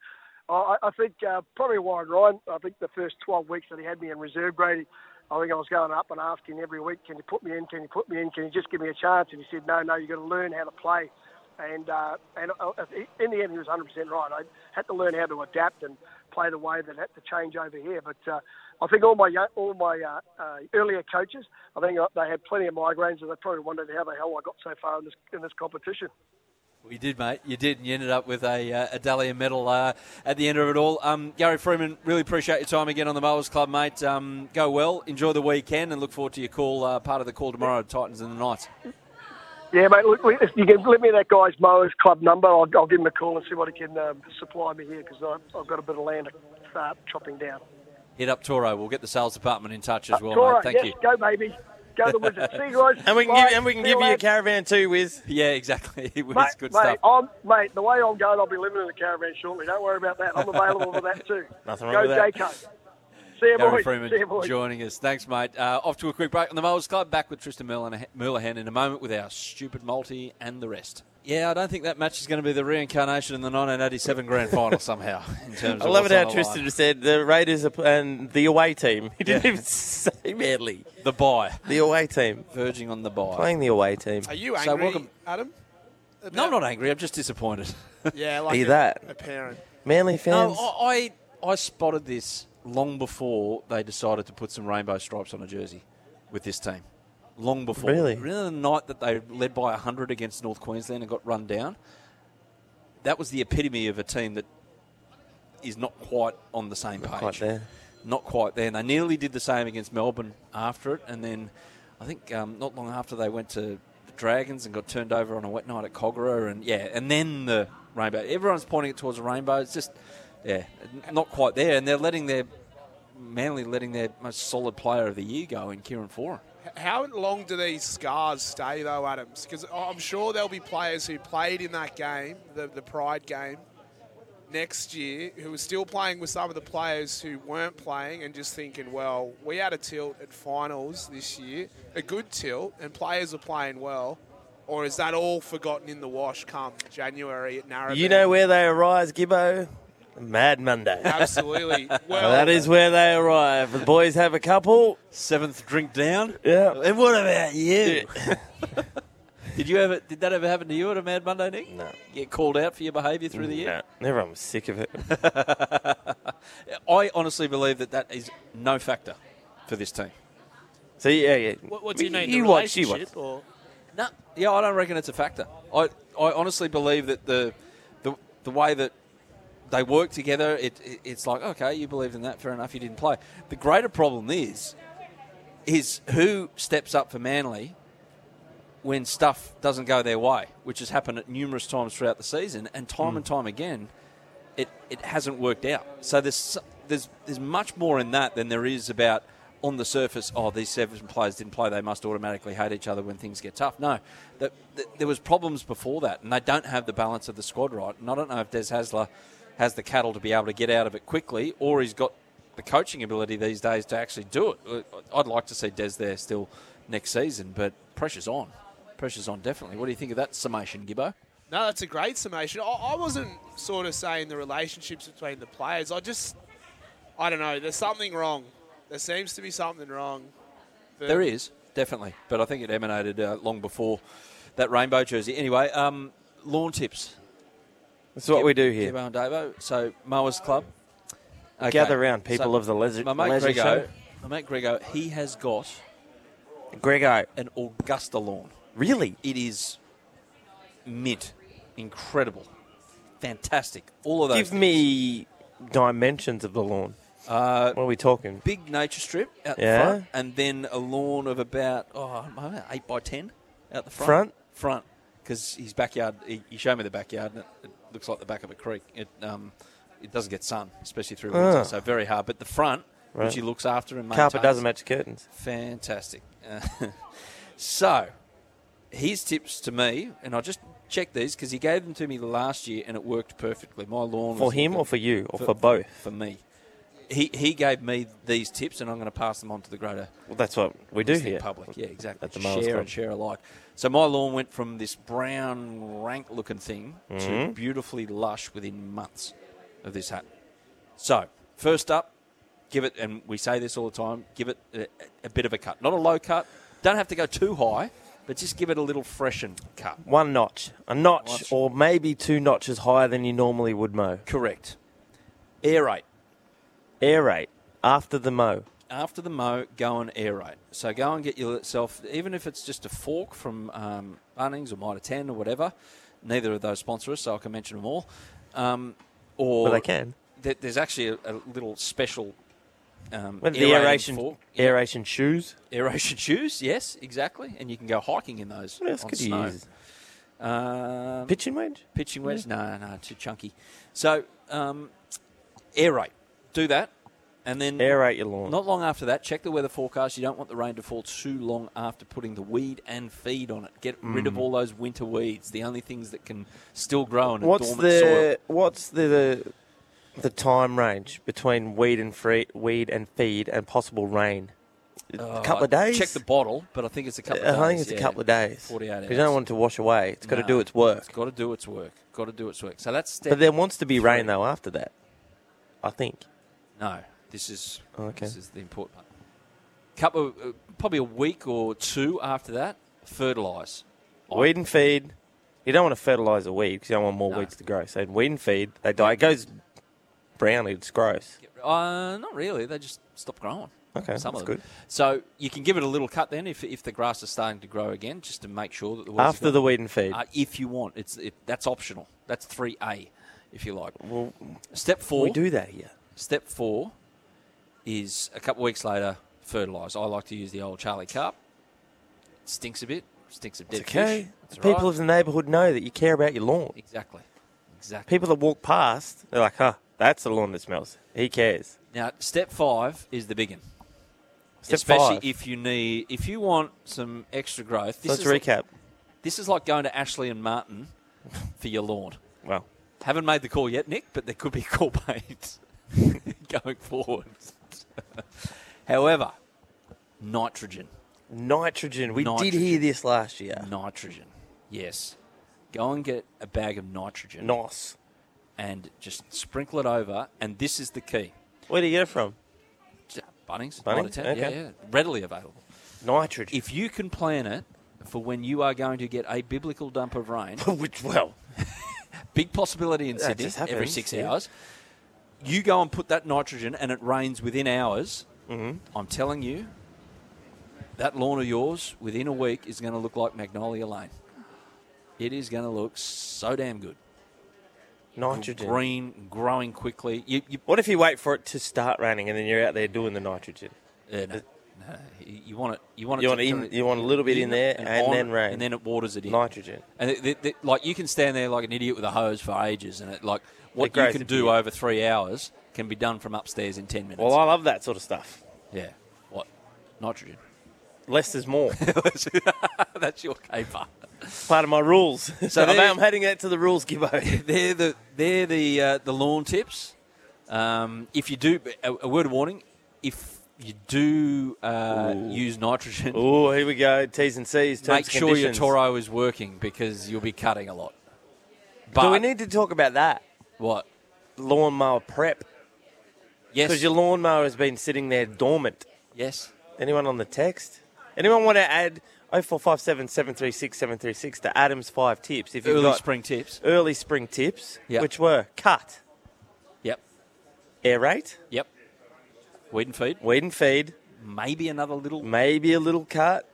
S10: I, I think uh, probably Warren Ryan. I think the first 12 weeks that he had me in reserve grade, I think I was going up and asking every week, "Can you put me in? Can you put me in? Can you just give me a chance?" And he said, "No, no, you've got to learn how to play." And uh, and uh, in the end, he was 100% right. I had to learn how to adapt and play the way that had to change over here. But uh, I think all my yo- all my uh, uh, earlier coaches, I think uh, they had plenty of migraines, and they probably wondered how the hell I got so far in this in this competition.
S4: Well, you did, mate. You did, and you ended up with a, uh, a Dahlia medal uh, at the end of it all. Um, Gary Freeman, really appreciate your time again on the Mowers Club, mate. Um, go well, enjoy the weekend, and look forward to your call, uh, part of the call tomorrow, Titans and the Knights.
S10: Yeah, mate. Look, if you can let me that guy's mowers club number, I'll, I'll give him a call and see what he can um, supply me here because I've got a bit of land to start chopping down.
S4: Hit up Toro. We'll get the sales department in touch as well,
S10: All
S4: mate.
S10: right,
S4: Thank
S10: Uh,
S4: you.
S10: yes, go baby, go the wizard. See you guys.
S5: And we can
S10: Bye.
S5: give and we can
S10: See
S5: give you a
S10: lads.
S5: caravan too, Wiz.
S4: Yeah, exactly. [LAUGHS] It was
S10: Mate,
S4: good
S10: mate,
S4: stuff.
S10: I'm, mate, the way I'm going, I'll be living in a caravan shortly. Don't worry about that. I'm available for that too.
S4: Nothing wrong
S10: Go
S4: with that.
S10: JCO. See you,
S4: Gary
S10: boys.
S4: Freeman
S10: See you, boys.
S4: joining us. Thanks, mate. Uh, off to a quick break on the Mowers Club. Back with Tristan Moulahan Moulahan in a moment with our stupid multi and the rest. Yeah, I don't think that match is going to be the reincarnation in the 1987 grand final somehow. In terms
S5: I
S4: of
S5: love it
S4: what's on
S5: how
S4: the
S5: Tristan
S4: line.
S5: just said the Raiders are, pl- and the away team. [LAUGHS] He didn't even say badly.
S4: The bye.
S5: The away team.
S4: Verging on the bye.
S5: Playing the away team.
S7: Are you
S4: So
S7: angry,
S4: welcome-
S7: Adam?
S4: No, I'm not angry. I'm just disappointed.
S7: [LAUGHS] Yeah,
S5: like Are you a- that?
S7: a parent.
S5: Manly fans.
S4: No, I, I I spotted this long before they decided to put some rainbow stripes on a jersey with this team. Long before.
S5: Really?
S4: Remember the night that they led by 100 against North Queensland and got run down? That was the epitome of a team that is not quite on the same page.
S5: quite there.
S4: Not quite there. And they nearly did the same against Melbourne after it. And then I think um, not long after they went to the Dragons and got turned over on a wet night at Cogra. And yeah, and then the rainbow. Everyone's pointing it towards the rainbow. It's just Yeah, n- not quite there, and they're letting their Manly letting their most solid player of the year go in Kieran Foran.
S7: How long do these scars stay, though, Adams? Because I'm sure there'll be players who played in that game, the, the Pride game, next year, who are still playing with some of the players who weren't playing and just thinking, well, we had a tilt at finals this year, a good tilt, and players are playing well. Or is that all forgotten in the wash come January at Narrabeen?
S5: You know where they arise, Gibbo? Mad Monday. [LAUGHS]
S7: Absolutely.
S5: Well, that is where they arrive. The boys have a couple.
S4: Seventh drink down.
S5: Yeah. And what about you? [LAUGHS]
S4: Did you ever? Did that ever happen to you at a Mad Monday, Nick? No. Get called out for your behaviour through the year.
S5: No, everyone was sick
S4: [LAUGHS]
S5: of it.
S4: I honestly believe that that is no factor for this team.
S5: So yeah, yeah.
S9: What, what do you mean?
S5: You
S9: the
S5: watch, you
S9: relationship
S5: watch.
S9: or
S4: No, yeah, I don't reckon it's a factor. I, I honestly believe that the, the, the way that they work together, it, it, it's like okay, you believed in that, fair enough, you didn't play. The greater problem is, is who steps up for Manly when stuff doesn't go their way, which has happened at numerous times throughout the season, and time and time again, it, it hasn't worked out. So there's there's there's much more in that than there is about on the surface. Oh, these seven players didn't play; they must automatically hate each other when things get tough. No, that, that- there was problems before that, and they don't have the balance of the squad right. And I don't know if Des Hasler has the cattle to be able to get out of it quickly, or he's got the coaching ability these days to actually do it. Uh, I'd like to see Des there still next season, but pressure's on. Pressure's on, definitely. What do you think of that summation, Gibbo?
S7: No, that's a great summation. I, I wasn't sort of saying the relationships between the players. I just, I don't know. There's something wrong. There seems to be something wrong. But
S4: There is definitely, but I think it emanated uh, long before that rainbow jersey. Anyway, um, lawn tips.
S5: That's what we do here.
S4: Gibbo and Davo. So Mowers Club.
S5: Gather round, people of the leisure-
S4: My mate
S5: leisure
S4: Grego.
S5: show.
S4: My mate Grego. He has got
S5: Grego
S4: an Augusta lawn.
S5: Really?
S4: It is mint, incredible, fantastic. All of those.
S5: Give me dimensions of the lawn.
S4: Uh,
S5: what are we talking?
S4: big nature strip out
S5: Yeah.
S4: the front, and then a lawn of about oh, I don't know, eight by ten out the front.
S5: Front?
S4: front, because his backyard. He, he showed me the backyard, and it, it looks like the back of a creek. It um, it doesn't get sun, especially through winter,
S5: Ah.
S4: so very hard. But the front,
S5: Right.
S4: which he looks after and
S5: Carpet
S4: maintains,
S5: doesn't match the curtains.
S4: Fantastic. [LAUGHS] Uh, so, his tips to me, and I just checked these because he gave them to me last year, and it worked perfectly. My lawn
S5: For
S4: was
S5: him
S4: looking-
S5: or for you or for both?
S4: For me. He, he gave me these tips, and I'm going to pass them on to the greater
S5: Well, that's what we do
S4: listening
S5: here.
S4: Public, yeah, exactly.
S5: At the Mars
S4: share
S5: Club.
S4: and share alike. So my lawn went from this brown, rank-looking thing to
S5: Mhm.
S4: beautifully lush within months of this hat. So first up, give it, and we say this all the time: give it a, a bit of a cut, not a low cut. Don't have to go too high, but just give it a little freshen cut.
S5: One notch, a notch, or maybe two notches higher than you normally would mow.
S4: Correct. Aerate.
S5: Aerate after the mow.
S4: after the mow, go and aerate. So go and get yourself, even if it's just a fork from um, Bunnings or Mitre 10 or whatever. Neither of those sponsor us, so I can mention them all. Um, or
S5: Well, they can.
S4: There, there's actually a, a little special. Um,
S5: What are the
S4: aerating
S5: aeration
S4: fork.
S5: aeration shoes?
S4: aeration [LAUGHS] shoes, yes, exactly, and you can go hiking in those.
S5: What else
S4: on
S5: could you
S4: snow.
S5: use?
S4: Um,
S5: Pitching wedge?
S4: Pitching wedge? No, no, too chunky. So um, aerate, do that, and then
S5: Aerate your lawn.
S4: Not long after that, check the weather forecast. You don't want the rain to fall too long after putting the weed and feed on it. Get rid of
S5: Mm.
S4: all those winter weeds. The only things that can still grow in a
S5: What's
S4: dormant
S5: the
S4: soil.
S5: what's the the time range between weed and free, weed and feed and possible rain?
S4: Oh,
S5: a couple of days.
S4: Check the bottle, but I think it's a couple. of days.
S5: I think it's
S4: yeah.
S5: a couple of days.
S4: 48 hours.
S5: 'Cause You don't want it to wash away. It's got
S4: No.
S5: to do its work.
S4: It's got to do its work. Got to do its work. So that's step.
S5: But there wants to be rain though after that. I think.
S4: No, this is
S5: Okay.
S4: this is the important part. Couple, of, uh, probably a week or two after that, fertilise.
S5: Weed and feed. You don't want to fertilise a weed because you don't want more
S4: No.
S5: weeds to grow. So weed and feed, they die. It goes brown. It's gross.
S4: Uh, not really. They just stop growing.
S5: Okay,
S4: some of
S5: that's
S4: them.
S5: good.
S4: So you can give it a little cut then if, if the grass is starting to grow again, just to make sure that the weeds have
S5: After the weed and feed.
S4: Uh, if you want, it's it, that's optional. That's three A, if you like. step four.
S5: We do that here.
S4: Step four is a couple of weeks later. Fertilise. I like to use the old Charlie Carp. It stinks a bit. Stinks of dead
S5: Okay.
S4: fish. It's
S5: The
S4: all
S5: people
S4: right.
S5: of the neighbourhood know that you care about your lawn.
S4: Exactly. Exactly.
S5: People that walk past, they're like, huh, That's the lawn that smells. He cares.
S4: Now, step five is the big one.
S5: Step
S4: Especially
S5: five.
S4: if you need, if you want some extra growth.
S5: So let's
S4: is like-
S5: recap.
S4: this is like going to Ashley and Martin for your lawn.
S5: Well,
S4: haven't made the call yet, Nick, but there could be [LAUGHS] call paid going forward. [LAUGHS] However, nitrogen.
S5: Nitrogen. We did hear this last year.
S4: Nitrogen. Yes. Go and get a bag of nitrogen.
S5: Nice.
S4: And just sprinkle it over. And this is the key.
S5: Where do you get it from?
S4: Bunnings.
S5: Bunnings?
S4: Mitre Town. Yeah,
S5: Okay.
S4: yeah. Readily available.
S5: Nitrogen.
S4: If you can plan it for when you are going to get a biblical dump of
S5: [LAUGHS]
S4: rain,
S5: which, well,
S4: [LAUGHS] big possibility in
S5: That
S4: Sydney
S5: just
S4: every
S5: happens,
S4: six
S5: yeah.
S4: hours, you go and put that nitrogen and it rains within hours.
S5: Mm-hmm.
S4: I'm telling you, that lawn of yours within a week is going to look like Magnolia Lane. It is going to look so damn good.
S5: Nitrogen.
S4: Green, growing quickly. You, you,
S5: What if you wait for it to start raining and then you're out there doing the nitrogen?
S4: Yeah, no. No, you you want it. You want it.
S5: You
S4: to
S5: want it in-
S4: turn
S5: you want a little bit in there and
S4: on
S5: then rain.
S4: and then it waters it in.
S5: Nitrogen.
S4: And it, it- it- like you can stand there like an idiot with a hose for ages, and it like what
S5: It
S4: you
S5: grows
S4: can
S5: a
S4: do
S5: beard.
S4: over three hours can be done from upstairs in ten minutes.
S5: Well, I love that sort of stuff.
S4: yeah. What nitrogen?
S5: Less is more.
S4: [LAUGHS] That's your caper.
S5: Part of my
S4: [LAUGHS]
S5: rules. So
S4: there-
S5: [LAUGHS] I'm heading out to the rules, Gibbo.
S4: [LAUGHS] they're the they're the uh, the lawn tips. Um, if you do, a, a word of warning: if you do uh, use nitrogen,
S5: Oh, here we go. T's and C's. Terms
S4: make sure your
S5: conditions.
S4: Toro is working because you'll be cutting a lot.
S5: Do we need to talk about that?
S4: What?
S5: Lawnmower prep.
S4: Yes.
S5: Because your lawnmower has been sitting there dormant.
S4: Yes.
S5: Anyone on the text? Anyone want to add 0457 736 736 to Adam's five tips? If you've
S4: Early
S5: got
S4: spring tips.
S5: Early spring tips,
S4: Yep.
S5: which were cut.
S4: Yep.
S5: Aerate.
S4: Yep. Weed and feed.
S5: Weed and feed.
S4: Maybe another little.
S5: Maybe a little cut.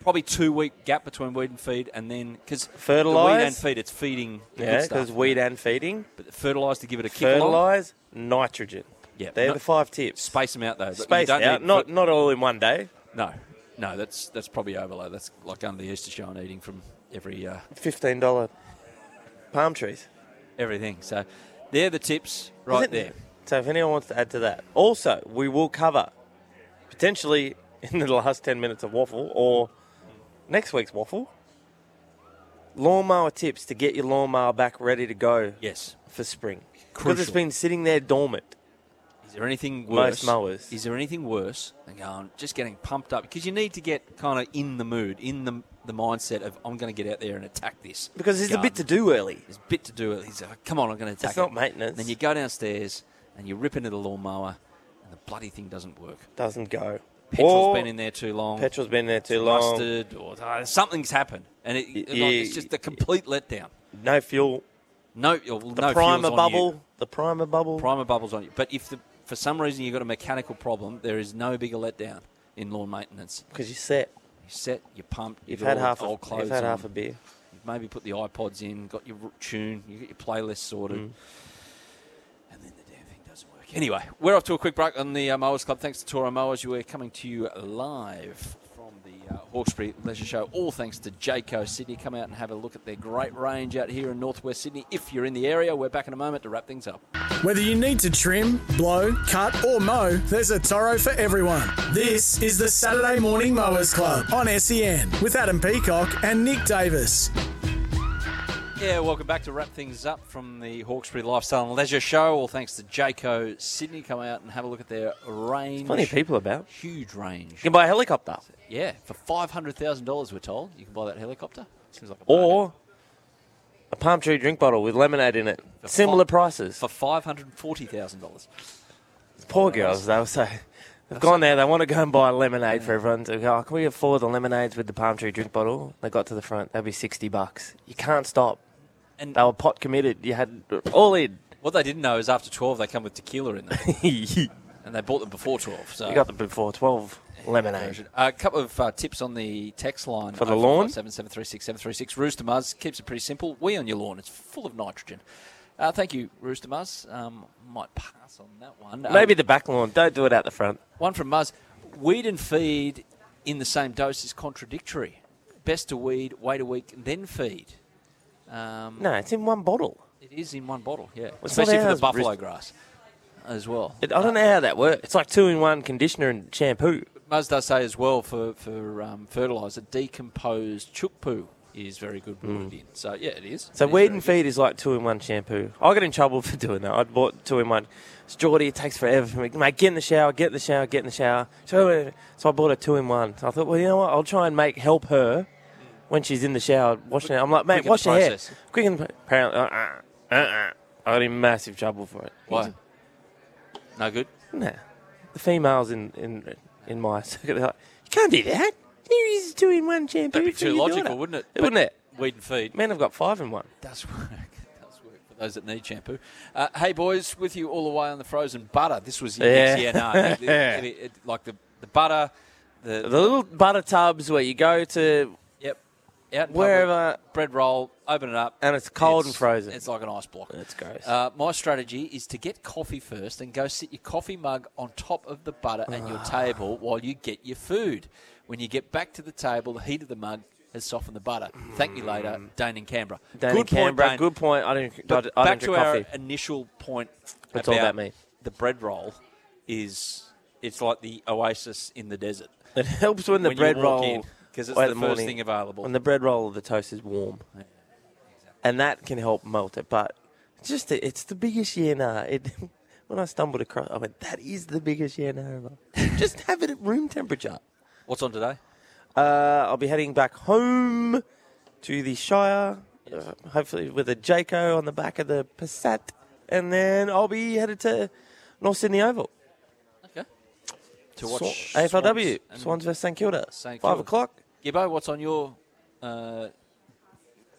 S4: Probably two week gap between weed and feed, and then because
S5: Fertilise.
S4: weed and feed, it's feeding. the
S5: Yeah,
S4: good stuff.
S5: because weed and feeding.
S4: But fertilise to give it a kick. along.
S5: Fertilise, nitrogen.
S4: Yeah,
S5: They're
S4: no-
S5: the five tips.
S4: Space them out though. You
S5: Space
S4: don't
S5: out,
S4: need-
S5: not, not all in one day.
S4: No, no, that's that's probably overload. That's like under the Easter show and eating from every uh,
S5: $15 palm trees.
S4: everything. So they're the tips
S5: Isn't
S4: right there.
S5: it? So if anyone wants to add to that, also we will cover potentially [LAUGHS] in the last ten minutes of waffle or next week's waffle lawnmower tips to get your lawnmower back ready to go.
S4: Yes,
S5: for spring because it's
S4: Crucial.
S5: been sitting there dormant.
S4: Is there anything worse?
S5: Most mowers.
S4: Is there anything worse than going just getting pumped up because you need to get kind of in the mood, in the the mindset of I'm going to get out there and attack this
S5: Because there's a bit to
S4: garden."
S5: do early.
S4: There's a bit to do. He's like, come on, I'm going to attack.
S5: It's not
S4: it."
S5: maintenance.
S4: Then you go downstairs and you rip into the lawnmower, and the bloody thing doesn't work.
S5: Doesn't go.
S4: Petrol's
S5: Or-
S4: been in there too long.
S5: Petrol's been there too
S4: It's
S5: long.
S4: Rusted, or uh, something's happened, and it, it- like, it's
S5: yeah.
S4: just a complete letdown.
S5: No fuel.
S4: No, well,
S5: The
S4: no
S5: primer
S4: fuel's on
S5: bubble.
S4: you.
S5: The primer bubble.
S4: Primer bubbles on you. But if the, for some reason you've got a mechanical problem, there is no bigger letdown in lawn maintenance.
S5: Because you set.
S4: You set, you pump,
S5: You've
S4: got
S5: had
S4: all the
S5: half a-
S4: old
S5: you've
S4: clothes
S5: had
S4: on.
S5: half a beer.
S4: You've maybe put the iPods in, got your r- tune, you got your playlist sorted.
S5: Mm.
S4: And then the damn thing doesn't work. Anyway, we're off to a quick break on the uh, Mowers Club. Thanks to Toro Mowers. We're coming to you live from the uh, Hawkesbury Leisure Show. All thanks to Jayco Sydney. Come out and have a look at their great range out here in northwest Sydney. If you're in the area, we're back in a moment to wrap things up.
S3: Whether you need to trim, blow, cut, or mow, there's a Toro for everyone. This is the Saturday Morning Mowers Club on SEN with Adam Peacock and Nick Davis.
S4: Yeah, welcome back to wrap things up from the Hawkesbury Lifestyle and Leisure Show. All thanks to Jayco Sydney. Come out and have a look at their range.
S5: Plenty of people about.
S4: Huge range. You
S5: can buy a helicopter.
S4: Yeah, for five hundred thousand dollars, we're told you can buy that helicopter. Seems like a
S5: Or a palm tree drink bottle with lemonade in it.
S4: For
S5: Similar
S4: fi-
S5: prices.
S4: for five hundred forty thousand dollars.
S5: Poor girls, they were so. They've gone there. They want to go and buy lemonade for everyone. To go, oh, can we afford the lemonades with the palm tree drink bottle? They got to the front. That'd be sixty bucks. You can't stop.
S4: And
S5: they were pot committed. You had all in.
S4: What they didn't know is after twelve, they come with tequila [LAUGHS] in them,
S5: you
S4: and they bought them before twelve. So
S5: got the before twelve lemonade.
S4: A couple of uh, tips on the text line Oh
S5: For the lawn?
S4: Seven seven three six seven three six. Rooster Muzz keeps it pretty simple. We on your lawn. It's full of nitrogen. Uh, thank you, Rooster Muzz. Um, might pass on that one. Uh,
S5: Maybe the back lawn. Don't do it out the front.
S4: One from Muzz. Weed and feed in the same dose is contradictory. Best to weed, wait a week, and then feed. Um,
S5: No, it's in one bottle.
S4: It is in one bottle, yeah.
S5: It's
S4: Especially
S5: not
S4: for the
S5: ours,
S4: buffalo
S5: Riz-
S4: grass as well.
S5: It, I don't know how that works. It's like two in one conditioner and shampoo.
S4: Muzz does say as well for, for um, fertiliser, decomposed chook poo is very good to put it in. So, yeah, it is.
S5: Hmm. So
S4: It is
S5: weed
S4: very
S5: and feed is like two in one shampoo. I got in trouble [LAUGHS] for doing that. I bought two in one. It's Geordie, it takes forever for me. Mate, get in the shower, get in the shower, get in the shower. So, so I bought a two in one. So I thought, well, you know what? I'll try and make help her when she's in the shower washing it. I'm like, mate,
S4: Quicken the
S5: wash your hair.
S4: process.
S5: Quick and apparently, uh, uh, uh, I got in massive trouble for it.
S4: Why? No good.
S5: Nah. The females in in in my [LAUGHS] circuit, they're like, you can't do that. Here is two in one shampoo.
S4: That'd be
S5: for
S4: too
S5: your
S4: logical,
S5: daughter."
S4: wouldn't it? But
S5: Wouldn't it?
S4: Weed and feed.
S5: Man, I've got five in one.
S4: does work. It does work for those that need shampoo. Uh, hey, boys, with you all the way on the frozen butter. This was your
S5: Yeah.
S4: next year. No, it- it-
S5: Yeah.
S4: it- it- like the, the butter, the,
S5: The little butter tubs where you go to
S4: Yep. Out in
S5: Wherever-
S4: public, bread roll, open it up,
S5: And it's cold and frozen.
S4: It's like an ice block. That's
S5: gross.
S4: Uh, my strategy is to get coffee first and go sit your coffee mug on top of the butter and
S5: Ah.
S4: your table while you get your food. When you get back to the table, the heat of the mug has softened the butter. Thank me later, Dane in Canberra.
S5: Mm. Dane
S4: good
S5: in Canberra.
S4: Point, Dane.
S5: Good point. I don't. I,
S4: But
S5: don't- I don't drink
S4: back to
S5: coffee.
S4: our initial point
S5: That's all
S4: about,
S5: about me.
S4: the bread roll is it's like the oasis in the desert.
S5: It helps when the
S4: you
S5: bread
S4: walk
S5: roll
S4: because it's
S5: or
S4: the,
S5: in
S4: first
S5: morning,
S4: thing available.
S5: When the bread roll of the toast is warm, and that can help melt it. But it's just the, it's the biggest year now. It [LAUGHS] when I stumbled across, I went, "That is the biggest year now."
S4: [LAUGHS]
S5: just have it at room temperature.
S4: What's on today?
S5: Uh, I'll be heading back home to the Shire, uh, hopefully with a Jaco on the back of the Passat, and then I'll be headed to North Sydney Oval.
S4: Okay. To
S5: Swan-
S4: watch
S5: AFLW
S4: and
S5: Swans versus St Kilda.
S4: St.
S5: Five
S4: Kilda.
S5: o'clock.
S4: Gibbo, what's on your uh,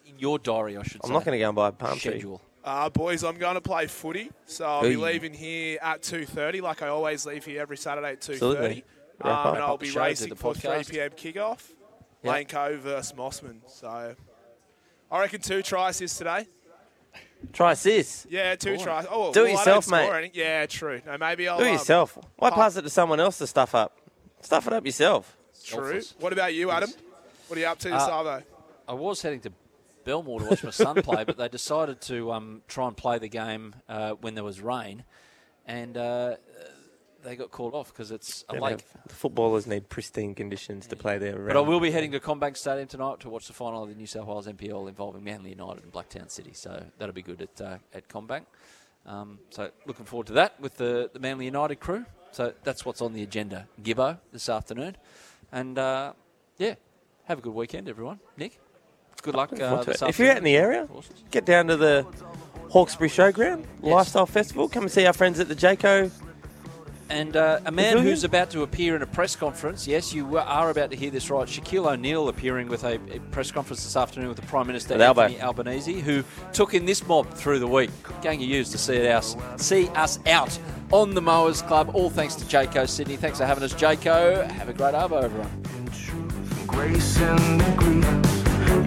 S4: in your diary? I should.
S5: I'm
S4: say.
S5: not going to go and buy a palm tree.
S4: schedule.
S7: Uh, boys, I'm going to play footy, so I'll
S5: Hey.
S7: be leaving here at 2.30, like I always leave here every Saturday at 2.30.
S5: Absolutely. Wrap
S7: Um,
S5: up.
S7: and
S5: Wrap
S7: I'll
S5: up the
S7: be
S5: show,
S7: racing
S5: do the
S7: for 3
S5: podcast.
S7: p.m. kickoff,
S5: Yeah.
S7: Lane Cove versus Mossman. So I reckon two tries this today.
S5: Try assist.
S7: Yeah, two tries. Oh,
S5: Do it
S7: well, I
S5: yourself,
S7: don't score
S5: mate.
S7: any- Yeah, true. No, maybe I'll
S5: Do it
S7: um,
S5: yourself. Why
S7: I'll-
S5: pass it to someone else to stuff up? Stuff it up yourself.
S7: True. What about you, Adam? What are you up to this
S4: Uh,
S7: Arvo?
S4: I was heading to Belmore to watch my son play, but they decided to um, try and play the game uh, when there was rain, and uh, they got called off because it's a
S5: Don't
S4: lake.
S5: have- The footballers need pristine conditions to play their.
S4: But I
S5: round.
S4: will be heading to Combank Stadium tonight to watch the final of the New South Wales NPL involving Manly United and Blacktown City. So that'll be good at uh, at Combank. Um, so looking forward to that with the, the Manly United crew. So that's what's on the agenda, Gibbo, this afternoon. And uh, yeah, have a good weekend, everyone. Nick, good luck.
S5: Look
S4: Uh,
S5: forward to
S4: this
S5: it. If you're out in
S4: afternoon.
S5: the area, get down to the Hawkesbury Showground Lifestyle Festival. Come and see our friends at the Jaco.
S4: And uh, a man
S5: Pavilion?
S4: who's about to appear in a press conference, yes, you were- are about to hear this right, Shaquille O'Neal appearing with a, a press conference this afternoon with the Prime Minister
S5: At Albo.
S4: Anthony Albanese, who took in this mob through the week. Gang of yous to see us, see us out on the Mowers Club. All thanks to Jaco Sydney. Thanks for having us, Jaco. Have a great arvo, everyone.
S14: grace and the grievance.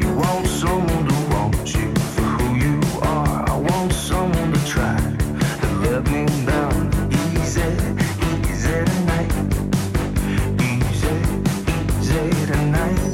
S14: You want someone to want you for who you are. I want someone to try to let me down easy, easy tonight. Easy, easy tonight.